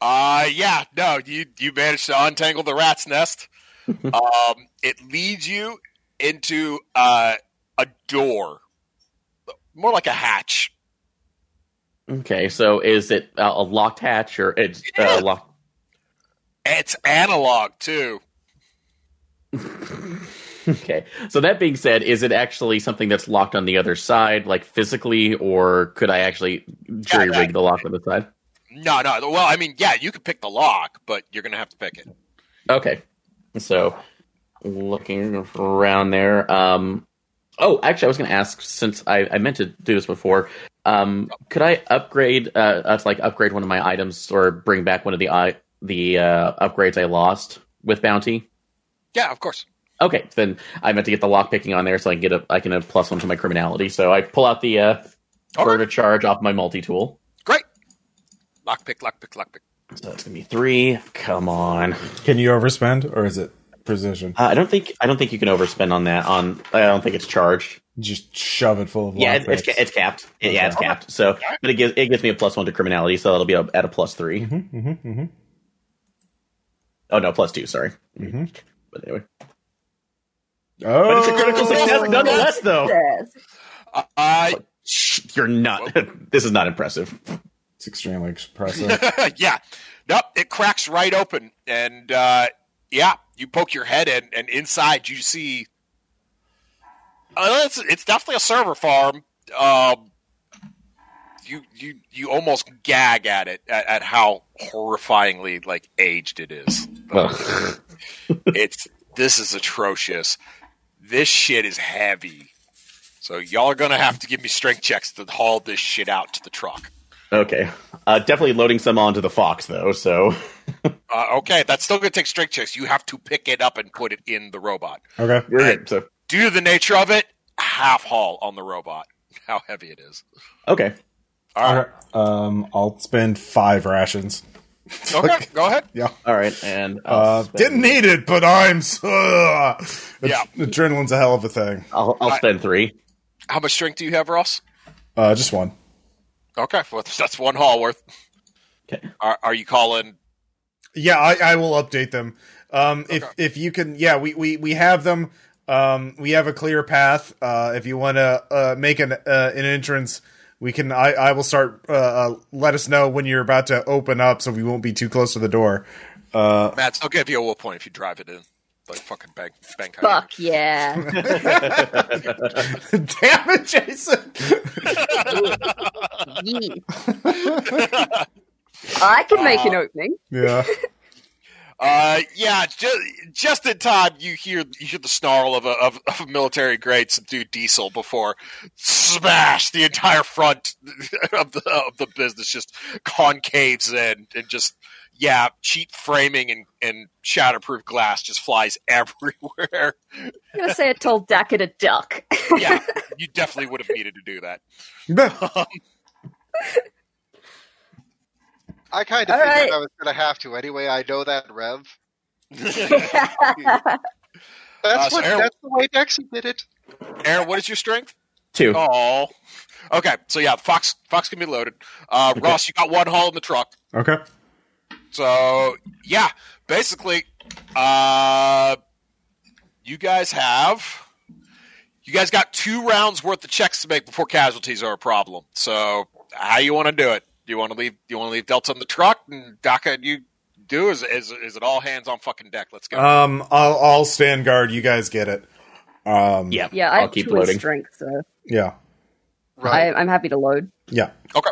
S2: Uh yeah, no, you you managed to untangle the rat's nest. um, it leads you into uh, a door, more like a hatch.
S3: okay. So is it uh, a locked hatch or it's uh, locked?
S2: It's analog too.
S3: Okay. So that being said, is it actually something that's locked on the other side, like physically, or could I actually jury rig the lock on the side?
S2: No, no. Well, I mean, yeah, you could pick the lock, but you're going to have to pick it.
S3: Okay. So looking around there. Um, oh, actually, I was going to ask since I, I meant to do this before. Um, could I upgrade? Uh, uh, like upgrade one of my items or bring back one of the I the uh, upgrades I lost with bounty.
S2: Yeah, of course.
S3: Okay, then I meant to get the lock picking on there so I can get a I can a plus one to my criminality. So I pull out the uh, further charge off my multi tool.
S2: Lock pick, lock pick, lock pick.
S3: So it's gonna be three. Come on.
S1: Can you overspend or is it precision?
S3: Uh, I don't think I don't think you can overspend on that. On I don't think it's charged.
S1: Just shove it full of
S3: yeah,
S1: lock
S3: it, it's
S1: picks.
S3: ca- it's capped. It- Yeah, it's
S1: Okay.
S3: capped. So, but it gives it gives me a plus one to criminality, so that'll be a, at a plus three.
S1: Mhm, mhm, mhm,
S3: Oh no, plus two. Sorry.
S1: mhm.
S3: But anyway,
S1: Oh,
S3: but it's a critical success nonetheless, though.
S4: Yes.
S2: Uh, Uh,
S3: Shh, You're not. this is not impressive.
S1: It's extremely impressive.
S2: yeah. Nope. It cracks right open, and uh, yeah, you poke your head in, and inside you see. Uh, it's, it's definitely a server farm. Um, you you you almost gag at it at, at how horrifyingly like aged it is. it's this is atrocious. This shit is heavy. So y'all are gonna have to give me strength checks to haul this shit out to the truck.
S3: okay. Uh, definitely loading some onto the fox though. So
S2: Uh, okay, that's still gonna take strength checks. You have to pick it up and put it in the robot.
S1: okay.
S2: Right.
S3: so
S2: Due to the nature of it, half haul on the robot. How heavy it is.
S3: okay.
S2: All
S1: All
S2: right.
S1: right. Um, I'll spend five rations.
S2: Okay. Go ahead.
S3: All right, and I'll
S1: Uh,
S3: spend-
S1: didn't need it, but I'm. so
S2: Yeah.
S1: Adrenaline's a hell of a thing.
S3: I'll, I'll spend three.
S2: How much strength do you have, Ross?
S1: Uh, just one.
S2: Okay, well, that's one haul worth.
S3: Okay.
S2: Are, are you calling?
S1: Yeah, I, I will update them. Um, if
S2: Okay.
S1: if you can, yeah, we we we have them. Um, we have a clear path. Uh, if you want to uh, make an uh, an entrance, we can. I I will start. Uh, uh, let us know when you're about to open up, so we won't be too close to the door. Uh,
S2: Matt, I'll give you a will point if you drive it in. Like fucking bank, bank.
S4: Fuck yeah.
S1: damn it, Jason!
S4: Yee. I can make an opening.
S1: yeah,
S2: Uh, yeah, just, just in time, you hear you hear the snarl of a of, of a military grade subdued diesel before smash the entire front of the of the business just concaves in and just yeah, cheap framing and and shatterproof glass just flies everywhere.
S4: I'm gonna say I told Dak it a duck.
S2: yeah, you definitely would have needed to do that.
S5: I kind of
S4: All
S5: figured
S4: right.
S5: I was going to have to anyway. I know that Rev. That's
S2: Uh, so
S5: what.
S2: Aaron-
S5: that's the way Dexy did it.
S2: Aaron, what is your strength?
S3: Two.
S2: Oh, okay. So yeah, Fox Fox can be loaded. Uh, Ross, you got one haul in the truck.
S1: okay.
S2: So yeah, basically, uh, you guys have you guys got two rounds worth of checks to make before casualties are a problem. So how you want to do it? Do you want to leave? Do you want to leave Delta in the truck and Daka? You do is is is it all hands on fucking deck? Let's go.
S1: Um, I'll I'll stand guard. You guys get it. Um,
S3: Yeah.
S4: yeah, I
S3: I'll
S4: have
S3: keep
S4: two in
S3: loading.
S4: strength, so
S1: yeah,
S5: Right.
S4: I, I'm happy to load.
S1: yeah.
S2: okay.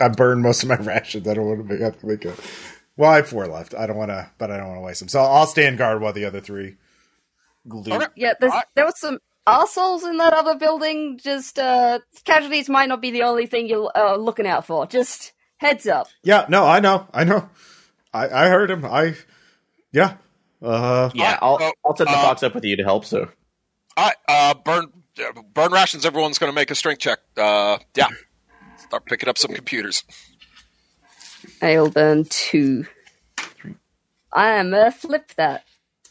S1: I burned most of my rations. I don't want to make, have to make a. Well, I have four left. I don't want to, but I don't want to waste them. So I'll stand guard while the other three. Loot.
S2: Okay.
S4: Yeah, there's,
S2: Alright.
S4: there was some assholes in that other building. Just uh, casualties might not be the only thing you're uh, looking out for. Just heads up.
S1: Yeah, no, I know, I know, I I heard him. I, yeah, uh,
S3: Yeah,
S2: All
S3: I'll
S2: right, so,
S3: I'll set the
S2: uh,
S3: fox up with you to help. So
S2: All right, uh, burn uh, burn rations. Everyone's going to make a strength check. Uh, yeah, start picking up some computers.
S4: I'll burn two. I am gonna flip that.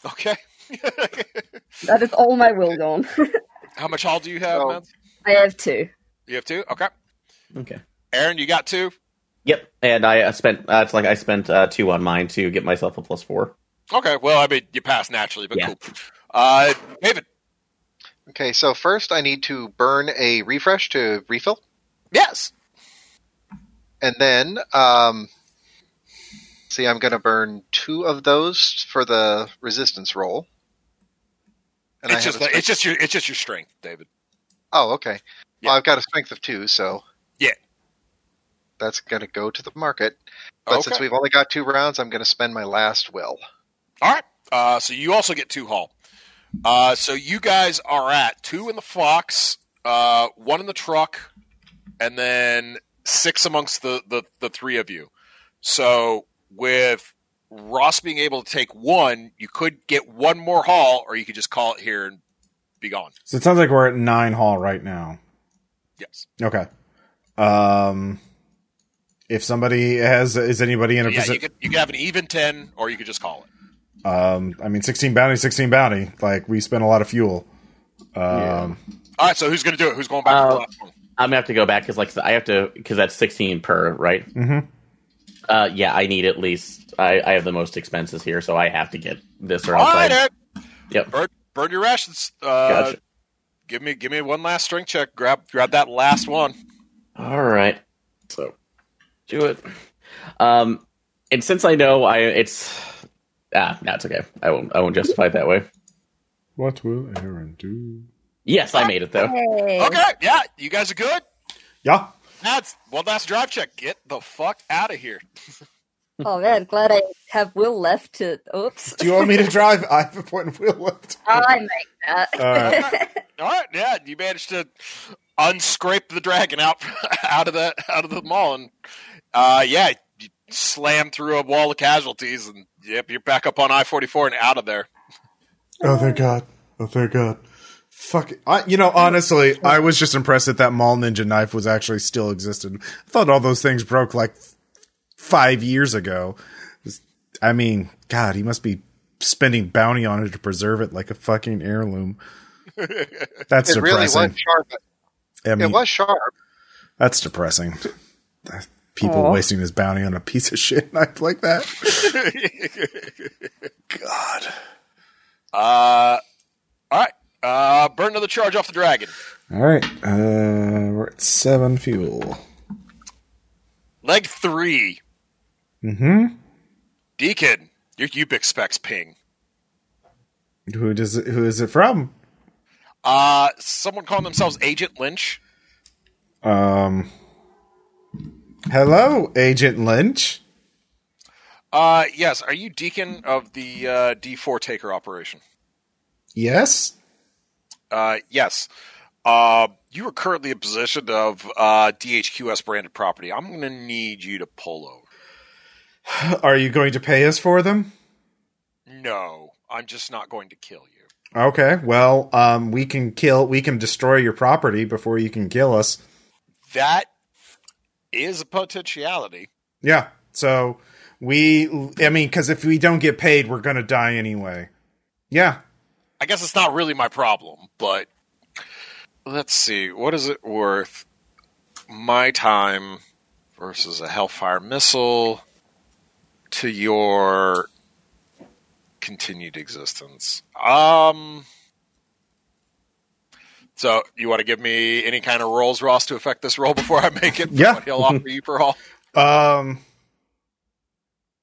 S2: Okay.
S4: That is all my will gone.
S2: How much haul do you have,
S5: So-
S2: man?
S4: I have two.
S2: You have two. Okay.
S3: okay.
S2: Aaron, you got two.
S3: Yep, and I uh, spent. Uh, it's like I spent uh, two on mine to get myself a plus four.
S2: Okay, well, I mean, you pass naturally, but
S3: Yeah.
S2: cool. Uh, David,
S5: Okay. So first, I need to burn a refresh to refill,
S2: yes.
S5: and then um, see, I'm going to burn two of those for the resistance roll. And I
S2: it's
S5: have
S2: just
S5: a
S2: like, it's just your it's just your strength, David.
S5: Oh, okay.
S2: Yeah.
S5: Well, I've got a strength of two, so
S2: Yeah.
S5: that's gonna go to the market. But since
S2: Okay.
S5: we've only got two rounds, I'm gonna spend my last will.
S2: All right. Uh, so you also get two haul. Uh, so you guys are at two in the fox, uh, one in the truck, and then six amongst the, the, the three of you. So with Ross being able to take one, you could get one more haul, or you could just call it here and be gone.
S1: So it sounds like we're at nine hall right now.
S2: Yes.
S1: Okay. Um, if somebody has, is anybody in a
S2: Yeah,
S1: position?
S2: you could you could have an even ten, or you could just call it.
S1: um, I mean, sixteen bounty, sixteen bounty. Like we spent a lot of fuel. Um,
S2: All right. So who's going to do it? Who's going back to the
S3: Uh,
S2: platform?
S3: I'm gonna have to go back because like I have to because that's 16 per right.
S1: mhm.
S3: Uh, yeah, I need at least I, I have the most expenses here, so I have to get this or
S2: All
S3: else.
S2: right,
S3: I,
S2: Ed.
S3: Yep.
S2: Burn, burn your rations. Uh,
S3: Gotcha.
S2: Give me, give me one last strength check. Grab, grab that last one.
S3: all right, so do it. Um, and since I know I it's ah no, it's okay. I won't I won't justify it that way.
S1: What will Aaron do?
S3: Yes, I made it though.
S6: Hey.
S2: Okay, yeah, you guys are good.
S1: Yeah.
S2: That's one last drive check. Get the fuck out of here.
S4: Oh man, glad I have Will left to. Oops.
S1: Do you want me to drive? I have a point of wheel left.
S4: I make that.
S1: All
S3: Uh,
S1: right.
S2: All right, yeah, you managed to unscrape the dragon out out of the out of the mall, and uh, yeah, you slam through a wall of casualties, and yep, you're back up on I forty four and out of there.
S1: Oh thank God! Oh thank God! Fuck! it. I, you know, honestly, I was just impressed that that mall ninja knife was actually still existed. I thought all those things broke like f- five years ago. It's- I mean, God, he must be spending bounty on it to preserve it like a fucking heirloom. That's
S5: it really
S1: depressing.
S5: was sharp.
S1: I mean,
S5: It was sharp.
S1: that's depressing. People
S4: Aw.
S1: wasting his bounty on a piece of shit knife like that.
S2: God. Uh, all right. Uh, burn another charge off the dragon.
S1: All right, uh, we're at seven fuel.
S2: Leg three,
S1: Mm-hmm.
S2: Deacon. Your Ubix specs ping.
S1: Who does it, who is it from?
S2: Uh, someone calling themselves Agent Lynch.
S1: Um. Hello, Agent Lynch.
S2: Uh, yes. Are you Deacon of the uh, D4 Taker operation?
S1: Yes.
S2: Uh, yes. Uh, you are currently in possession of uh, DHQS branded property. I'm going to need you to pull over.
S1: Are you going to pay us for them?
S2: No, I'm just not going to kill you.
S1: Okay. Well, um, we can kill. We can destroy your property before you can kill us.
S2: That is a potentiality.
S1: Yeah. So we. I mean, because if we don't get paid, we're gonna die anyway. Yeah.
S2: I guess it's not really my problem, but let's see. What is it worth? My time versus a Hellfire missile to your continued existence. Um. So you want to give me any kind of rolls, Ross, to affect this roll before I make it? for
S1: Yeah.
S2: What he'll offer you per haul.
S1: Um.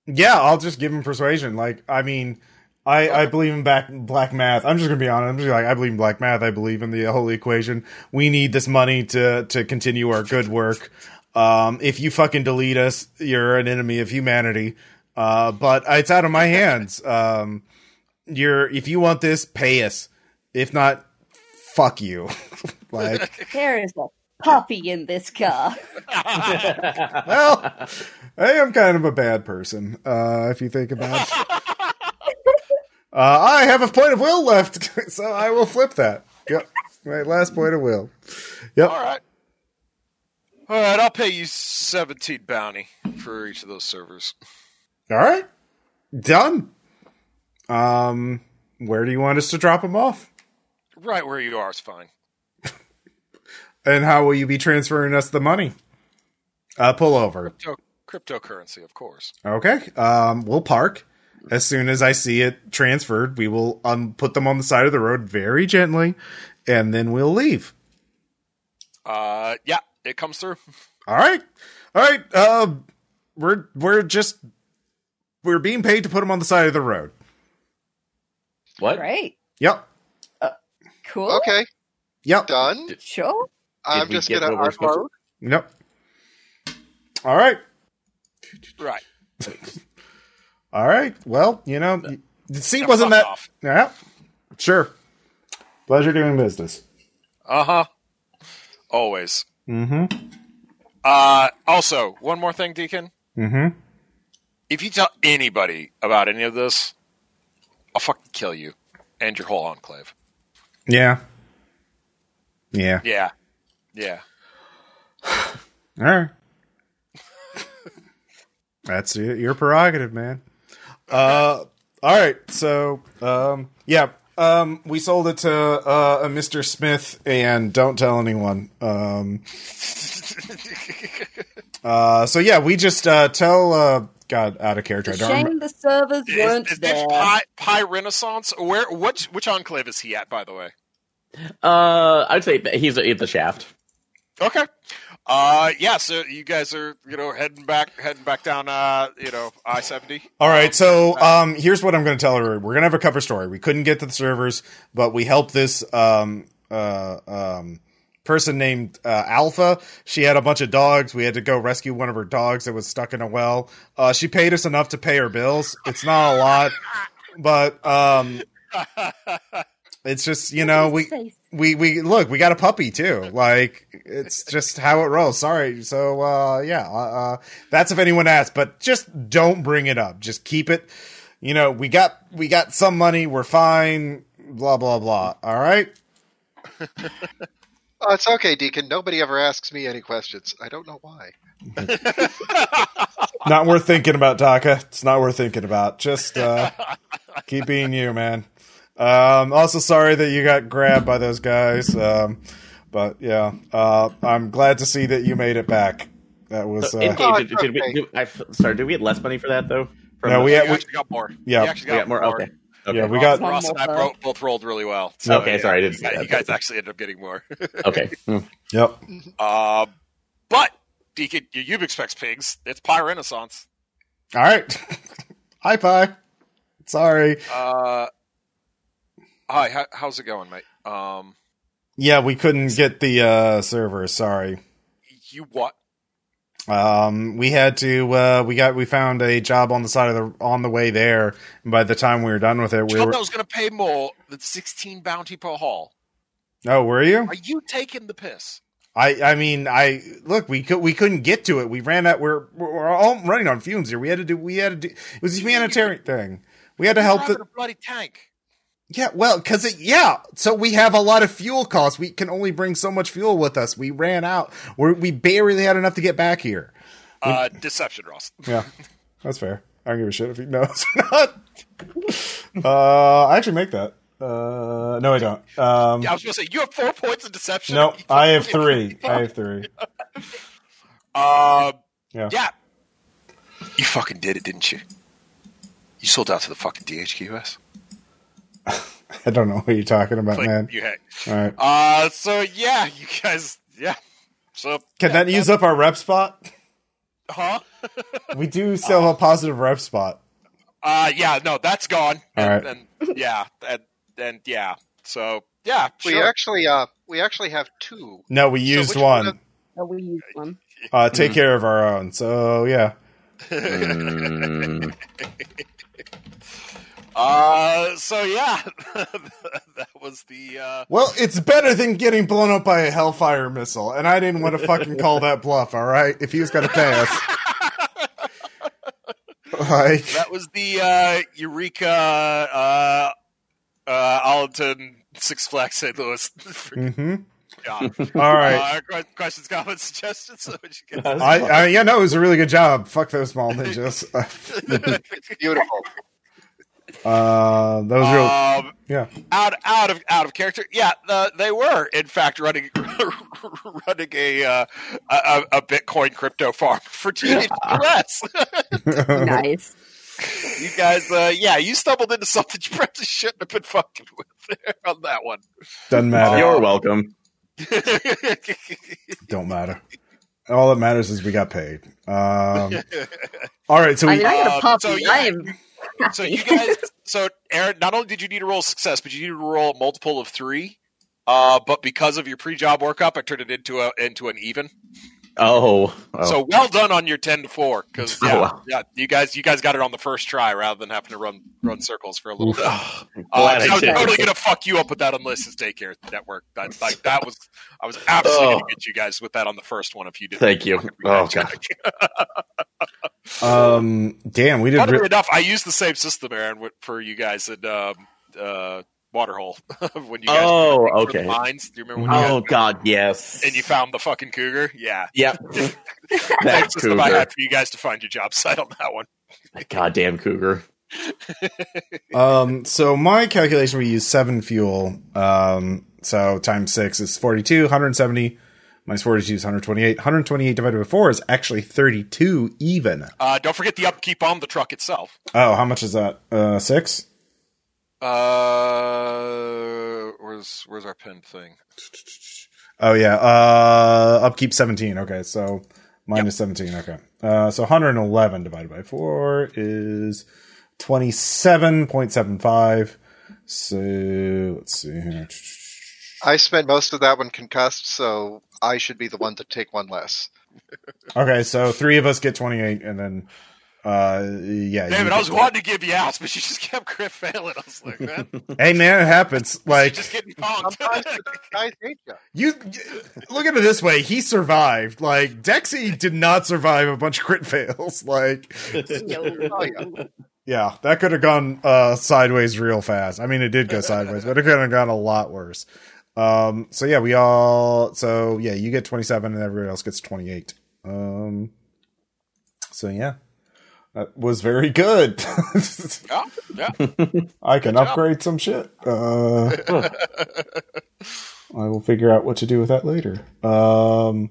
S1: Yeah, I'll just give him persuasion. Like, I mean, I I believe in back black math. I'm just gonna be honest. I'm just like I believe in black math. I believe in the whole equation. We need this money to to continue our good work. Um, if you fucking delete us, you're an enemy of humanity. Uh, but it's out of my hands. Um, you're if you want this, pay us. If not, fuck you. like,
S4: There is a puppy in this car.
S1: well, I am kind of a bad person, uh, if you think about it. Uh, I have a point of will left, so I will flip that. Yep. My last point of will. Yep.
S2: All right. All right, I'll pay you 17 bounty for each of those servers.
S1: All right. Done. Um, where do you want us to drop them off?
S2: Right where you are is fine.
S1: And how will you be transferring us the money? Uh, pull over.
S2: Crypto- cryptocurrency, of course.
S1: Okay. Um, we'll park. As soon as I see it transferred, we will um, put them on the side of the road very gently, and then we'll leave.
S2: Uh, yeah, it comes through.
S1: All right, all right. Uh, we're we're just we're being paid to put them on the side of the road.
S3: What?
S4: Great.
S1: Yep.
S4: Uh,
S6: Cool.
S5: Oh. Okay,
S1: Yep.
S5: done.
S6: Sure.
S5: I'm
S3: we
S5: just
S3: get
S5: gonna
S3: what we're supposed to-
S5: unload.
S1: Nope. All right.
S2: Right.
S1: All right. Well, you know, the seat
S2: Now
S1: wasn't
S2: fuck
S1: that.
S2: off.
S1: Yeah. Sure. Pleasure doing business.
S2: Uh huh. Always.
S1: Mm-hmm.
S2: Uh, also, one more thing, Deacon.
S1: Mm-hmm.
S2: If you tell anybody about any of this, I'll fucking kill you and your whole enclave.
S1: Yeah. Yeah.
S2: Yeah. Yeah.
S1: All right. That's y- your prerogative, man. Uh, all right. So, um, yeah, um, we sold it to uh, a Mr. Smith, and don't tell anyone. Um, uh, so yeah, we just uh, tell. Uh, God, out of character. I don't.
S4: Shame
S1: remem-
S4: the servers weren't
S2: Is, is this
S4: there.
S2: Pi, Pi Renaissance? Where? Which which enclave is he at? By the way.
S3: Uh, I'd say that he's at the shaft.
S2: Okay. Uh, yeah. So you guys are you know heading back heading back down uh you know I seventy.
S1: All right, so um, here's what I'm going to tell her. We're going to have a cover story. We couldn't get to the servers, but we helped this um, uh, um, person named uh, Alpha. She had a bunch of dogs. We had to go rescue one of her dogs that was stuck in a well. Uh, she paid us enough to pay her bills. It's not a lot, but um, it's just you know we
S6: Face.
S1: we we look. We got a puppy too. Like it's just how it rolls. Sorry. So uh, yeah, uh, uh, that's if anyone asks. But just don't bring it up. Just keep it. You know, we got we got some money. We're fine. Blah blah blah. All right.
S5: Oh, it's okay, Deacon. Nobody ever asks me any questions. I don't know why.
S1: not worth thinking about, Taka. It's not worth thinking about. Just uh, keep being you, man. Um, also, sorry that you got grabbed by those guys. Um, but yeah, uh, I'm glad to see that you made it back. That was
S3: So,
S1: uh,
S3: Endgame,
S5: Oh,
S3: did, did we?
S5: okay.
S3: Did, I, sorry, did we get less money for that though? From
S1: No,
S3: the-
S1: we-
S2: You
S1: Yeah,
S2: actually got more.
S1: yeah.
S2: You actually
S3: we
S2: got,
S3: got more. Okay. Okay.
S1: yeah, we
S2: Ross-
S1: got
S2: Ross and I
S4: One more.
S2: both, both rolled really well. So,
S3: Okay,
S2: yeah,
S3: sorry, I didn't
S2: you
S3: see
S2: guys-
S3: that.
S2: You guys actually ended up getting more.
S3: okay. Hmm.
S1: yep.
S2: Uh, but Deacon, your Ubix expects pigs. It's Pi Renaissance.
S1: All right, hi Pi. Sorry.
S2: Uh, hi, how, how's it going, mate? Um,
S1: Yeah, we couldn't get the uh, server. Sorry.
S2: you what?
S1: Um, we had to. Uh, we got. We found a job on the side of the on the way there. And by the time we were done with it, we
S2: Job
S1: were.
S2: that was going to pay more than sixteen bounty per haul.
S1: Oh, were you?
S2: Are you taking the piss?
S1: I I mean I look we could we couldn't get to it. We ran out. We're we're all running on fumes here. We had to do. We had to do. It was a humanitarian thing. We had to help
S2: Driving
S1: the
S2: a bloody tank.
S1: yeah. Well, because it yeah. So we have a lot of fuel costs. We can only bring so much fuel with us. We ran out. We're, we barely had enough to get back here.
S2: Uh, deception, Ross.
S1: Yeah, that's fair. I don't give a shit if he knows or not. Uh, I actually make that. Uh, no, I don't. Um,
S2: Yeah, I was going to say you have four points of deception.
S1: no, I have three. I have three.
S2: Um,
S1: Yeah.
S2: yeah. You fucking did it, didn't you? You sold out to the fucking DHQS.
S1: I don't know what you're talking about,
S2: Like,
S1: man.
S2: you had.
S1: All right.
S2: Uh, so yeah, you guys, yeah. So
S1: Can that use up our rep spot?
S2: huh?
S1: We do still
S5: Ah.
S1: have a positive rep spot.
S2: Uh, yeah, no, that's gone.
S1: All
S2: and,
S1: right.
S2: and- yeah, and and yeah. So yeah,
S5: We
S2: sure.
S5: actually, uh, we actually have two.
S1: No, we used
S5: which
S1: one.
S5: one of- Mm-hmm.
S4: Oh, we used one.
S1: Uh, take care of our own. So yeah,
S3: Hmm.
S2: Uh, so yeah, that was the uh,
S1: well, it's better than getting blown up by a hellfire missile, and I didn't want to fucking call that bluff. All right, if he was going to pay us, like
S2: that was the uh, Eureka uh, uh, Allenton Six Flags St. Louis. Freaking
S1: hmm
S2: job.
S1: all right.
S2: Uh, que- questions, comments, suggestions. What you guys-
S1: I, I yeah no, it was a really good job. Fuck those small ninjas.
S5: Beautiful.
S1: uh, that was real.
S2: um,
S1: Yeah.
S2: out out of out of character. Yeah, the, they were in fact running running a, uh, a a Bitcoin crypto farm for THQS.
S4: Nice.
S2: you guys, uh, yeah, you stumbled into something you probably shouldn't have been fucking with there on that one.
S1: Doesn't matter.
S2: Uh,
S3: You're welcome.
S1: Don't matter. All that matters is we got paid. Um, all right, so
S4: I
S1: we
S4: mean, I got a
S2: Um,
S4: puppy.
S2: so, yeah.
S4: I am
S2: so
S4: happy.
S2: you guys, so Aaron, not only did you need to roll success, but you needed to roll a multiple of three Uh, but because of your pre-job workup, I turned it into a into an even.
S3: Oh, oh.
S2: So well done on your ten to four because yeah,
S3: Oh, wow.
S2: yeah, you guys you guys got it on the first try rather than having to run run circles for a little bit.
S3: Glad
S2: Uh,
S3: I
S2: I was
S3: did.
S2: totally gonna fuck you up with that unlicensed daycare network. That's like that was I was absolutely
S3: Oh.
S2: gonna get you guys with that on the first one if you didn't.
S3: Thank you. Oh god.
S1: Um, damn, we did.
S2: Funnily
S1: Re-
S2: enough, I used the same system, Aaron, wi- for you guys at um, uh, Waterhole when you guys
S3: Oh,
S2: for the
S3: okay.
S2: mines. Do you remember when you
S3: Oh
S2: guys,
S3: god, yes.
S2: and you found the fucking cougar? Yeah,
S3: Yep.
S2: same
S3: that
S2: system I
S3: cougar.
S2: had for you guys to find your job site on that one.
S3: Goddamn cougar.
S1: um, so my calculation, we used seven fuel. Um, so times six is 42, 170 minus 42 is 128. 128 divided by four is actually 32 even.
S2: Uh, don't forget the upkeep on the truck itself.
S1: Oh, how much is that? Uh, six?
S2: Uh, where's where's our pen thing?
S1: Oh yeah. Uh, upkeep 17. Okay. So minus 17. Okay. Uh, so 111 divided by 4 is 27.75. So let's see here.
S5: I spent most of that one concussed, so I should be the one to take one less.
S1: Okay. So three of us get 28 and then, uh, yeah. you
S2: Damn it! I
S1: get
S2: was
S1: the-
S2: wanting to give you outs, but you just kept Griff failing. I was like, man,
S1: Hey man, it happens. Like
S2: just getting punked.
S5: Sometimes I hate you.
S1: you look at it this way. He survived. Like Dexy did not survive a bunch of crit fails. Like
S5: Oh, yeah.
S1: Yeah, that could have gone uh, sideways real fast. I mean, it did go sideways, but it could have gone a lot worse. Um, so yeah, we all. So yeah, you get twenty seven, and everybody else gets twenty eight. Um, so yeah, that was very good.
S2: yeah, yeah.
S1: I can
S2: job.
S1: upgrade some shit. Uh, I will figure out what to do with that later. Um,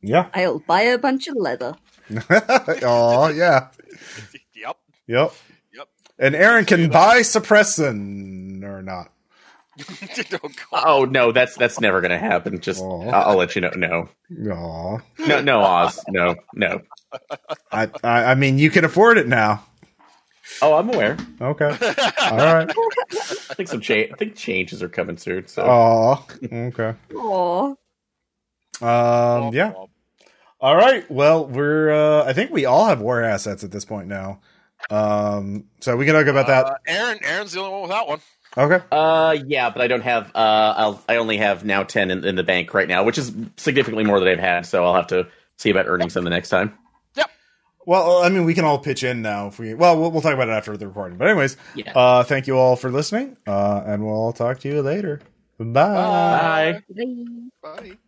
S1: yeah.
S4: I'll buy a bunch of leather.
S1: oh yeah.
S2: Yep.
S1: Yep.
S2: Yep.
S1: And Aaron can buy suppressin or not.
S2: Don't call.
S3: Oh no, that's that's never gonna happen. Just
S1: Aw.
S3: I'll, I'll let you know. No,
S1: Aw.
S3: no, no, Oz. No, no.
S1: I, I I mean, you can afford it now.
S3: Oh, I'm aware.
S1: Okay. All right.
S3: I think some change. I think changes are coming soon. So
S1: Oh, okay.
S4: Aww.
S1: Um, yeah. All right. Well, we're. Uh, I think we all have war assets at this point now. Um, so we can talk about
S2: Uh,
S1: that.
S2: Aaron, Aaron's the only one without one.
S1: Okay.
S3: Uh, yeah, but I don't have. Uh, I'll. I only have now ten in, in the bank right now, which is significantly more than I've had. So I'll have to see about earning some the next time.
S1: Well, uh, I mean, we can all pitch in now if we. Well, we'll, we'll talk about it after the recording. But anyways,
S3: Yeah.
S1: uh, thank you all for listening. Uh, and we'll all talk to you later. Bye.
S3: Bye.
S4: Bye.
S5: Bye.